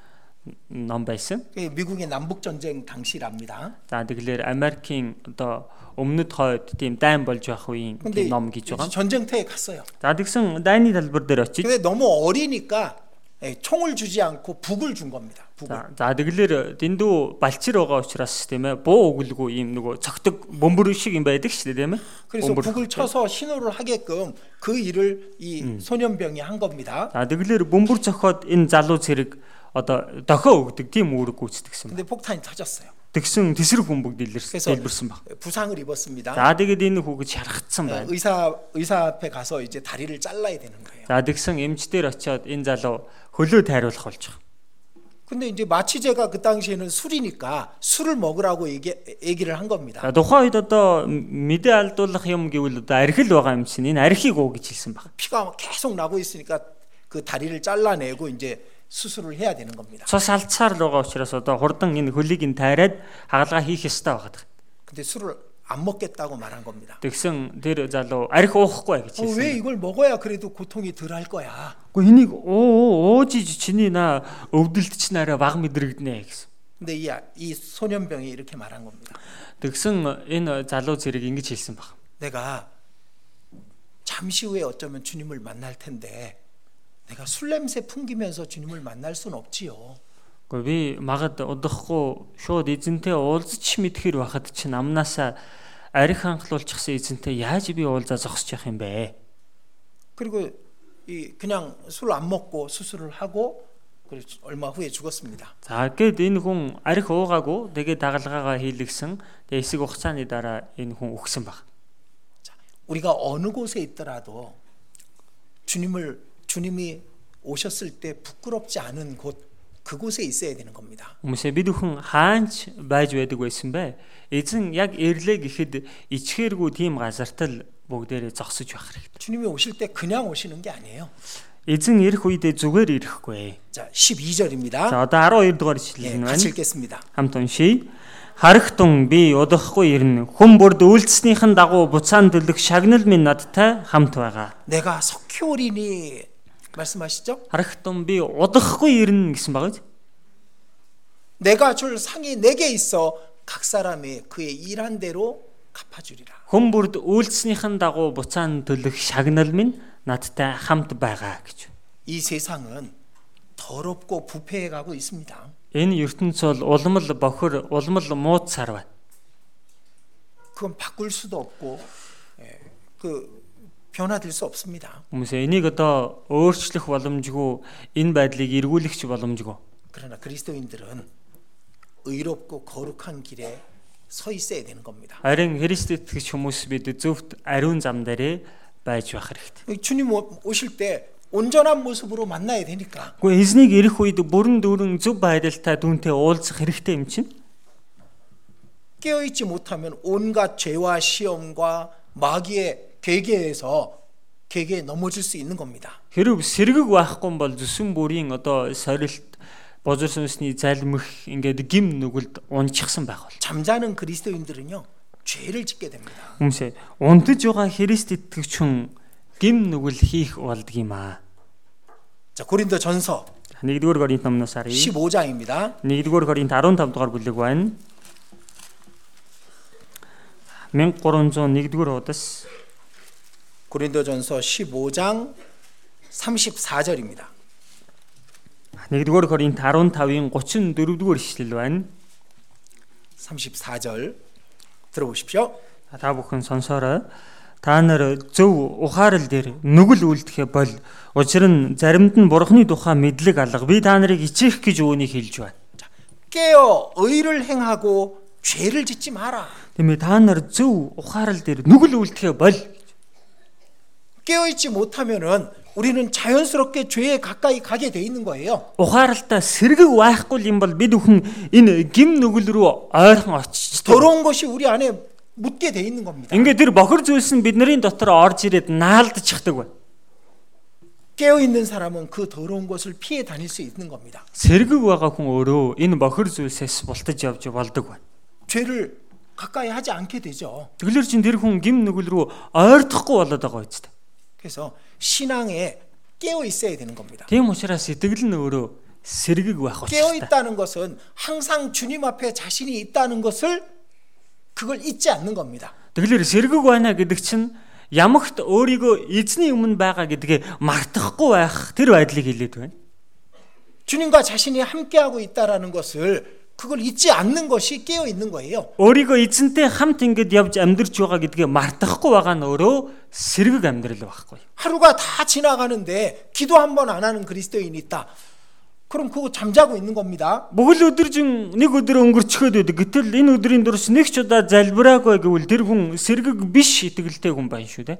ном байсан.
그게 미국의 남북 전쟁 당시랍니다.
За тэгэлэр Америкийн одоо өмнөд хойд тийм дайн болж байх үеийн
근데
тийм ном гэж байгаа.
전쟁터에 갔어요.
За тэгсэн дайны талбар дээр очиж
근데 너무 어리니까 예, 총을 주지 않고 북을 준 겁니다. 북을.
За за тэгэлэр дэндүү балчир байгаа учраас тийм ээ буу өгөлгүй ийм нөгөө цогтөг бөмбөр шиг юм байдаг шүү дээ тийм ээ.
그래서
예.
북을 쳐서 신호를 하게끔 그 일을 이 소년병이 한 겁니다.
За тэгэлэр бөмбөр цохоод энэ залуу зэрэг одоо дохио өгдөг тийм үүрэг гүйцэтгсэн.
근데 폭탄이 터졌어요.
Тэгсэн тесрэг бөмбөг
그래서
дэлбэрсэн баг.
부상을 입었습니다.
За тэгээд энэ хүүхэд шархацсан
어,
байна.
의사 의사 앞에 가서 이제 다리를 잘라야 되는 거예요.
За тэгсэн эмчдэр очиод энэ залуу хөлөө тайруулах болж байгаа.
근데 이제 마취제가 그 당시에는 술이니까 술을 먹으라고 얘기, 얘기를 한 겁니다.
За тухайн үед одоо мэдээ алдуулах юм гэвэл одоо архил байгаа юм чинь энэ архиг уу гэж хэлсэн баг.
피가 계속 나고 있으니까 그 다리를 잘라내고 이제 수술을 해야 되는 겁니다.
Цус алдсаар л байгаа учраас одоо хурдан энэ хөлийг нь тайраад хагалгаа хийх ёстой байгаа.
근데 술을 안 먹겠다고 말한 겁니다.
Тэгсэн тэр залуу арх уухгүй гэж
어, 왜
хэлсэн.
이걸 먹어야 그래도 고통이 덜 할 거야.
Уу энийг уу уужиж чиний наа өвдөлт чинь арай баг мэдрэгдэнэ гэсэн.
근데 이, 아- 이 소년병이 이렇게 말한 겁니다.
Тэгсэн энэ залуу зэрэг ингэж хэлсэн баг.
내가 잠시 후에 어쩌면 주님을 만날 텐데 내가 술 냄새 풍기면서 주님을 만날 순 없지요.
Уу би магад удахгүй шууд эзэнтэй уулзч мэдхэр байхад чинь амнаасаа арх ханхлуулчихсан эзэнтэй яаж би уулзаа зогсож явах юм бэ?
그리고 이 그냥 술 안 먹고 수술을 하고 그래서 얼마 후에 죽었습니다.
За гээд энэ хүн арх уугаагүй тэгээд дагалгаагаа хийлгсэн. Тэгээд эсэг хугацааны дараа энэ хүн өгсөн баг.
자, 우리가 어느 곳에 있더라도 주님을 주님이 오셨을 때 부끄럽지 않은 곳 그곳에 있어야 되는 겁니다.
Хүмүүсээ бид бүхэн хаанч байж байдаг байсан бэ? Эзэн яг ирлээ гэхэд ичхээргүй тийм газарт л бүгдээрээ зогсож байх хэрэгтэй.
주님이 오실 때 그냥 오시는 게 아니에요.
Эзэн ирэх үедээ зүгээр ирэхгүй.
자, 12절입니다.
За одоо 12 дугаар
예,
ишлэл нь байна.
같이 읽겠습니다.
хамт уншийе. Харахтун би удахгүй ирнэ. Хүн бүрд үйлдэснийхэн дагуу буцаан төлөх шагнал минь надтай хамт байгаа.
내가 석효리니 말씀하시죠?
Харахтун би удахгүй ирнэ гэсэн байгаа биз?
내가 줄 상이 내게 있어 각 사람이 그의 일한 대로 갚아주리라.
Хүн бүрд үйлдэснийхэн дагуу буцаан төлөх шагнал минь надтай хамт байгаа гэж.
이 세상은 더럽고 부패해 가고 있습니다.
Энэ ертөнц бол улмал бохор, улмал мууд сар байна.
그건 바꿀 수도 없고 예, 그 변화될 수 없습니다.
Хүмүүсээ энийг одоо өөрчлөх боломжгүй, энэ байдлыг эргүүлэхч боломжгүй.
그러나 그리스도인들은 의롭고 거룩한 길에 서 있어야 되는 겁니다.
Харин Христ итгэж хүмүүс бид зөвхт ариун зам дээрээ байж байх хэрэгтэй.
주님 오- 오실 때 온전한 모습으로 만나야 되니까
Гэхдээ эзнийг ирэх үед бүрэн дүүрэн зөв байдалтай дүнтэй уулзах хэрэгтэй юм чинь.
깨어 있지 못하면 온갖 죄와 시험과 마귀의 괴계에서 괴계에 넘어질 수 있는 겁니다.
Хэрв сэргэг байхгүй бол зүсэн бүрийн одоо сорилт бозор сүнсний залмих ингээд гим нүгэлд унчихсан байх бол.
잠자는 그리스도인들은요 죄를 짓게 됩니다.
Хүмүүсээ унтаж байгаа Христ итгэгч хүн гим нүгэл хийх болдг юм аа.
자 고린도전서
1-р Коринт номноос харъя.
15장입니다.
1-р Коринт 15 дугаар бүлэг байна. 1301-р удаас
고린도전서 15장 34절입니다.
1-р Коринт 15-ийн 34-р ишлэл байна.
34절 들어보십시오.
Та бүхэн сонсоорой. Та нар зөв ухаарл дээр нүгэл үлдэхэ бол учир нь заримд нь бурхны тухай мэдлэг алга. Би та нарыг ичих гэж үүнийг хэлж байна.
깨어 의를 행하고 죄를 짓지 마라.
Тиймээ та нар зөв ухаарал дээр нүгэл үлдэхэ бол
깨어 있지 못하면은 우리는 자연스럽게 죄에 가까이 가게 돼 있는 거예요.
ухааралтай сэргэг байхгүй юм бол бид бүхэн энэ гим нүгэл рүү ойрхон очиж
더러운 것이 우리 안에 묻게 돼 있는 겁니다.
Ингээ тэр бохор зүйлс нь бидний дотор орж ирээд наалдчихдаг байна.
깨어 있는 사람은 그 더러운 것을 피해 다닐 수 있는 겁니다.
Сэргэг байгаа хүн өөрөө энэ бохор зүйлсээс бултаж явж болдог байна.
죄를 가까이 하지 않게 되죠.
Тэглэр чин тэр хүн гим нүгэл рүү ойртохгүй болоод байгаа биз дээ.
그래서 신앙에 깨어 있어야 되는 겁니다.
Тийм учраас сэтгэл нь өөрөө сэргэг байх
깨어
учиртай.
있다는 것은 항상 주님 앞에 자신이 있다는 것을 그걸 잊지 않는 겁니다.
Тэглэр сэргэг байна гэдэг чинь ямагт өөрийгөө эзний өмнө байгаа гэдгээ мартахгүй байх тэр байдлыг хэлээд байна.
주님과 자신이 함께하고 있다라는 것을 그걸 잊지 않는 것이 깨어 있는 거예요.
Өөрийгөө эзэнтэй хамт ингэж явж амьдрч байгаа гэдгээ мартахгүй байгаа нь өөрөө сэргэг амьдрал байхгүй.
하루가 다 지나가는데 기도 한 번 안 하는 그리스도인이 있다. 그럼 그거 잠자고 있는 겁니다.
Бүгд өдөржин нэг өдөр өнгөрчхөөд байдаг. Гэтэл энэ өдрийн дурс нэг ч удаа залбираагүй гэвэл тэр хүн сэргэг биш итгэлтэй хүн байна шүү дээ.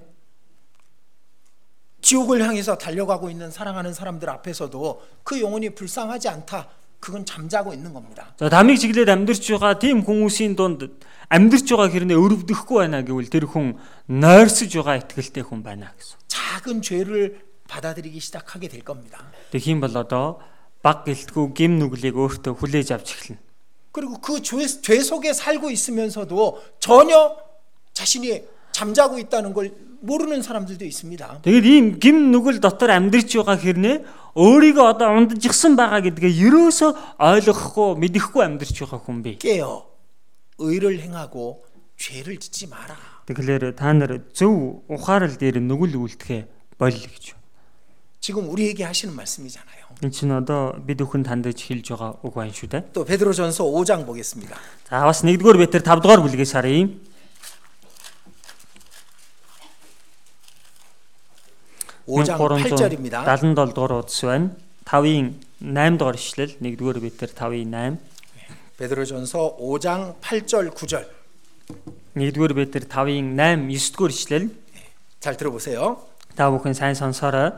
지옥을 향해서 달려가고 있는 사랑하는 사람들 앞에서도 그 영혼이 불쌍하지 않다. 그건 잠자고 있는 겁니다.
За тамиг чиглээд амьдрч байгаа тийм хүмүүсийн дунд амьдрч байгаа хэрнээ өрөвдөхгүй байна гэвэл тэр хүн нойрсож байгаа ихтгэлтэй хүн байна гэсэн.
작은 죄를 받아들이기 시작하게 될 겁니다.
Тэг хим бол одоо баг гэлтгүү гим нүглийг өөртөө хүлээж авч эхэлнэ.
그리고 그 죄, 죄 속에 살고 있으면서도 전혀 자신이 잠자고 있다는 걸 모르는 사람들도 있습니다.
Тэгэд ийм гим нүгэл дотор амьдрч байгаа хэрнээ өөрийгөө одоо унтжихсан байгаа гэдгээ ерөөсөө ойлгохгүй мэдэхгүй амьдрч байгаа хүн бэ.
깨어 의를 행하고 죄를 짓지 마라.
Тэгэхээр та нар зөв ухаарал дээр нүгэл үлдэхэ боль гэж.
지금 우리에게 하시는 말씀이잖아요.
Энд чинь одоо бид бүхэн танд хэлж байгаа үг байна шүү дээ.
또 베드로전서 5장 보겠습니다.
За бас 1-р Петр 5-р бүлгээс харъя.
오장 8절입니다.
77 дугаар удас байна. 5-ын 8 дугаар ишлэл 1-р Петр 5-ын 8.
베드로전서 5장 8절 9절.
1-р Петр 5-ын 8 9-р ишлэл
잘 들어보세요.
та бүхэн сайн сонсоорой.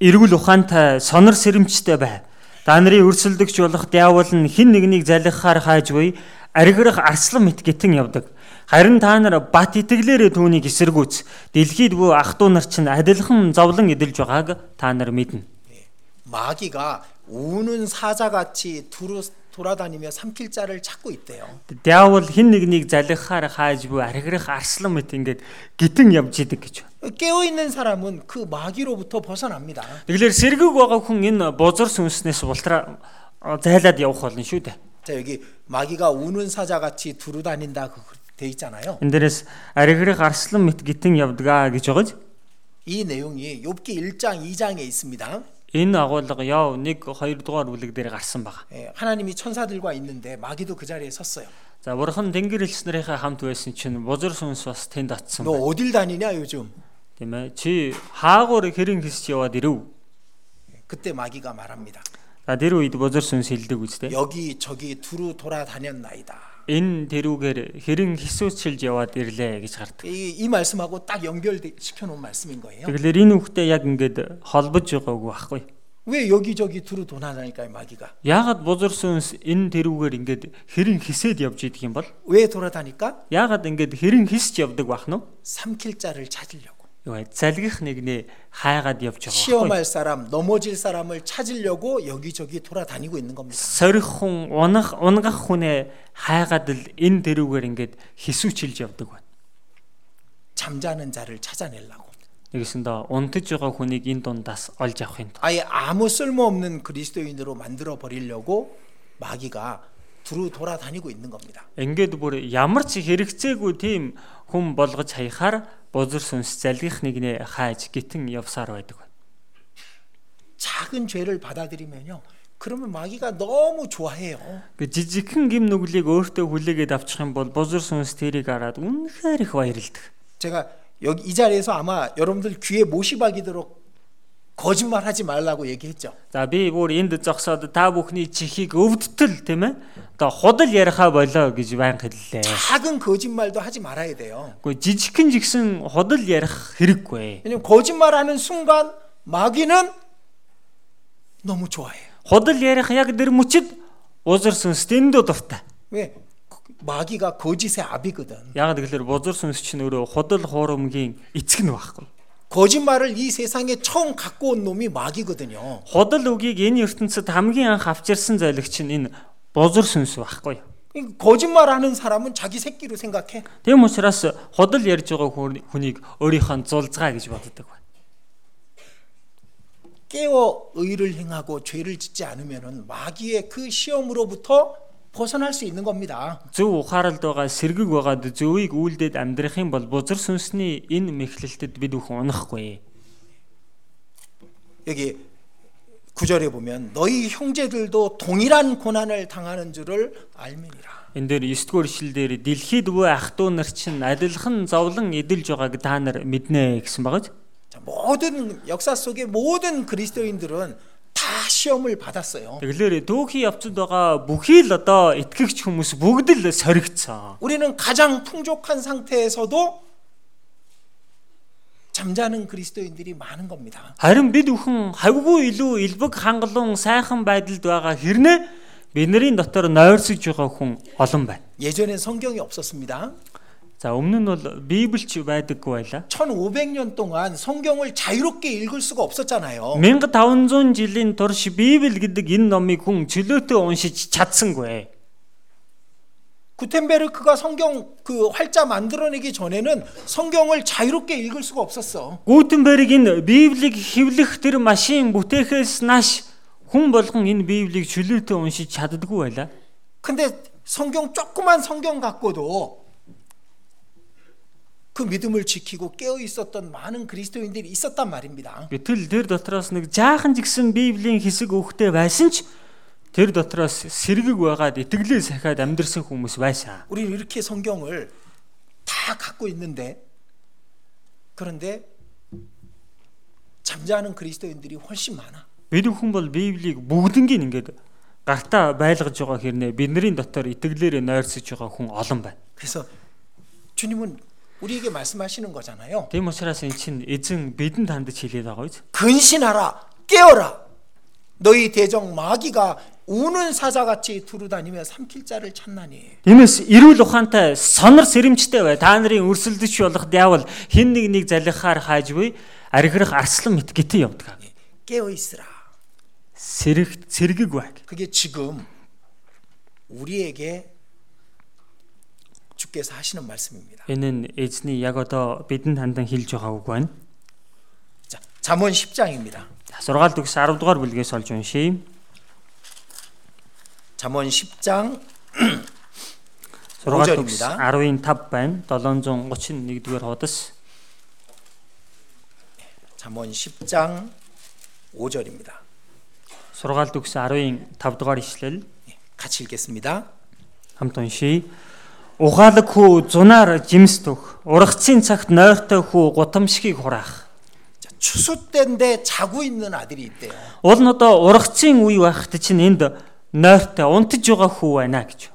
Эргүүл ухаантай, сонор сэрэмжтэй бай. Та нарын өрсөлдөгч болох диавол нь хин нэгнийг залгихаар хааж буй аргирах арслан мэт гитэн явдаг. Харин та нар бат итгэлээрээ түүнийг эсэргүүц. Дэлхийд бүх ах トゥ нар чинь адилхан зовлон эдэлж байгааг та нар мэднэ.
마귀가 우는 사자같이 두루 돌아다니며 삼킬 자를 찾고 있대요.
Диавол хин нэгнийг залгихаар хааж буй архирах арслан мэт ингээд гитэн явж идэг гэж. байна.
깨어 있는 사람은 그 마귀로부터 벗어납니다.
Тэгэлэр сэргэг байгаа хүн энэ бузар сүнснээс бултраа о, зайлаад явах болно шүү дээ.
자, 여기 마귀가 우는 사자같이 두루 다닌다 그- 돼 있잖아요.
Энд дээрээс архирах арслан мэт гитэн явдгаа гэж байгааж
이 내용이 욥기 1장 2장에 있습니다.
энэ агуулга яв 1 2 дугаар бүлэг дээр гарсан байгаа.
예, 하나님이 천사들과 있는데 마귀도 그 자리에 섰어요.
За бурхан тэнгэр элснэрийнхээ хамт байсан чинь бузар сүнс бас тэнд атсан.
너 어딜 다니냐 요즘?
Тийм ээ. Чи хаагуур хэрэн хэсч яваад ирэв.
예, 그때 마귀가 말합니다.
За тэр үед бузар сүнс хилдэг үстэй.
여기 저기 두루 돌아다녔나이다.
Энэ тэрүүгээр хэрэн хэсүүчилж яваад ирлээ гэж гардаг.
이, 이 말씀하고 딱 연결시켜 놓은 말씀인 거예요.
Тэгэлэр энэ хүүхдээ яг ингээд холбож байгаагүй байхгүй.
왜 여기저기 두루 돌아다니까요, 마귀가?
Яагаад бузар сүнс энэ тэрүүгээр ингээд хэрэн хисээд явж идэх юм бол?
왜 돌아다니까?
Яагаад ингээд хэрэн хисч явдаг бах нь?
삼킬 자를 찾으려고.
Юу бай, залгих нэгнээ хайгаад явж байгаа байхгүй.
시험할 사람, 넘어질 사람을 찾으려고 여기저기 돌아다니고 있는 겁니다.
Сорих хүн, унах, унгах хүнээ хайгаад л энэ тэрүүгээр ингээд хисүүчилж явдаг байна.
잠자는 자를 찾아내려고.
Нэгэсэндээ унтаж байгаа хүнийг энэ дундаас олж авахын тулд
아예 아무 쓸모없는 그리스도인으로 만들어 버리려고 마귀가 두루 돌아다니고 있는 겁니다.
ингээд бүр ямар ч хэрэгцээгүй тийм хүн болгож хаяхаар бузар сүнс залгих нэгнээ хайж гитэн явсаар байдаг байна.
작은 죄를 받아들이면요. 그러면 마귀가 너무 좋아해요.
Гэ жижигхэн гим нүглийг өөртөө хүлээгээд авчих юм бол бузар сүнс тэрийг араад үнэхээр их баярлдаг.
제가 여기 이 자리에서 아마 여러분들 귀에 못이 박이도록 거짓말 하지 말라고 얘기했죠.
За би бүр энд зогсоод та бүхний чихийг өвдтөл тийм ээ. Одоо худал яриаха болоо гэж байнга хэллээ.
작은 거짓말도 하지 말아야 돼요.
Гэхдээ жижигхэн жигсэн худал ярих хэрэггүй.
왜냐면 거짓말하는 순간 마귀는 너무 좋아해요.
Худал ярих яг дэр мөчд узар сүнс дэндүү дуртай.
왜? 그- 마귀가 거짓의 아비거든.
Яг тэгэхээр бузар сүнс чинь өөрөө худал хуурмгийн эцэг нь байхгүй.
거짓말을 이 세상에 처음 갖고 온 놈이 마귀거든요.
Худал үгийг энэ ертөнцид хамгийн анх авчирсан золиг чинь энэ бузар сүнс байхгүй.
이 그러니까 거짓말하는 사람은 자기 새끼로 생각해.
Тийм учраас худал ярьж байгаа хүн- хүнийг өөрийнх нь зулцгаа гэж боддог байна.
깨어 의를 행하고 죄를 짓지 않으면은 마귀의 그 시험으로부터 벗어날 수 있는 겁니다.
Зөв ухаалд байгаа сэргэг байгаад зөвийг үйлдээд амьдрах юм бол бузар сүнсний энэ мэхлэлтэд бид бүхэн унахгүй.
여기 구절에 보면 너희 형제들도 동일한 고난을 당하는 줄을 알미니라.
Энд дээр 9-р шил дээр дэлхийд бүх ах トゥ нар чинь адилхан зовлон эдэлж байгааг та нар мэднэ гэсэн багаж.
자, 모든 역사 속의 모든 그리스도인들은 다 시험을 받았어요.
Тэглээр түүхий явцад байгаа бүхий л одоо итгэгч хүмүүс бүгд л соригдсон.
우리는 가장 풍족한 상태에서도 잠자는 그리스도인들이 많은 겁니다.
Харин бид бүхэн хавгүй илүү элбэг хангалуун сайхан байдалд байгаа хэрнээ бид нарын дотор нойрсож байгаа хүн олон байна.
예전엔 성경이 없었습니다.
За өмнө нь бол Библич байдаггүй байлаа.
1500년 동안 성경을 자유롭게 읽을 수가 없었잖아요.
1500 жилийн турш Библи гэдэг энэ номыг хүн чөлөөтэй уншиж чадсангүй.
구텐베르크가 성경 그 활자 만들어내기 전에는 성경을 자유롭게 읽을 수가 없었어.
Гутенберг энэ Библийг хэвлэх тэр машин бүтээхээс нааш хүн болгон энэ Библийг чөлөөтэй уншиж чаддаггүй байлаа.
근데 성경 조그만 성경 갖고도 그 믿음을 지키고 깨어 있었던 많은 그리스도인들이 있었단 말입니다.
Гэтэл тэр дотроос нэг жаахан жигсэн Библийн хэсэг өгтэй байсан ч тэр дотроос сэргэг байгаад итгэлээ сахиад амьдрсан хүмүүс байсан.
우리는 이렇게 성경을 다 갖고 있는데 그런데 잠자는 그리스도인들이 훨씬 많아.
Бид бүхэн бол Библийг бүгднийг ингээд гартаа байлгаж байгаа хэрнээ бидний дотор итгэлээрээ нойрсож байгаа хүн олон байна.
그래서 주님은 우리에게 말씀하시는 거잖아요.
Тийм учраас эн чинь эзэн бидэнд хандаж хэлээд байгаа биз?
근신하라, 깨어라. 너희 대적 마귀가 우는 사자같이 두루다니며 삼킬 자를 찾나니.
Тиймээс эрүүл ухаантай сонор сэрэмжтэй бай. Та нарын өрсөлдөж болох диавол хин нэг нэг залхахаар хааж буй архирах арслан мэт гитэн явдаг.
깨어 있으라.
Сэрэг сэргэг байг.
그게 지금 우리에게 주께서 하시는 말씀입니다.
Энэ нь эзний яг одоо бидэнд хандан хэлж байгаа үг байна.
자, 잠언 10장입니다.
За 6-р төгс 10 дугаар бүлгээс олж уншийе.
잠언 10장
6-р төгс
Гожоол입니다.
10-ын 5 байна. 731 дугаар хуудас.
잠언 10장 5절입니다.
6-р төгс 10-ын 5 дугаар ишлэл.
예, 같이 읽겠습니다.
хамт уншия. Ухаалаг хүү зунаар жимс төх. Ургацын цагт нойртой хүү гутамшгийг хураах.
자, 추수 때인데 자고 있는 아들이 있대요.
Уул нь одоо ургацын үе байхад чинь энд нойртой унтж байгаа хүү байна гэж.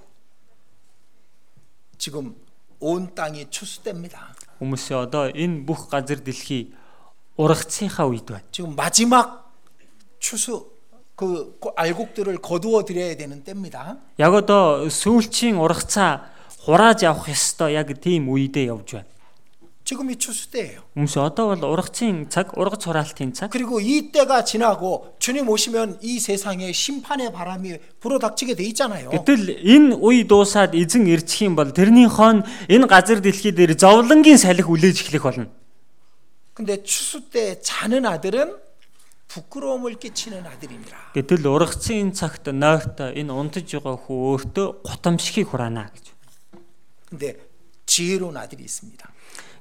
지금 온 땅이 추수 때입니다.
Хүмүүсээ одоо энэ бүх газар дэлхий ургацынхаа үед байна.
지금 마지막 추수 그 알곡들을 거두어 드려야 되는 때입니다.
Яг одоо сүүлчийн ургацаа хурааж явах ёстой яг тийм үедээ явж байна.
지금이 추수 때예요.
Хүмүүс одоо бол ургацын цаг, ургац хураалтын цаг.
그리고 이 때가 지나고 주님 오시면 이 세상에 심판의 바람이 불어닥치게 돼 있잖아요.
Гэтэл энэ үе дуусаад эзэн ирчих юм бол тэрний хон энэ газар дэлхий дээр зовлонгийн салхи үлээж эхлэх болно.
근데 추수 때 자는 아들은 부끄러움을 끼치는 아들입니다.
Гэтэл ургацын цагт нойртой энэ унтж байгаа хүү өөртөө гутамшгийг хураана гэж.
근데 지혜로운 아들이 있습니다.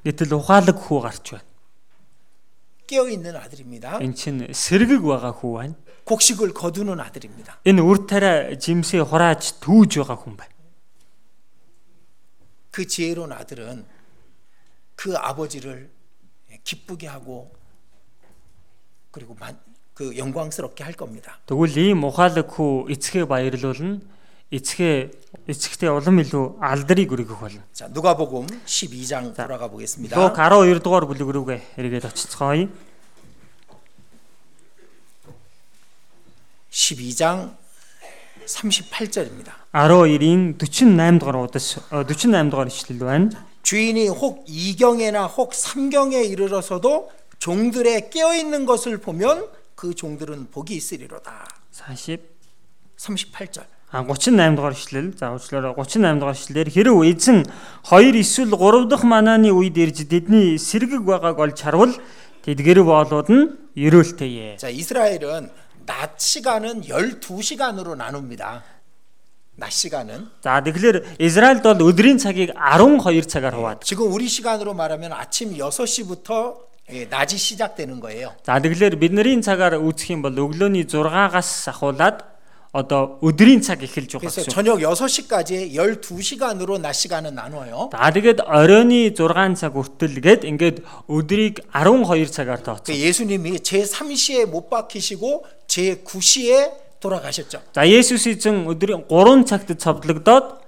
Гэтэл ухаалаг хүү гарч байна.
깨어 있는 아들입니다.
Энэ чинь сэргэг байгаа хүү байна.
곡식을 거두는 아들입니다.
Энэ үр тариа жимсээ хурааж түүж байгаа хүн байна.
그 지혜로운 아들은 그 아버지를 기쁘게 하고 그리고 만, 그 영광스럽게 할 겁니다.
Тэгвэл ийм ухаалаггүй эцгээ баярлуулна. Эцгээ эцэгтэй улам илүү алдрыг өргөх болно.
자, 누가복음 12장 돌아가
Лук
보겠습니다.
12 дугаар бүлэг рүүгээ эргээд очицгоё.
12장 38절입니다.
12-ийн 48 дугаар удас э, 48 дугаар ишлэл байна.
주인이 혹 2경에나 혹 3경에 이르러서도 종들의 깨어 있는 것을 보면 그 종들은 복이 있으리로다.
Цаашаа
38절.
А 38 дугаар ишлэл за уучлаарай 38 дугаар ишлэлээр хэрв эзэн 2 эсвэл 3 дахь манааны үед ирж тэдний сэргэг байгааг олж харвал тэдгэр боолууд нь ерөөлтэйе.
자, 이스라엘은 낮 시간은 12시간으로 나눕니다. 낮 시간은
За тэгэхээр Израильд бол өдрийн цагийг 12 цагаар хуваадаг.
지금 우리 시간으로 말하면 아침 6시부터 예, 낮이 시작되는 거예요.
За тэгэхээр бидний цагаар үүсэх юм бол өглөөний 6-аас ахуулаад одоо öдрийн цаг эхэлж байгаа
그래서
гэсэн.
저녁 6시까지 12시간으로 낮 시간은 나눠요.
За тэгээд оройны 6 цаг хүртэл гээд ингээд өдрийг 12 цагаар
그
тооцсон.
예수님이 제3시에 못 박히시고 제9시에 돌아가셨죠.
За Есүс эзэн өдрийн 3 цагт цовдлогдоод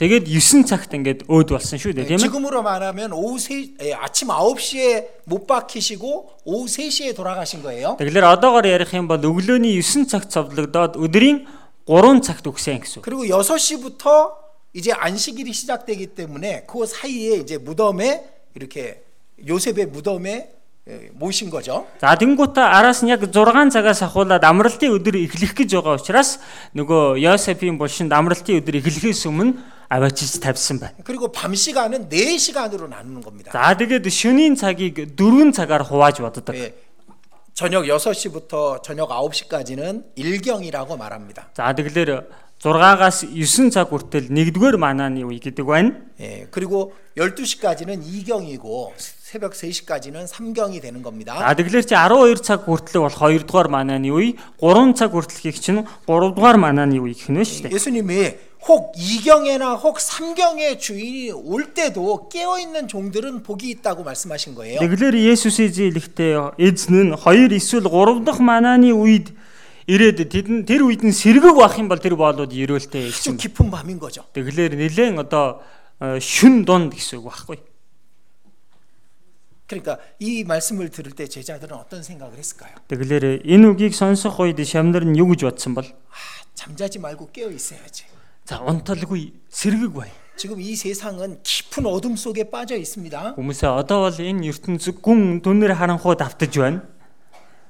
тэгээд 9 цагт ингээд өөд болсон шүү дээ, тийм ээ?
지금으로 말하면 오후 세, 예, 아침 9시에 못 박히시고 오후 3시에 돌아가신 거예요.
Тэгэхээр одоогоор ярих юм бол өглөөний 9 цагт цовдлогдоод өдрийн 3 цагт үхсэн гэсэн. үг.
그리고 6시부터 이제 안식일이 시작되기 때문에 그 사이에 이제 무덤에 이렇게 요셉의 무덤에 예, 모신 거죠.
За тэнгуутаа араас нь яг 6 цагаас ахуулаад амралтын өдөр эхлэх гэж байгаа учраас нөгөө Йосефийн булшинд амралтын өдөр эхлэхээс өмнө аваачиж тавьсан байна.
그리고 밤 시간은 4시간으로 나누는 겁니다.
За тэгээд шөнийн цагийг 4 цагаар хувааж боддог.
예, 저녁 6시부터 저녁 9시까지는 일경이라고 말합니다.
За тэгэлэр 6-аас 9 цаг хүртэл 1-р манааны үе гэдэг байна.
예, 그리고 12시까지는 2경이고 새벽 3시까지는 3경이 되는 겁니다.
За тэгэлэр чи 12 цаг хүртэл бол 2-р манааны үе, 3 цаг хүртэл хийх чинь 3-р манааны үе гэх нь шүү дээ.
예수님이 혹 2경에나 혹 3경의 주인이 올 때도 깨어있는 종들은 복이 있다고 말씀하신 거예요.
Тэгэлэр Есүсийн зээлэгтээ эзэн нь хоёр эсвэл гурав дахь манааны үед ирээд тэдэн тэр үед нь сэргэг байх юм бол тэр боолууд ерөөлтэй
아주
гэсэн.
깊은 밤인 거죠.
Тэгэлэр нилээн одоо э, шүн дунд гэсэн үг байхгүй.
그러니까 이 말씀을 들을 때 제자들은 어떤 생각을 했을까요?
Тэгэлэр энэ үгийг сонсох үед шамнар нь юу гэж бодсон бол
아, 잠자지 말고 깨어 있어야지.
за унталгүй сэргэг бай.
지금 이 세상은 깊은 어둠 속에 빠져 있습니다.
Хүмүүсээ одоо бол энэ ертөнцөд гүн дүнээр харанхуй давтаж байна.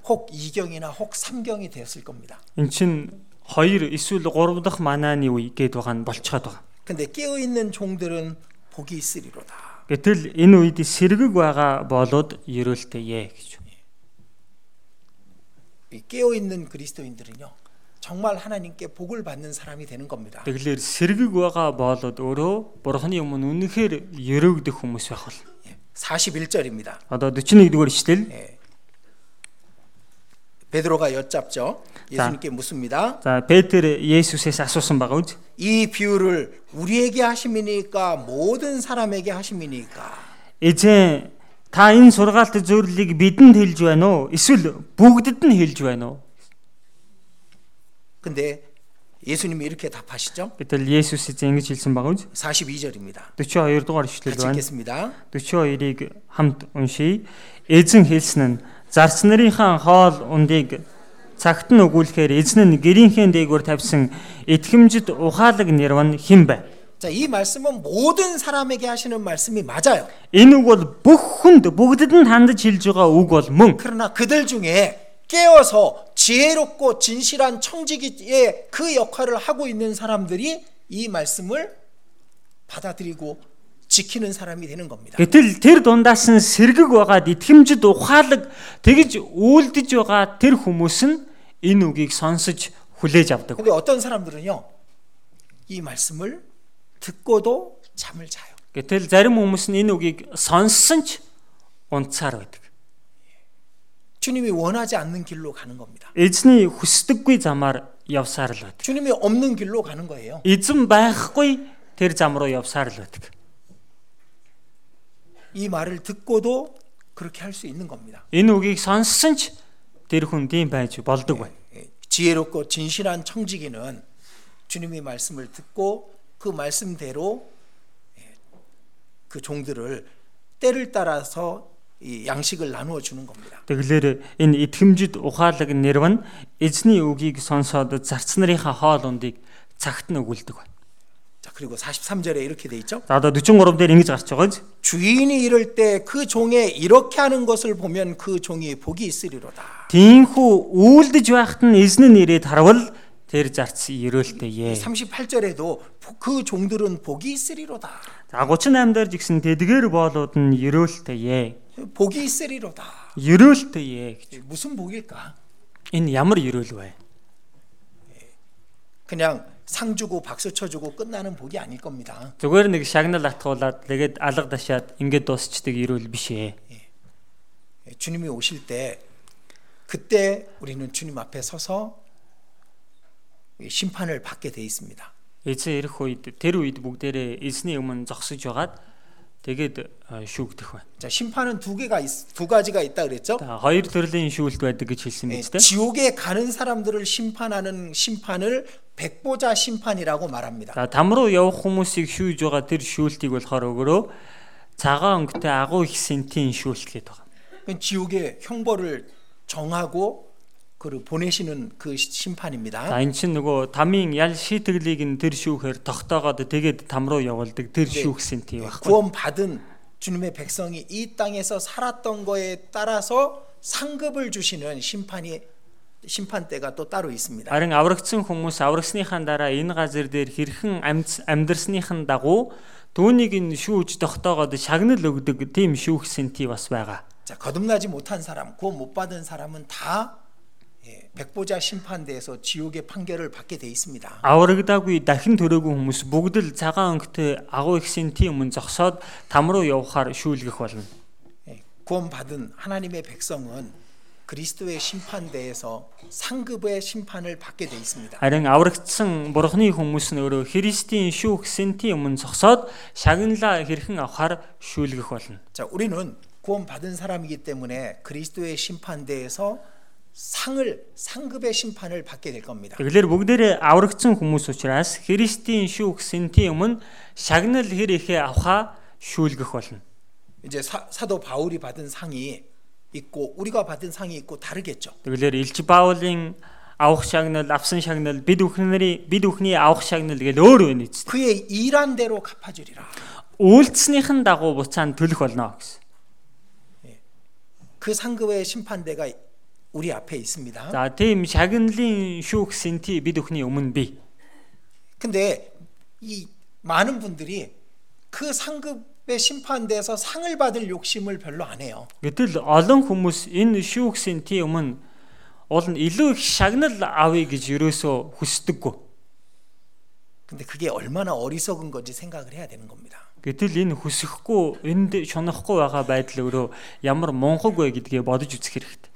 혹 2경이나 혹 3경이 되었을 겁니다.
Эн чин хоёр эсвэл гурав дахь манааны үе гэдээ байгаа нь болцоод байгаа.
근데 깨어 있는 종들은 복이 있으리로다.
Гэтэл энэ үед сэргэг байгаа болоод ерөөлтэйе гэж.
이 깨어 있는 그리스도인들은요. 정말 하나님께 복을 받는 사람이 되는 겁니다.
Тэгэлэр сэргэг байгаа боолоод өөрөө бурхны өмнө үнэхээр ерөөгдөх хүмүүс байх бол.
예, 41절입니다.
Одоо 41 дугаар ишлэл.
베드로가 엿잡죠. 예수님께 묻습니다.
За Петр Есүсээс асуусан байгаа үз.
이 비유를 우리에게 하심이니까 모든 사람에게 하심이니까.
Эзэн та энэ сургаалт зөвлөлийг бидэнд хэлж байна уу? Эсвэл бүгдэд нь хэлж байна уу?
근데 예수님이 이렇게 답하시죠.
Гэтэл Есүс эзэн ингэж хэлсэн байгаа үз.
42절입니다.
42 дугаар ишлэл
같이
байна.
읽겠습니다.
42-ыг хамт уншийе. Эзэн хэлсэн нь зарц нарынхаа хоол ундыг цагт нь өгүүлэхээр эзэн нь гэрийнхээ дээгүүр тавьсан итгэмжид ухаалаг нэрвэн хим бэ?
자, 이 말씀은 모든 사람에게 하시는 말씀이 맞아요.
Энэ үг бол бүх хүнд бүгдэд нь хандаж хэлж байгаа үг бол мөн.
그러나 그들 중에 깨어서 지혜롭고 진실한 청지기의 그 역할을 하고 있는 사람들이 이 말씀을 받아들이고 지키는 사람이 되는 겁니다.
Гэтэл тэр дундаас нь сэргэг байгаад итгэмжид ухаалаг тэгж үйлдэж байгаа тэр хүмүүс нь энэ үгийг сонсож хүлээж авдаг.
근데 어떤 사람들은요. 이 말씀을 듣고도 잠을 자요.
Гэтэл зарим хүмүүс нь энэ үгийг сонссон ч унтсаар байдаг.
주님이 원하지 않는 길로 가는 겁니다.
Эзний хүсдэггүй замаар явсаар л байдаг.
주님이 없는 길로 가는 거예요.
Эзэн байхгүй тэр зам руу явсаар л байдаг.
이 말을 듣고도 그렇게 할 수 있는 겁니다.
Энэ үгийг сонссон ч Тэр хүн тийм байж болдог байна.
지혜롭고 진실한 청지기는 주님의 말씀을 듣고 그 말씀대로 예, 그 종들을 때를 따라서 이 양식을 나누어 주는 겁니다.
Тэгэлэр энэ итгэмжид ухаалаг нэрв нь эзний үгийг сонсоод зарц нарынхаа хоол ундыг цагт нь өгүүлдэг байна.
자, 그리고 43절에 이렇게 돼 있죠.
За одоо 43 дээр ингэж гарч байгаа биз?
주인이 이럴 때 그 종에 이렇게 하는 것을 보면 그 종이 복이 있으리로다.
Тинхүү үйлдэж байхад нь эзэн нь ирээд харвал тэр зарц ерөөлтэй ээ.
38절에도 그 종들은 복이 있으리로다.
За 38 дээр жигсэн тэдгээр боолууд нь ерөөлтэй ээ.
복이 있으리로다.
Ерөөлтэй ээ гэж.
무슨 복일까?
Энэ ямар ерөөл вэ?
그냥 상 주고 박수 쳐주고 끝나는 복이 아닐 겁니다.
Зүгээр нэг шагнал атгуулад тэгээд алга дашаад ингээд дуусчдаг ерөөл биш ээ.
예, 주님이 오실 때 그때 우리는 주님 앞에 서서 이 심판을 받게 돼 있습니다.
Эзэн ирэх үед тэр үед бүгдээрээ эзний өмнө зогсож байгаад тэгээд э, шүүгдэх байна.
자, 심판은 두 개가 있, 두 가지가 있다 그랬죠?
За хоёр төрлийн шүүлт байдаг гэж хэлсэн
예,
мэт те.
지옥에 가는 사람들을 심판하는 심판을 백보자 심판이라고 말합니다.
За там руу явах хүмүүсийг шүүж байгаа тэр шүүлтийг болохоор өгөрөө цагаан өнгөтэй агуу их сентийн шүүлт гэдэг байна.
그 지옥의 형벌을 정하고 그를 보내시는 그 시- 심판입니다.
За эн чинь нөгөө тамийн ял шийтгэлийг нь тэр шүүхээр тогтоогоод тэгээд там руу явуулдаг тэр шүүх сентий
예,
байхгүй.
구원받은 주님의 백성이 이 땅에서 살았던 거에 따라서 상급을 주시는 심판이 심판대가 또 따로 있습니다.
Харин аврагдсан хүмүүс аврагсныхаа дараа энэ газар дээр хэрхэн амьд амьдарсныхан дагуу түүнийг нь шүүж тогтоогоод шагнал өгдөг тийм шүүх сэнти бас байгаа.
자, 거듭나지 못한 사람, 구원 못 받은 사람은 다 예, 백보자 심판대에서 지옥의 판결을 받게 돼 있습니다.
Аврагдаагүй дахин төрөөгүй хүмүүс бүгд л цагаан өнгөтэй агуу их сэнти өмнө зогсоод там руу явахаар шүүлгэх болно.
예, 구원받은 하나님의 백성은 그리스도의 심판대에서 상급의 심판을 받게 돼 있습니다.
Харин аврагдсан бурхны хүмүүс нь өөрөө Христийн шүүх сэнти өмнө зогсоод шагналаа хэрхэн авахаар шүүлгэх болно.
자, 우리는 구원받은 사람이기 때문에 그리스도의 심판대에서 상을 상급의 심판을 받게 될 겁니다.
Тэгэлэр бүгдээрээ аврагдсан хүмүүс учраас Христийн шүүх сэнти өмнө шагнал хэр ихээ авахаа шүүлгэх болно.
이제 사, 사도 바울이 받은 상이 있고 우리가 받은 상이 있고 다르겠죠.
Тэгэлэр Илж Паулын авах шагнал, авсан шагнал бид бүхний бид бүхний авах шагнал гэл өөр байна үст.
그의 일한 대로 갚아주리라.
Үйлцснийхэн дагуу буцаан төлөх болно гэсэн.
그 상급의 심판대가 우리 앞에 있습니다.
За тийм шагналын шүүх сэнти бид бүхний өмнө бий.
근데 이 많은 분들이 그 상급의 심판대에서 상을 받을 욕심을 별로 안 해요.
Гэтэл олон хүмүүс энэ шүүх сэнти өмнө уул нь илүү их шагнал авъя гэж ерөөсөө хүсдэггүй.
근데 그게 얼마나 어리석은 건지 생각을 해야 되는 겁니다.
Гэтэл энэ хүсэхгүй, энд шунахгүй байгаа байдал өөрөө ямар мунхаг вэ гэдгээ бодож үзэх хэрэгтэй.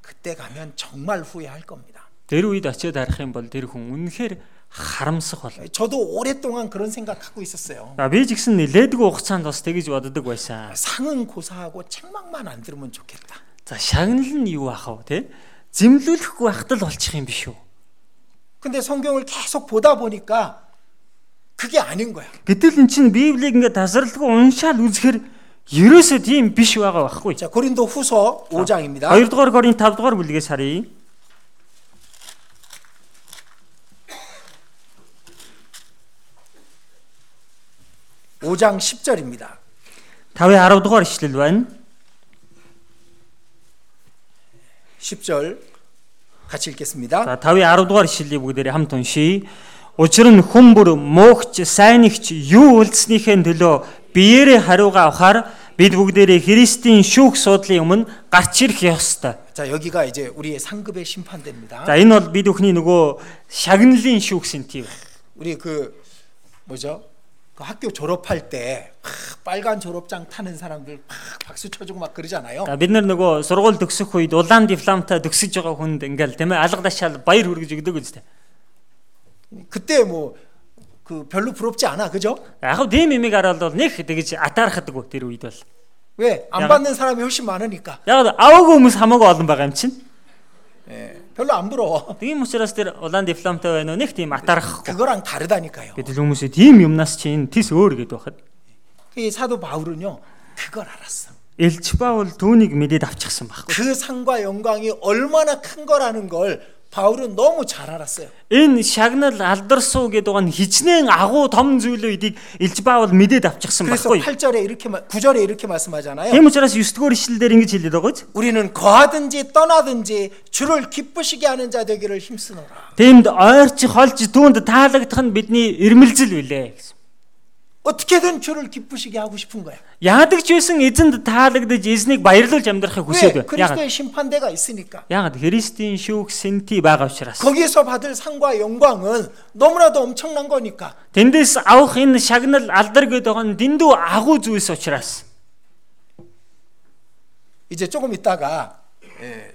그때 가면 정말 후회할 겁니다.
Тэр үед очиад харах юм бол тэр хүн үнэхээр харамсах болно.
저도 오랫동안 그런 생각 갖고 있었어요.
За би ч гэсэн нилээдгүй хугацаанд бас тэгэж боддог байсан.
상은 고사하고 책망만 안 들으면 좋겠다.
За шагнал нь юу ахав те? Зэмлүүлэхгүй ахтал болчих юм биш үү?
근데 성경을 계속 보다 보니까 그게 아닌 거야.
Гэтэл эн чинь Библийг ингээд тасралтгүй уншаал үзэхэр ерөөсөө тийм биш байгаа байхгүй.
자, 고린도 후서 5장입니다.
2 дугаар Коринт 5 дугаар бүлгээс харъя.
오 5장 10절입니다.
5-ийн 10 дугаар ишлэл байна.
10절 같이 읽겠습니다.
За 5-ийн 10 дугаар ишлэлийг бүгдээрээ хамт уншийе. Учир нь хүн бүр муухч, сайнэгч юу үлдснийхэн төлөө биеэрээ хариугаа авахар бид бүгдээрээ Христийн шүүх суудлын өмнө гарч ирэх ёстой.
자, 여기가 이제 우리의 상급의 심판대입니다.
За энэ бол бид бүхний нөгөө шагналын шүүх сэнтив.
우리 그 뭐죠? 그 학교 졸업할 때 막 빨간 졸업장 타는 사람들 막 박수 쳐주고 막 그러잖아요.
За бид нар нөгөө сургууль төгсөх үед улаан дипломтой төгсөж байгаа хүнд ингээл тийм ээ алга ташаал баяр хүргэж өгдөг үстэй.
그때 뭐 그 별로 부럽지 않아, 그죠?
Яг хөө тийм имийг хараад бол нэг тэгж атаархадаггүй тэр үед бол.
왜? 안
야.
받는 사람이 훨씬 많으니까.
Яг л аваагүй хүмүүс хамаагүй олон байгаа юм чинь.
예, 별로 안 부러워.
Тийм учраас тэр улаан дипломтой байна уу? Нэг тийм атархахгүй.
그거랑 다르다니까요.
Гэтэл хүмүүсээ тийм юмнаас чинь тис өөр гэдээ байхад
이 사도 바울은요 그걸 알았어.
Элч Паул түүнийг мэдээд авчихсан байхгүй.
그 상과 영광이 얼마나 큰 거라는 걸 바울은 너무 잘 알았어요.
Энэ шагнал алдар суу гэдэг байгаа нь хичнээн агуу том зүйл үедийг Элч Паул мэдээд авчихсан
그래서
байхгүй.
8절에 이렇게 9절에 이렇게 말씀하잖아요.
Тийм учраас 9 дугаар ишлэлээр ингэж хэлээд байгаа биз?
우리는 거하든지 떠나든지 주를 기쁘시게 하는 자 되기를 힘쓰노라.
Тэмд ойрч холж түүнд таалагдах нь бидний ирмэлзэл үлээ гэсэн.
어떻게든 주를 기쁘시게 하고 싶은 거야.
Яадаг ч байсан эзэнд таалагдж эзнийг баярлуулж
왜?
амьдрахыг хүсээд байна.
그리스도의 심판대가 있으니까.
Яагаад? Яагаад Христийн шүүх сэнти байгаа учраас.
거기에서 받을 상과 영광은 너무나도 엄청난 거니까.
Тэндээс авах энэ шагнал алдар гэдэг байгаа нь дэндүү агуу зүйлс учраас.
이제 조금 있다가 예,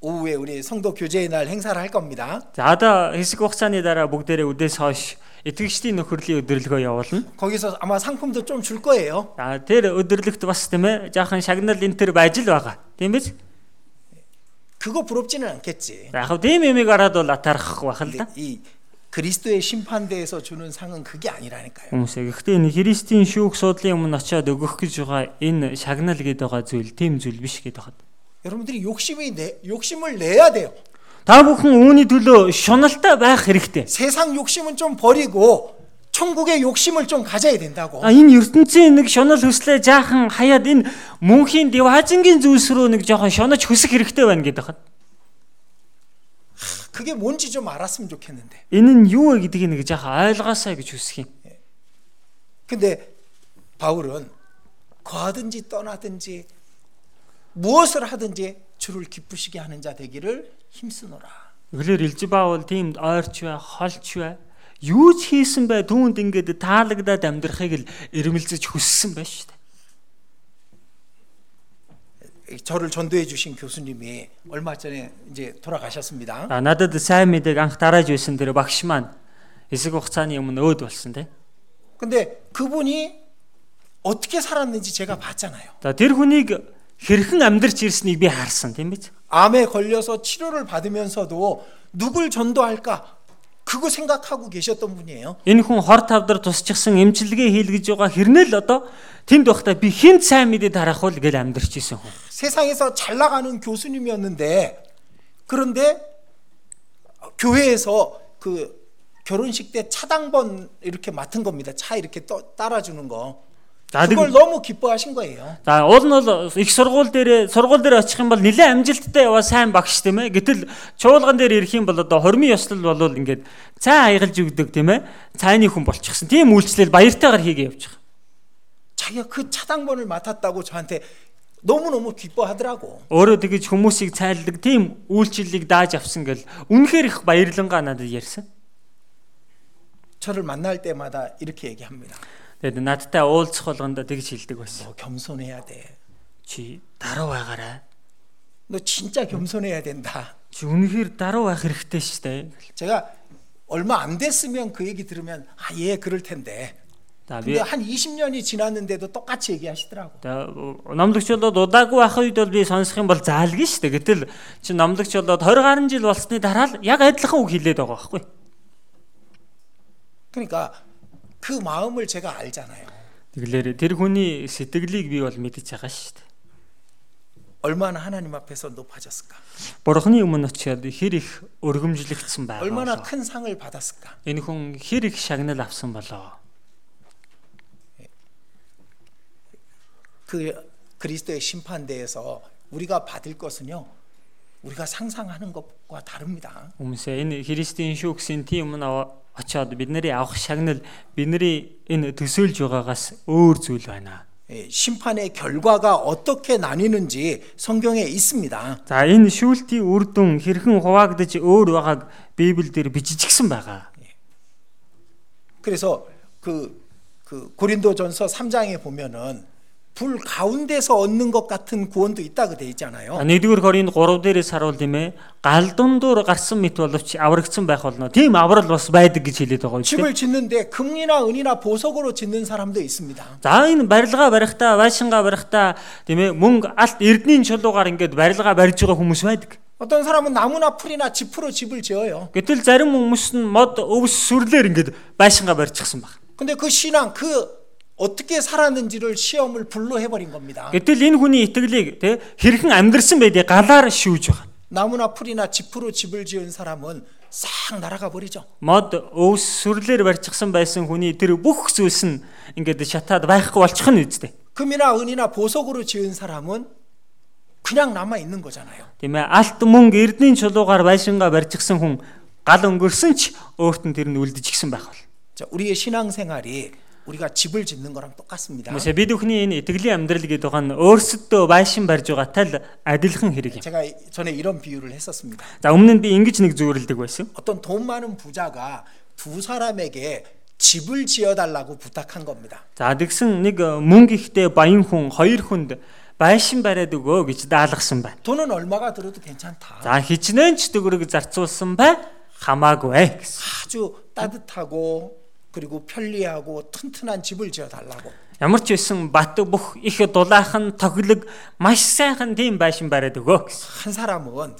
오후에 우리 성도 교제의 날 행사를 할 겁니다.
За одоо хэсэг хугацааны дараа бүгдээрээ үдээс хойш итгэгчдийн нөхөрлөлийн өдрөлгөө явуулна.
거기서 아마 상품도 좀 줄 거예요.
За тэр өдрөлгөт бас тийм ээ жаахан шагнал энэ төр байж л байгаа. Тийм биз?
그거 부럽지는 않겠지.
За яг тийм юмыг араад бол атархах байх л
근데
да.
이 그리스도의 심판대에서 주는 상은 그게 아니라니까요.
Хүмүүсээ гэхдээ энэ христийн шүүх судлын өмнө очиад өгөх гэж байгаа энэ шагнал гэдэг байгаа зүйл тийм зүйл биш гэдэг хад.
여러분들이 욕심이 내, 욕심을 내야 돼요.
Та бүхэн үүний төлөө шуналтай байх хэрэгтэй.
세상 욕심은 좀 버리고 천국의 욕심을 좀 가져야 된다고.
А энэ ертөнцийн нэг шонол хүслээ жаахан хаяад энэ мөнхийн диваажингийн зүйлс рүү нэг жоохон шонож хөсөх хэрэгтэй байна гэдэг хаа.
그게 뭔지 좀 알았으면 좋겠는데.
Энэ нь юу вэ гэдгийг нэг жаахан ойлгоосай гэж хүсэх юм.
근데 바울은 거하든지 떠나든지 무엇을 하든지 주를 기쁘시게 하는 자 되기를 힘쓰노라.
Өглөр илж баавал тийм ойрч бай, холч бай. Юу ч хийсэн бай түүнд ингээд таалагдаад амьдрахыг л эрмэлзэж хүссэн байна шүү дээ.
저를 전도해 주신 교수님이 얼마 전에 이제 돌아가셨습니다.
А надад сайн мэдээг анх дарааж байсан тэр багш маань хэсэг хугацааны өмнө өөд болсон тийм.
근데 그분이 어떻게 살았는지 제가 봤잖아요.
За тэр хүнийг хэрхэн амьдрч ирснийг би харсан тийм биз?
암에 걸려서 치료를 받으면서도 누굴 전도할까 그거 생각하고 계셨던 분이에요.
Энэ хүн хор тавдар тусчихсан эмчилгээ хийлгэж байгаа хэрнээл одоо тэнд байхдаа би хинт сайн мэдээд харахгүй л гэл амьдэрч исэн хүн.
세상에서 잘 나가는 교수님이었는데 그런데 교회에서 그 결혼식 때 차당번 이렇게 맡은 겁니다. 차 이렇게 떠, 따라주는 거.
За
그걸
тэг.
너무 기뻐하신 거예요.
За уул нь бол их сургууль дээр сургууль дээр очих юм бол нэлээд амжилттай яваа сайн багш тийм ээ. Гэтэл чуулган дээр ирэх юм бол одоо хормын ёслол болвол ингээд цай хайгалж өгдөг тийм ээ. Цайны хүн болчихсон. Тийм үйлчлэл баяртайгаар хийгээ явчих.
자기가 그 차당번을 맡았다고 저한테 너무너무 기뻐하더라고.
Өөрөө тэгэж хүмүүсийг цайлдаг тийм үйлчлэлийг дааж авсан гэл үнэхээр их баярлангаа надад ярьсан.
저를 만날 때마다 이렇게 얘기합니다.
Тэгэд надтай уулзах болгонда тэгж хэлдэг байсан.
너 겸손해야 돼.
Чи даруй байгаарай.
너 진짜 겸손해야 된다.
Чи үнэхээр даруй байх хэрэгтэй шүү дээ.
제가 얼마 안 됐으면 그 얘기 들으면 아 예 그럴 텐데.
За би
근데 한 20년이 지났는데도 똑같이 얘기하시더라고.
За, номлогч болоод удаагүй байх үед бол би сонсох юм бол заалгин шүү дээ. Гэтэл чи номлогч болоод 20 гаруй жил болсны дараа л яг адилхан үг хэлээд байгаа байхгүй.
그러니까 그 마음을 제가 알잖아요.
Тэгэлэр тэр хүний сэтгэлийг би бол мэдчихэж байгаа шүү дээ.
얼마나 하나님 앞에서 높아졌을까?
Бурхны өмнө очиад хэр их өргөмжлөгдсөн байгаа.
얼마나
болоо.
큰 상을 받았을까?
Энэ хүн хэр их шагнал авсан болоо.
그 그리스도의 심판대에서 우리가 받을 것은요. 우리가 상상하는 것과 다릅니다.
Хүмүүсээ энэ Христийн шүүгсэн тийм өмнө очиад бид нарыг авах шагнал бид нарыг энэ төсөөлж байгаагаас өөр зүйл байна.
예, 심판의 결과가 어떻게 나뉘는지 성경에 있습니다.
За энэ шүүлтийн үр дүн хэрхэн хуваагдаж өөр байгааг Библиэл дээр бичижгсэн байгаа.
그래서 그, 그 고린도전서 3장에 보면은 불 가운데서 얻는 것 같은 구원도 있다고 돼
За,
있잖아요.
Нэгдүгээр Коринт 3 дээрээс харуул тийм ээ. Галдан дуур гарсан мэт боловч аврагдсан байх болно. Тийм аврал бас байдаг гэж хэлээд байгаа юм тийм.
집을 짓는데 금이나 은이나 보석으로 짓는 사람도 있습니다.
За энэ барилга барихта, байшингаа барихта тийм ээ мөнгө алт эрдний чулуугаар ингээд барилга барьж байгаа хүмүүс байдаг.
어떤 사람은 나무나 풀이나 짚으로 집을 지어요.
Гэтэл зарим хүмүүс нь мод өвс сүрлээр ингээд байшингаа барьчихсан баг.
근데 그 신앙 그 어떻게 살았는지를 시험을 불로 해버린 겁니다.
Гэтэл энэ хүний итгэлийг те хэрхэн амьдрсан байдгийг галаар шүүж байгаа.
나무나 풀이나 짚으로 집을 지은 사람은 싹 날아가 버리죠.
Мод өвс сүрлээр барьчихсан байсан хүний тэр бүх зүйлс нь ингээд шатаад байхгүй болчих нь үсттэй.
금이나 은이나 보석으로 지은 사람은 그냥 남아 있는 거잖아요.
Тийм ээ алт мөнгө эрдний чулуугаар байшингаа барьчихсан хүн гал өнгөрсөн ч өөрт нь тэр нь үлдэж гисэн байх бол.
자, 우리의 신앙생활이 우리가 집을 짓는 거랑 똑같습니다.
Мөсө бид бүхний энэ итгэлийн амьдрал гэдэг ухаан өөрсдөө байшин барьж байгаатай л адилхан хэрэг юм.
제가 이- 전에 이런 비유를 했었습니다.
За өмнө нь би ингэж нэг зүйрлдэг байсан.
어떤 돈 많은 부자가 두 사람에게 집을 지어달라고 부탁한 겁니다.
За тэгсэн нэг э, мөнгө ихтэй баян хүн хоёр хүнд байшин бариад өгөө гэж даалгасан байна.
돈은 얼마가 들어도 괜찮다.
За хичнээн ч төгрөг зарцуулсан бай хамаагүй ээ гэсэн.
아주 따뜻하고 그리고 편리하고 튼튼한 집을 지어달라고.
Ямар ч байсан бат бүх их дулаахан тоглог маш сайхан тийм байшин бариад өгөө гэсэн.
한 사람은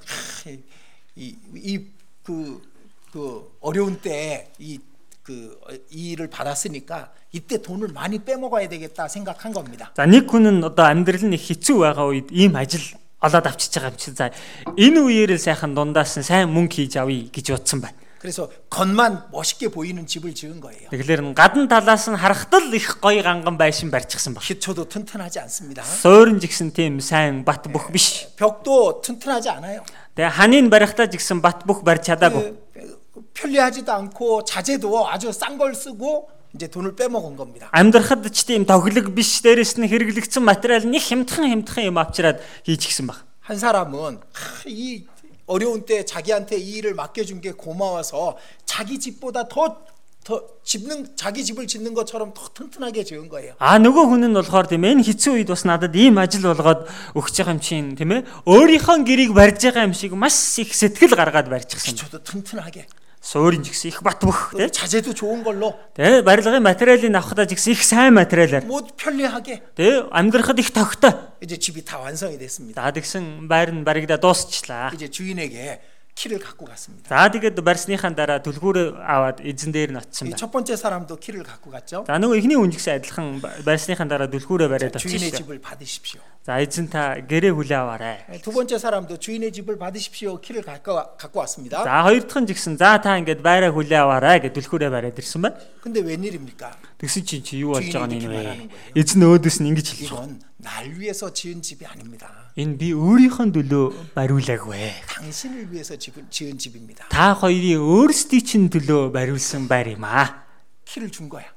이그 그 어려운 때에 이그 이 일을 받았으니까 이때 돈을 많이 빼먹어야 되겠다 생각한 겁니다.
За нэг хүн нь одоо амьдрал нь их хэцүү байгаа үед ийм ажил олоод авчиж байгаа юм чи. За энэ үеэр л сайхан дундаас нь сайн мөнгө хийж авъя гэж бодсон байна.
그래서 겉만 멋있게 보이는 집을 지은 거예요.
Тэгэлэр нь гадна талаас нь харахтал их гоё ганган байшин барьчихсан баг.
기초도 튼튼하지 않습니다.
Суурин жигсэн тийм сайн бат бүх биш.
벽도 튼튼하지 않아요.
Тэгээ ханийн барихтаа жигсэн бат бүх барь чадаагүй.
그, 편리하지도 않고 자재도 아주 싼 걸 쓰고 이제 돈을 빼먹은 겁니다.
Амьдрахад ч тийм тоглог биш дээрэс нь хэрэглэгдсэн материал нэг хямдхан хямдхан юм авчираад хийж гисэн баг.
한 사람은 하, 이 어려운 때 자기한테 이 일을 맡겨준 게 고마워서 자기 집보다 더, 더 집는 자기 집을 짓는 것처럼 더 튼튼하게 지은 거예요.
А нөгөө хүн нь болохоор тийм ээ энэ хэцүү үед бас надад ийм ажил болгоод өгч байгаа юм чинь тийм ээ өөрийнхөө гэрийг барьж байгаа юм шиг маш их сэтгэл гаргаад барьчихсан.
저도 튼튼하게
Суурин жигсэн их бат бөх
또
тийм.
자재도 좋은 걸로
Тэгээ барилгын материалын авахтаа жигсэн их сайн материалаар.
뭐 편리하게
Тэгээ амьдрахад их тогтой.
이제 집이 다 완성이 됐습니다.
За тэгсэн байр нь баригдаа дуусчлаа.
이제 주인에게 키를 갖고 갔습니다.
За тэгээд барьсныхаа дараа түлхүүр аваад эзэн дээр нь очсон
이
байна.
첫 번째 사람도 키를 갖고 갔죠.
За нөгөө ихний хүн жигсэн адилхан ба- барьсныхаа дараа түлхүүрээ бариад
주인의
очсон. шүү дээ.
집을 받으십시오.
За эзэн та гэрээ хүлээ аваарэ.
예, 두 번째 사람도 주인의 집을 받으십시오. 키를 갖고, 갖고 왔습니다.
За хоёр дахь нь жигсэн за та ингээд байраа хүлээ аваарэ гэж түлхүүрээ бариад ирсэн байна.
근데 웬일입니까?
Тэгсэн чинь чи юу
Чиний
болж байгаа нь
хэлж
вэ?
байгаа юм.
Эзэн өөдөөс нь ингэж хэлж байгаа.
이건 날 위해서 지은 집이 아닙니다.
Энэ би өөрийнхөө төлөө бариулаагүй ээ.
당신을 위해서 집은- 지은 집입니다.
Та хоёрын өөрсдийн чинь төлөө бариулсан байр юм аа.
키를 준 거야.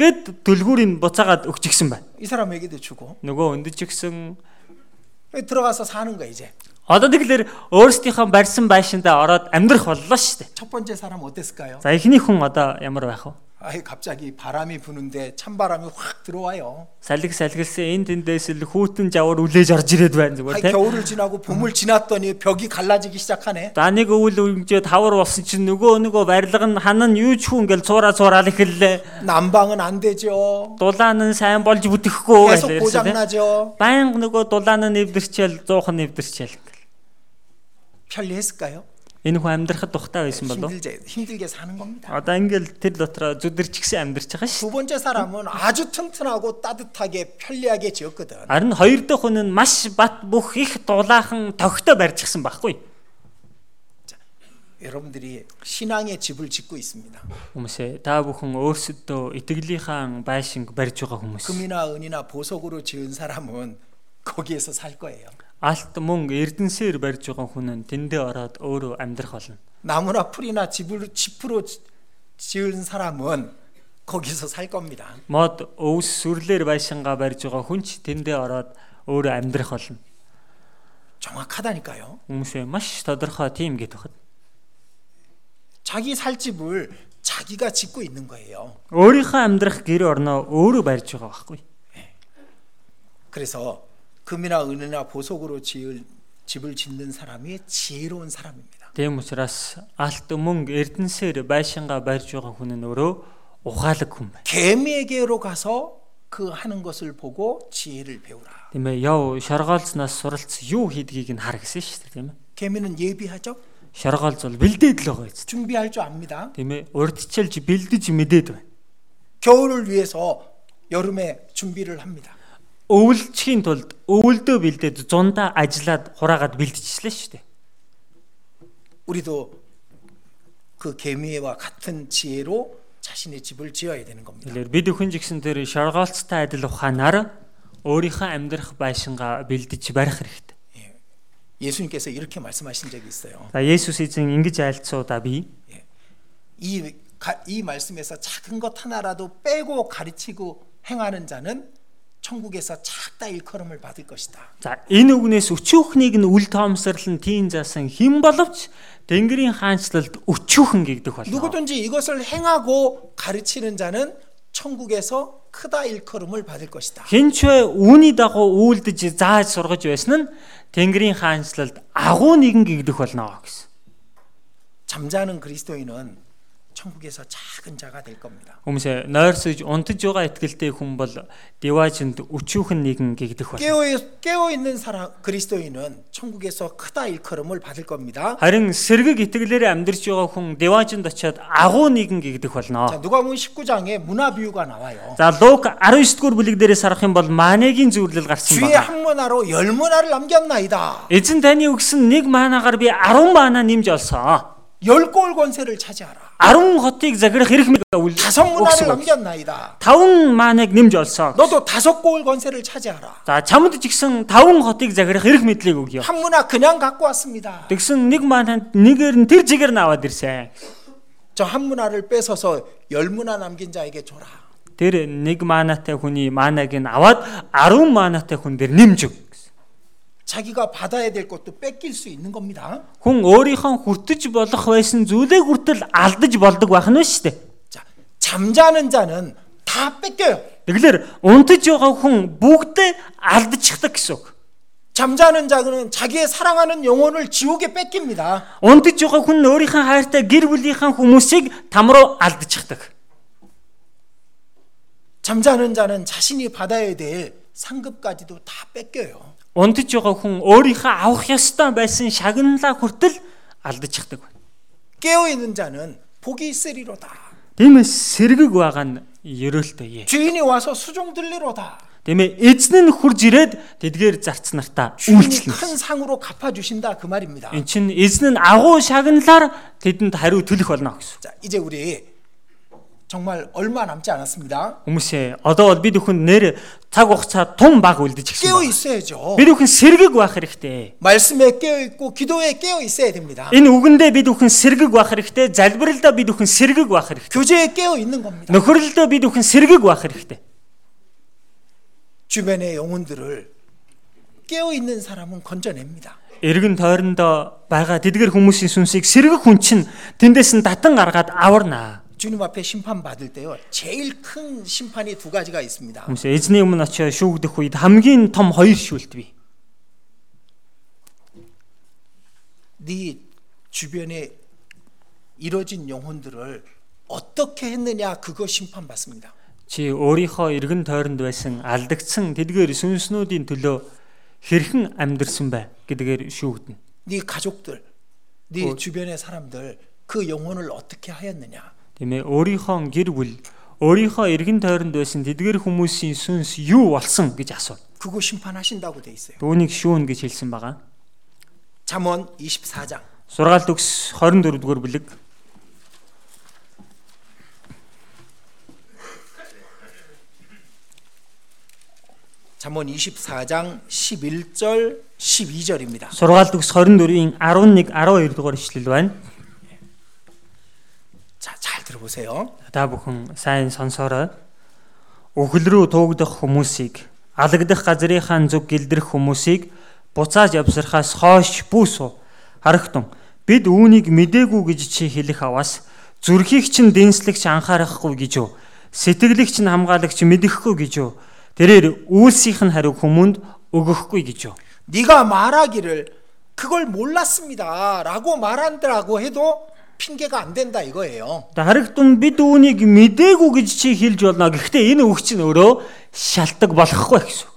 Гэт түлхүүрийг буцаагаад өгч гисэн байна.
이 사람에게도 주고
Нөгөө өндөж гисэн
들어가서 사는 거야 이제.
Одоо тэгэхээр өөрсдийнхөө барьсан байшиндаа ороод амьдрах боллоо шүү дээ.
첫 번째 사람 어땠을까요?
За эхний хүн одоо ямар байх вэ?
아이 갑자기 바람이 부는데 찬바람이 확 들어와요.
Салхи салхилсан энэ тэндээс л хүүтэн жавар үлээж орж ирээд байна
아이,
зүгээр тийм.
겨울을 지나고 봄을 지났더니 벽이 갈라지기 시작하네.
За нэг өвөл өмжөө тавар болсон чинь нөгөө нөгөө барилга нь ханан юу ч хүн гэл цуура цуураал эхэллээ.
난방은 안 되죠.
Дулаан нь сайн болж бүтэхгүй
계속
байлаа ерөөсөө,
고장
тийм.
나죠.
Баян нөгөө дулаан нь нэвдэрчээл 100х нэвдэрчээл. ингээл.
편리했을까요?
Энэ хүн амьдрахад тухтай байсан болов.
힘들게 힘들게 사는 겁니다.
Одоо ингээл тэр дотроо зүдэрч гисэн амьдрч байгаа шүү.
두 번째 사람은 아주 튼튼하고 따뜻하게 편리하게 지었거든.
Харин хоёр дахь хүн нь маш бат бүх их дулаахан тогтоо барьчихсан байхгүй.
여러분들이 신앙의 집을 짓고 있습니다.
Хүмүүсээ та бүхэн өөрсдөө итгэлийнхаа байшинг барьж байгаа хүмүүс.
금이나 은이나 보석으로 지은 사람은 거기에서 살 거예요.
Алт мөнгө эрдэнсээр барьж байгаа хүн нь тэндээ ороод өөрөө амьдрах болно.
나무나 풀이나 집을 집으로 지- 지은 사람은 거기서 살 겁니다.
Мод өвс сүрлэр байшингаа барьж байгаа хүн ч тэндээ ороод өөрөө амьдрах болно.
정확하다니까요.
Хүмүүсээ маш тодорхой тийм гэдэг хад.
자기 살 집을 자기가 짓고 있는 거예요.
Өөрийнхөө амьдрах гэр орноо өөрөө барьж байгаа байхгүй.
그래서 금이나 은이나 보석으로 지을 집을 짓는 사람이 지혜로운 사람입니다.
Тийм учраас алт мөнгө эрдэнсээр байшингаа барьж байгаа хүн нь өөрөө ухаалаг хүн байна.
개미에게로 가서 그 하는 것을 보고 지혜를 배우라.
Тийм ээ, яв шаргаалцнаас суралц юу хийдгийг нь хар гэсэн шүү дээ, тийм ээ.
개미는 예비하죠.
шаргаалзуул бэлдээд л байгаа эцэст
준비할 줄 압니다.
тийм ээ урдчилж бэлдэж мэдээд байна.
겨울을 위해서 여름에 준비를 합니다.
Өвлөчхийн тулд өвөлдөө бэлдээд зундаа ажиллаад хураагаад бэлдчихлээ шүү дээ.
우리도 그 개미와 같은 지혜로 자신의 집을 지어야 되는 겁니다.
Хэлээр бид өхөн жигсэн тэр шаргаалцтай адил ухаанаар өөрийнхөө амьдрах байшингаа бэлдэж барих хэрэгтэй.
예. 예수님께서 이렇게 말씀하신 적이 있어요.
За Есүс эзэн ингэж айлцсуудаа би
이, 가- 이 말씀에서 작은 것 하나라도 빼고 가르치고 행하는 자는 천국에서 작다 일컬음을 받을 것이다.
За энэ үгнээс өчөөхнийг нь үл тоомсорлон тийм заасан хэн боловч Тэнгэрийн хаанчлалд өчөөхөн гэгдэх болно.
누구든지 이것을 행하고 가르치는 자는 천국에서 크다 일컬음을 받을 것이다.
Хинчвэ үүний дагуу үйлдэж зааж сургаж байсан нь Тэнгэрийн хаанчлалд агуу нэгэн гэгдэх болно гэсэн.
잠자는 그리스도인은 천국에서 작은 자가 될 겁니다.
Хүмүүсээ нойрсож унтаж байгаа ихтгэлтэй хүн бол диважинд өчөөхөн нэгэн гэгдэх болно.
깨어 깨어 있는 사람 그리스도인은 천국에서 크다 일컬음을 받을 겁니다.
Харин сэргэг итгэлээр амьдарч байгаа хүн диважинд очиод агуу нэгэн гэгдэх
자,
болно.
누가복음 19장에 문화 비유가 나와요.
За Лук 19-р бүлэг дээрээ sarах юм бол Манагийн зөвлөл гарсан
주의
байна.
한 문화로 열 문화를 남겼나이다.
Эзэн таны өгсөн нэг маанагаар би 10 маанаа нэмж олсон.
열 골 권세를 차지하라.
10 хотыг захирах хэрэг мэг үл-
다섯 문화를
өгсөн.
남겼나이다.
5 мааныг нэмж олсон.
너도 다섯 골 권세를 차지하라.
За чамд ч гэсэн 5 хотыг захирах хэрэг мэдлийг өгье.
한 문화 그냥 갖고 왔습니다.
Тэгсэн нэг маананд нэгээр нь тэр жигээр нь аваад ирсэн.
저 한 문화를 뺏어서 열 문화 남긴 자에게 줘라.
Тэр нэг маанатай хүний мааныг нь аваад 10 маанатай хүн дээр нэмж өг. гэсэн.
자기가 받아야 될 것도 뺏길 수 있는 겁니다.
Хүн өөрийнхөө хүртэж болох байсан зүйлээ хүртэл алдаж болдог байх нь шүү дээ.
자, 잠자는 자는 다 뺏겨요.
Тэгэлэр унтаж байгаа хүн бүгдээ алдчихдаг гэсэн үг.
잠자는 자는 자기의 사랑하는 영혼을 지옥에 뺏깁니다.
Унтж байгаа хүн нь өөрийнхөө хайртай гэр бүлийнхаа хүмүүсийг там руу алдчихдаг.
잠자는 자는 자신이 받아야 될 상급까지도 다 뺏겨요.
Унтж байгаа хүн өөрийнхөө авах ёстой байсан шагналаа хүртэл алдчихдаг байна.
깨어 있는 자는 복이 있으리로다.
Тиймээс сэргэг байгаа нь ерөөлтэй.
주인이 와서 수종 들리로다.
Тийм ээ эзэн нь хурж ирээд тэдгээр зарц нартаа
주인이
үйлчлэн.
큰 상으로 갚아 주신다 그 말입니다.
Энд чинь эзэн нь агуу шагналаар тэдэнд хариу төлөх болно гэсэн.
자, 이제 우리 정말 얼마 남지 않았습니다.
Хүмүүсээ одоо бол бид бүхэн нэр цаг хугацаа тун баг үлдэж гисэн.
깨어
байна.
있어야죠.
Бид бүхэн сэргэг байх хэрэгтэй.
말씀에 깨어 있고 기도에 깨어 있어야 됩니다.
Энэ үгэндээ бид бүхэн сэргэг байх хэрэгтэй. Залбиралдаа бид бүхэн сэргэг байх хэрэгтэй.
교제에 깨어 있는 겁니다.
Нөхөрлөлдөө бид бүхэн сэргэг байх хэрэгтэй.
주변의 영혼들을 깨어 있는 사람은 건져냅니다.
Эргэн тойрондоо байгаа тэдгэр хүмүүсийн сүнсийг сэргэг хүн чинь тэндээс нь татан гаргаад аварнаа.
주님 앞에 심판 받을 때요. 제일 큰 심판이 두 가지가 있습니다.
Хүмүүс эзний өмнө очиж шүүгдэх үед хамгийн том хоёр шүүлт бий.
네 주변에 이뤄진 영혼들을 어떻게 했느냐 그거 심판 받습니다.
Чи өөрийнхөө эргэн тойронд байсан алдагдсан тэдгэр сүнснүүдийн төлөө хэрхэн амьдрсан бэ гэдгээр шүүгдэнэ.
네 가족들, 네 주변의 사람들 그 영혼을 어떻게 하였느냐.
Тийм ээ өөрийнхөө гэр бүл өөрийнхөө эргэн тойронд байсан тэдгэр хүмүүсийн сүнс юу болсон гэж асуу.
그거 심판하신다고 돼 있어요.
Үүнийг шүүн гэж хэлсэн байгаа.
잠언 24장
Сургаалт өгс 24 дугаар бүлэг.
잠언 24장 11절 12절입니다.
Сургаалт өгс 24-ийн 11 12 дугаар ишлэл байна.
자, 잘 들어보세요.
Та бүхэн сайн сонсоорой. Үхэл рүү туугдах хүмүүсийг, алагдах газрынхаа зүг гэлдэрэх хүмүүсийг буцааж явсархаас хойш бүс уу. Харагтун. Бид үүнийг мдээгүй гэж чи хэлэх аваас зүрхийг чинь дэнслэгч анхаарахгүй гэж юу? Сэтгэлэгч нь хамгаалагч мэдэхгүй гэж юу? Тэрээр үйлсийнх нь хариу хүмүүнд өгөхгүй гэж юу?
네가 말하기를 그걸 몰랐습니다라고 말한다고 해도 핑계가 안 된다 이거예요.
Тэ харагтун бид үүнийг мдээгүй гэж чи хэлж болно. Гэхдээ энэ үгч нь өөрөө шалтак болохгүй гэсэн. үг.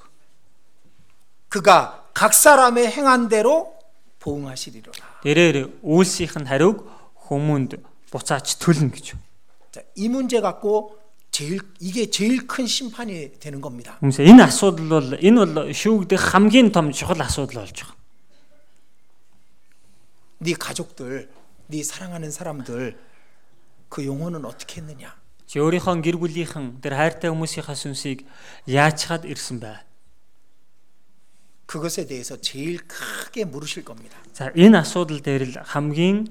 그가 각 사람의 행한 대로 보응하시리로다.
Тэрээр үйлсийнх нь хариуг хүмүүнд буцааж төлнө гэж.
자, 이 문제 갖고 제일 이게 제일 큰 심판이 되는 겁니다.
Хүмүүс энэ асуудал бол энэ бол шүүгдэх хамгийн том чухал асуудал болж байгаа.
네 가족들, 네 사랑하는 사람들 그 영혼은 어떻게 했느냐?
Чи өөрийнхөө гэр бүлийнхэн тэр хайртай хүмүүсийнхээ сүнсийг яачхад ирсэн бай.
그것에 대해서 제일 크게 물으실 겁니다.
За энэ асуудал дээр л хамгийн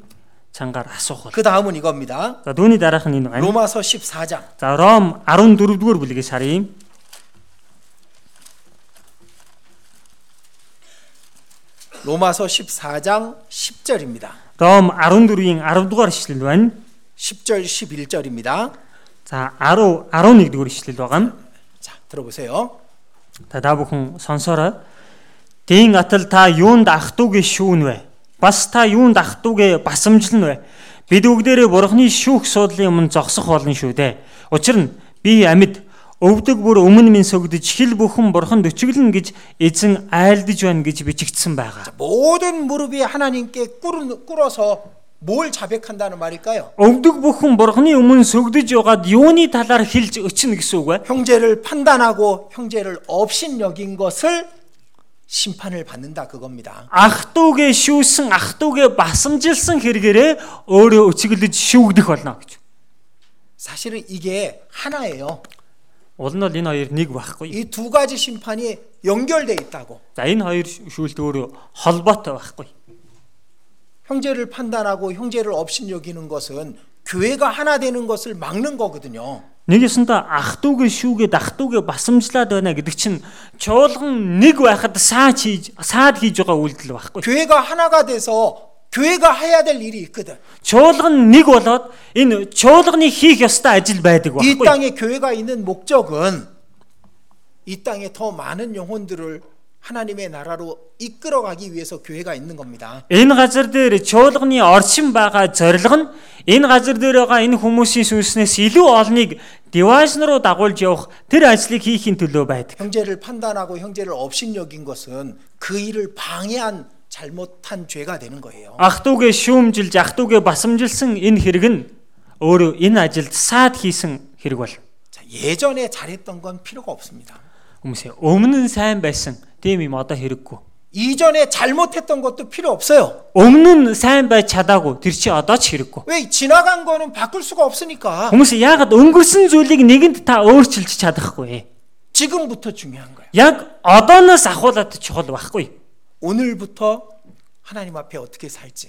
чангаар асуух бол.
그 다음은 이겁니다.
За түүний дараах нь энэ байна.
로마서 14장
За Ром 14-р бүлгийн сарын
1 로마서 14장 10절입니다.
Ром 14-ийн 10-р ишлэл байна.
10절 11절입니다.
За 10 11-р ишлэл байгаа нь.
자, 들어보세요.
Та та бүхэн сонсороо. Дийн атал та юунд ахдуугийн шүүн вэ? Бас та юунд ахдуугийн басамжлан вэ? Бид бүгдээрээ бурхны шүүх суудлын өмнө зогсох болно шүү дээ. Учир нь би амьд өвдөг бүр өмнө минь сөгдөж хил бүхэн бурханд өчөглөн гэж эзэн айлдж байна гэж бичигдсэн байгаа.
모든 무릎이 하나님께 꿇은- 꿇어서 뭘 자백한다는 말일까요?
Өвдөг бүхэн бурхны өмнө сөгдөж яваад юуны талаар хилж өчнө гэсэн үг вэ?
형제를 판단하고 형제를 업신여긴 것을 심판을 받는다 그겁니다.
Ахдуугээ шүүсэн, ахдуугээ басамжилсан хэрэгээрээ өөрөө өчөглөж шүүгдэх болно гэж.
사실은 이게 하나예요.
Уул нь бол энэ хоёр нэг байхгүй.
이 두 가지 심판이 연결돼 있다고.
За энэ хоёр шүүлт өөр холбоотой байхгүй.
형제를 판단하고 형제를 업신여기는 것은 교회가 하나 되는 것을 막는 거거든요.
Нэг ёсондоо ах トゥ гээ шүүгээд ах トゥ гээ басамжлаад байна гэдэг чинь чуулган нэг байхад саач хийж саад хийж байгаа үйлдэл байхгүй.
교회가 하나가 돼서 교회가 해야 될 일이 있거든.
Чуулган нэг болоод энэ чуулганы хийх ёстой ажил байдаг
이
байхгүй.
땅에 교회가 있는 목적은 이 땅에 더 많은 영혼들을 하나님의 나라로 이끌어가기 위해서 교회가 있는 겁니다.
Энэ газар дээр чуулганы оршин байгаа зорилго нь энэ газар дээр байгаа энэ хүмүүсийн сүнснээс илүү олныг девайсн руу дагуулж явах тэр ажлыг хийхин төлөө байдаг.
형제를 판단하고 형제를 업신여긴 것은 그 일을 방해한 잘못한 죄가 되는 거예요.
Ах トゥ гээ шүүмжилж, ах トゥ гээ басамжилсан энэ хэрэг нь өөрөө энэ ажилд саад хийсэн хэрэг бол
자, 예전에 잘했던 건 필요가 없습니다.
хүмүүсээ өмнө нь сайн байсан. Тийм юм одоо хэрэггүй.
이전에 잘못했던 것도 필요 없어요.
Өмнө нь сайн байж чадаагүй. Тэр чи одоо ч хэрэггүй.
왜 지나간 거는 바꿀 수가 없으니까
Хүмүүс яагаад өнгөрсөн зүйлийг нэгэнд та өөрчилж чадахгүй.
지금부터 중요한 거예요.
Яг одооноос ахуулаад чухал байхгүй.
오늘부터 하나님 앞에 어떻게 살지.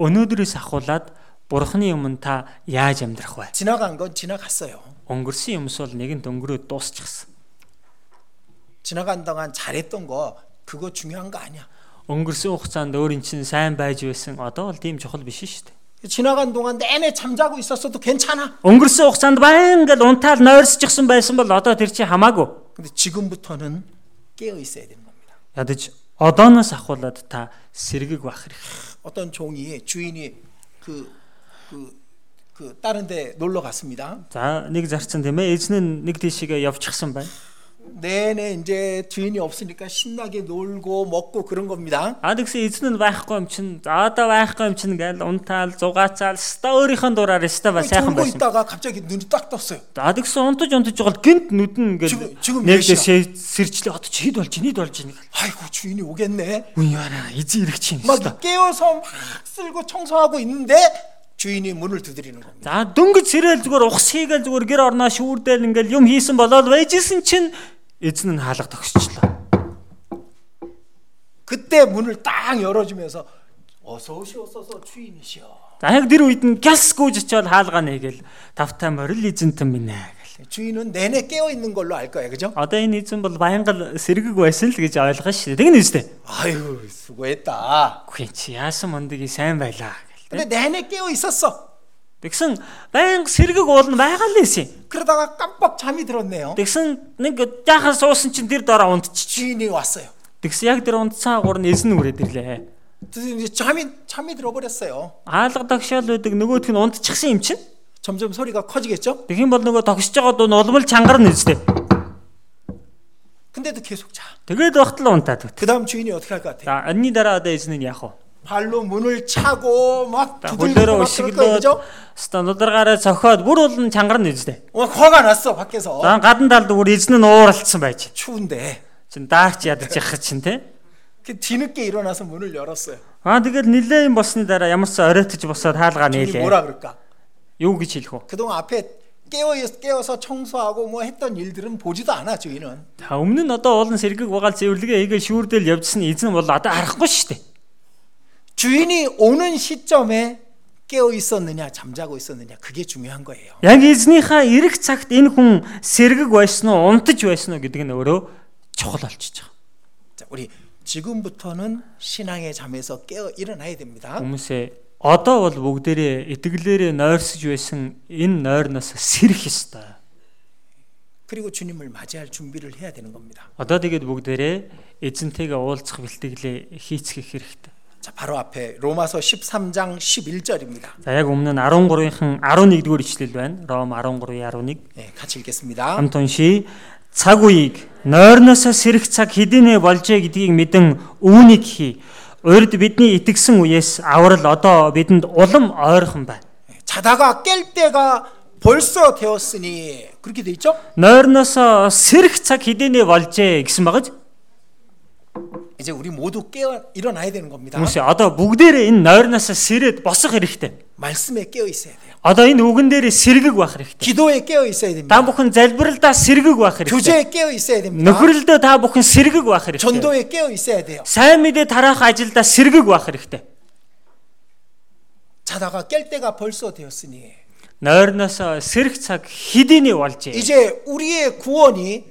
Өнөөдрөөс ахуулаад Бурхны өмнө та яаж амьдрах вэ?
지나간 건 지나갔어요.
Өнгөрсөн юмс бол нэгэнт өнгөрөөд дуусчихсан.
지나간 동안 잘했던 거 그거 중요한 거 아니야.
Өнгөрсөн хугацаанд өөрийн чинь сайн байж байсан. Одоо бол тийм чухал биш шүү дээ.
지나간 동안 내내 잠자고 있었어도 괜찮아.
Өнгөрсөн хугацаанд баян гал унтаал нойрсчихсан байсан бол одоо тэр чинь хамаагүй.
근데 지금부터는 깨어 있어야 되는 겁니다.
Ядаж одооноос ахуулаад та сэргэг байх хэрэг.
어떤 종이 주인이 그, 그, 그 다른 데 놀러 갔습니다.
За нэг зарцсан тийм ээ эзэн нь нэг тийшээ явчихсан байна.
내내 이제 주인이 없으니까 신나게 놀고 먹고 그런 겁니다.
А тэгсэн эзэн нь байхгүй юм чин. За одоо байхгүй юм чин гал унтаал зугаацаал ста өөрийнхөө дураар ста ба сайхан
놀고
байсан.
있다가 갑자기 눈이 딱 떴어요.
За тэгсэн унтаж унтаж байгаа бол гинт нүд нь
Чүг- чүг юм
ингээл нэгдээ
яшаа.
сэрчлээ одоо чи хэд болж нийт болж ийн.
아이고 주인이 오겠네.
Үн яараа эзэн ирэх чинь.
막 깨워서 막 쓸고 청소하고 있는데 주인이 문을 두드리는 겁니다.
За дөнгөж сэрэл зүгээр ухс хийгээл зүгээр гэр орноо шүүрдээл ингээл юм хийсэн болоод байжсэн чинь эзэн нь хаалга тогсчлоо.
그때 문을 딱 열어주면서 어서 오시옵소서 주인이시여.
За яг тэр үед нь гяс гүйж очиод хаалгаа нээгээл тавтай морил эзэнтэн минь ээ гэл.
주인은 내내 깨어 있는 걸로 알 거야, 그죠?
Одоо энэ эзэн бол баянгал сэргэг байсан л гэж ойлгоо шүү. Тэгнэ үстэй.
아유 수고했다.
Үгүй чи яасан мондгийг сайн байлаа
근데
гэл.
내내 깨어 있었어.
Тэгсэн баян сэргэг уулна байгаа л юм.
그러다가 깜빡 잠이 들었네요.
Тэгсэн нэг жаахан суусан чинь тэр дараа унтчих.
주인이 왔어요.
Тэгсэн яг тэр унтсан агуур нь эзэн үрээд ирлээ.
그래서 이제 잠이 잠이 들어버렸어요.
Хаалга тогшоол байдаг нөгөөх нь унтчихсан юм чинь.
점점 소리가 커지겠죠?
Тэгхийн бол нөгөө тогсож байгаа дуун улмал чангарна үстэй.
근데 근데도 계속 자.
Тэгээд багтлаа унтаад өгт.
그 다음 주인이 어떻게 할 것 같아요?
За энэний дараа одоо эзэн нь яах вэ?
발로 문을 차고 막
За
두들기고
хөлөөрөө
막 그럴 거예요,
ушиглоод
그죠?
стан ударгаараа цохиод бүр улан чангар нь эзлээ.
어, 화가 났어 밖에서.
За гадна талд бүр эзэн нь ууралцсан байж.
추운데
Чин даарч ядаж явах чинь те.
그 뒤늦게 일어나서 문을 열었어요.
Аа тэгэл нилээ юм болсны дараа ямар ч оройтж босоод хаалгаа
이게
нээлээ.
뭐라 그럴까?
Юу гэж хэлэх вэ?
그동안 앞에 깨어 깨어서 청소하고 뭐 했던 일들은 보지도 않아 주인은.
За өмнө нь одоо уулын сэргийг угаал цэвэрлэгээ хийгээл шүүрдэл явжсан эзэн бол одоо арахгүй шүү дээ.
주인이 오는 시점에 깨어 있었느냐 잠자고 있었느냐 그게 중요한 거예요.
Яг эзнийхээ эрэх цагт энэ хүн сэргэг байсан уу, унтаж байсан уу гэдэг нь өөрөө чухал болчихж байгаа.
자, 우리 지금부터는 신앙의 잠에서 깨어 일어나야 됩니다.
Хүмүүсээ одоо бол бүгдээрээ итгэлээрээ нойрсож байсан энэ нойрноос сэрэх ёстой.
그리고 주님을 맞이할 준비를 해야 되는 겁니다.
Одоо тэгээд бүгдээрээ эзэнтэйгээ уулзах бэлтгэлээ хийцгэх хэрэгтэй.
자, 바로 앞에 로마서 13장 11절입니다.
За яг өмнө нь 13-ын 11-р ишлэл байна. Ром 13:11.
예, 같이 읽겠습니다.
Хамт уншия. Цаг үеийг нойрноос сэрэх цаг хэдийнэ болжээ гэдгийг мэдэн үүнийг хий. Урд бидний итгэсэн үеэс аврал одоо бидэнд улам ойрхон байна.
예, 자다가 깰 때가 벌써 되었으니 그렇게 돼 있죠?
Нойрноос сэрэх цаг хэдийнэ болжээ гэсэн багаж.
이제 우리 모두 깨어 일어나야 되는 겁니다.
Хүмүүс одоо бүгдээрээ энэ нойрноос сэрээд босох хэрэгтэй.
말씀에 깨어 있어야 돼요.
Одоо энэ үгэн дээрээ сэргэг байх хэрэгтэй.
기도에 깨어 있어야 됩니다. 네.
Та бүхэн залбиралдаа сэргэг байх хэрэгтэй.
교제에 깨어 있어야 됩니다.
Нөхрөлдөө та бүхэн сэргэг байх хэрэгтэй.
전도에 깨어 있어야 돼요.
Сайн мэдээ тараах ажилдаа сэргэг байх хэрэгтэй.
자다가 깰 때가 벌써 되었으니
Нойрноос сэрэх цаг хэдийнэ болжээ.
이제 우리의 구원이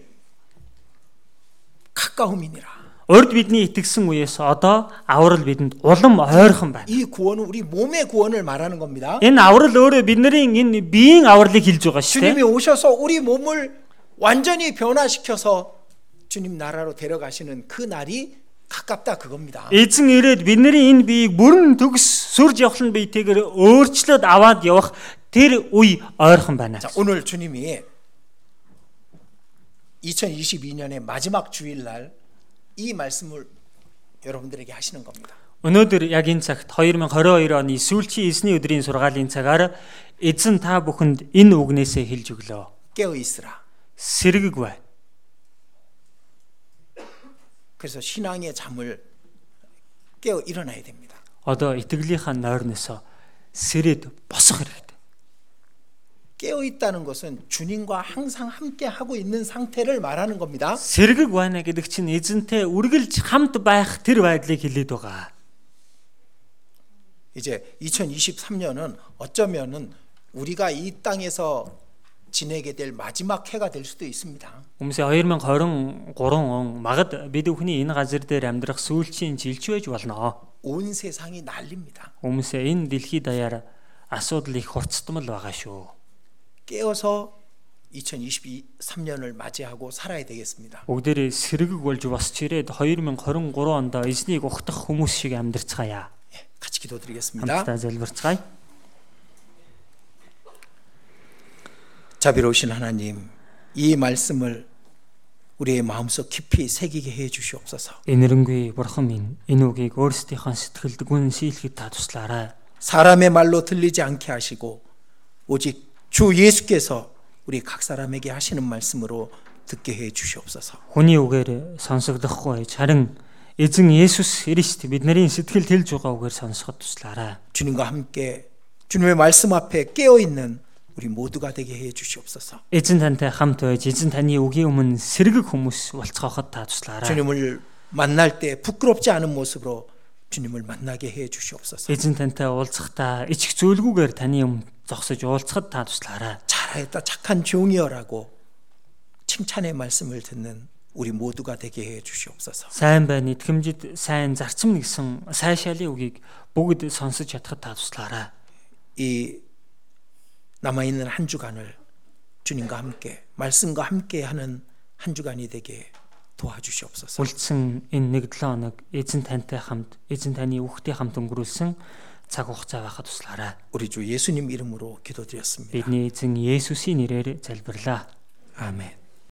가까움이니라.
Урд бидний итгэсэн үеэс одоо аврал бидэнд улам ойрхон байна.
이 구원은 우리 몸의 구원을 말하는 겁니다.
Энэ аврал өөрөө биднэрийн энэ биеийн авралыг хэлж байгаа шүү
주님이
дээ.
오셔서 우리 몸을 완전히 변화시켜서 주님 나라로 데려가시는 그 날이 가깝다 그겁니다.
Эзэн ирээд биднэрийн энэ биеийг бүрэн төгс сүрж явахлан биетэйгээр өөрчлөөд аваад явах тэр үе ойрхон байна.
자, 오늘 주님이 2022년의 마지막 주일날 이 말씀을 여러분들에게 하시는 겁니다.
Өнөөдөр яг энэ цагт 2022 оны сүүлчийн эзний өдрийн сургаалын цагаар эзэн та бүхэнд энэ үгнээсээ хэлж өглөө.
깨어 있으라.
Сэргэг бай.
그래서 신앙의 잠을 깨어 일어나야 됩니다.
Одоо итгэлийнхаа нойрноос сэрэд босох хэрэгтэй.
깨어 있다는 것은 주님과 항상 함께 하고 있는 상태를 말하는 겁니다.
Сэргэг байна гэдэг чинь эзэнтэй үргэлж хамт байх тэр байдлыг хэлээд байгаа.
이제 2023년은 어쩌면은 우리가 이 땅에서 지내게 될 마지막 해가 될 수도 있습니다.
Хүмүүсээ 2023 он магад бид бүхний энэ газар дээр амьдрах сүүлчийн жилч байж болно.
온 세상이 난립니다.
Хүмүүсээ энэ дэлхийд даяар асуудал их хурцтмал байгаа шүү.
깨어서 2023년을 맞이하고 살아야 되겠습니다.
Бүгдээрээ сэргэг болж босч ирээд 2023 онд эзнийг ухтах хүмүүс шиг амьдарцгаая.
예, 같이 기도드리겠습니다.
Хамтдаа залбирцгаая.
자비로우신 하나님, 이 말씀을 우리의 마음속 깊이 새기게 해 주시옵소서.
Энэрэнгүй бурхан минь энэ үгийг өөрсдийнхөө сэтгэлд гүн шийлхэд та туслаарай.
사람의 말로 들리지 않게 하시고 오직 주 예수께서 우리 각 사람에게 하시는 말씀으로 듣게 해 주시옵소서.
Хүний үгээр сонсогдохгүй харин эзэн Есүс Христ бид нарын сэтгэл тэлж байгаа үгээр сонсоход туслаарай.
주님과 함께 주님의 말씀 앞에 깨어 있는 우리 모두가 되게 해 주시옵소서.
Эзэн тантай хамт байж эзэн таны үгийн өмнө сэргэг хүмүүс болцоход та
네.
туслаарай.
주님을 만날 때 부끄럽지 않은 모습으로 주님을 만나게 해 주시옵소서.
Эзэн тантай уулзахдаа ичих зөөлгүүгээр таны өмнө зогсож уулзахад та туслаарай.
잘하였다 착한 종이여라고 칭찬의 말씀을 듣는 우리 모두가 되게 해 주시옵소서.
Сайн байна, итгэмжид сайн зарчим нэгсэн сайшаалын үгийг бүгд сонсож чадхад та туслаарай.
이 남아 있는 한 주간을 주님과 함께 말씀과 함께 하는 한 주간이 되게 도와주시옵소서.
Үлдсэн энэ 1-7 хоног эзэн тантай хамт эзэн таны үхтэй хамт өнгөрүүлсэн цаг хугацаа байхад туслаарай.
우리 주 예수님 이름으로 기도드렸습니다.
Бидний эзэн Есүсийн нэрээр залбирлаа.
아멘.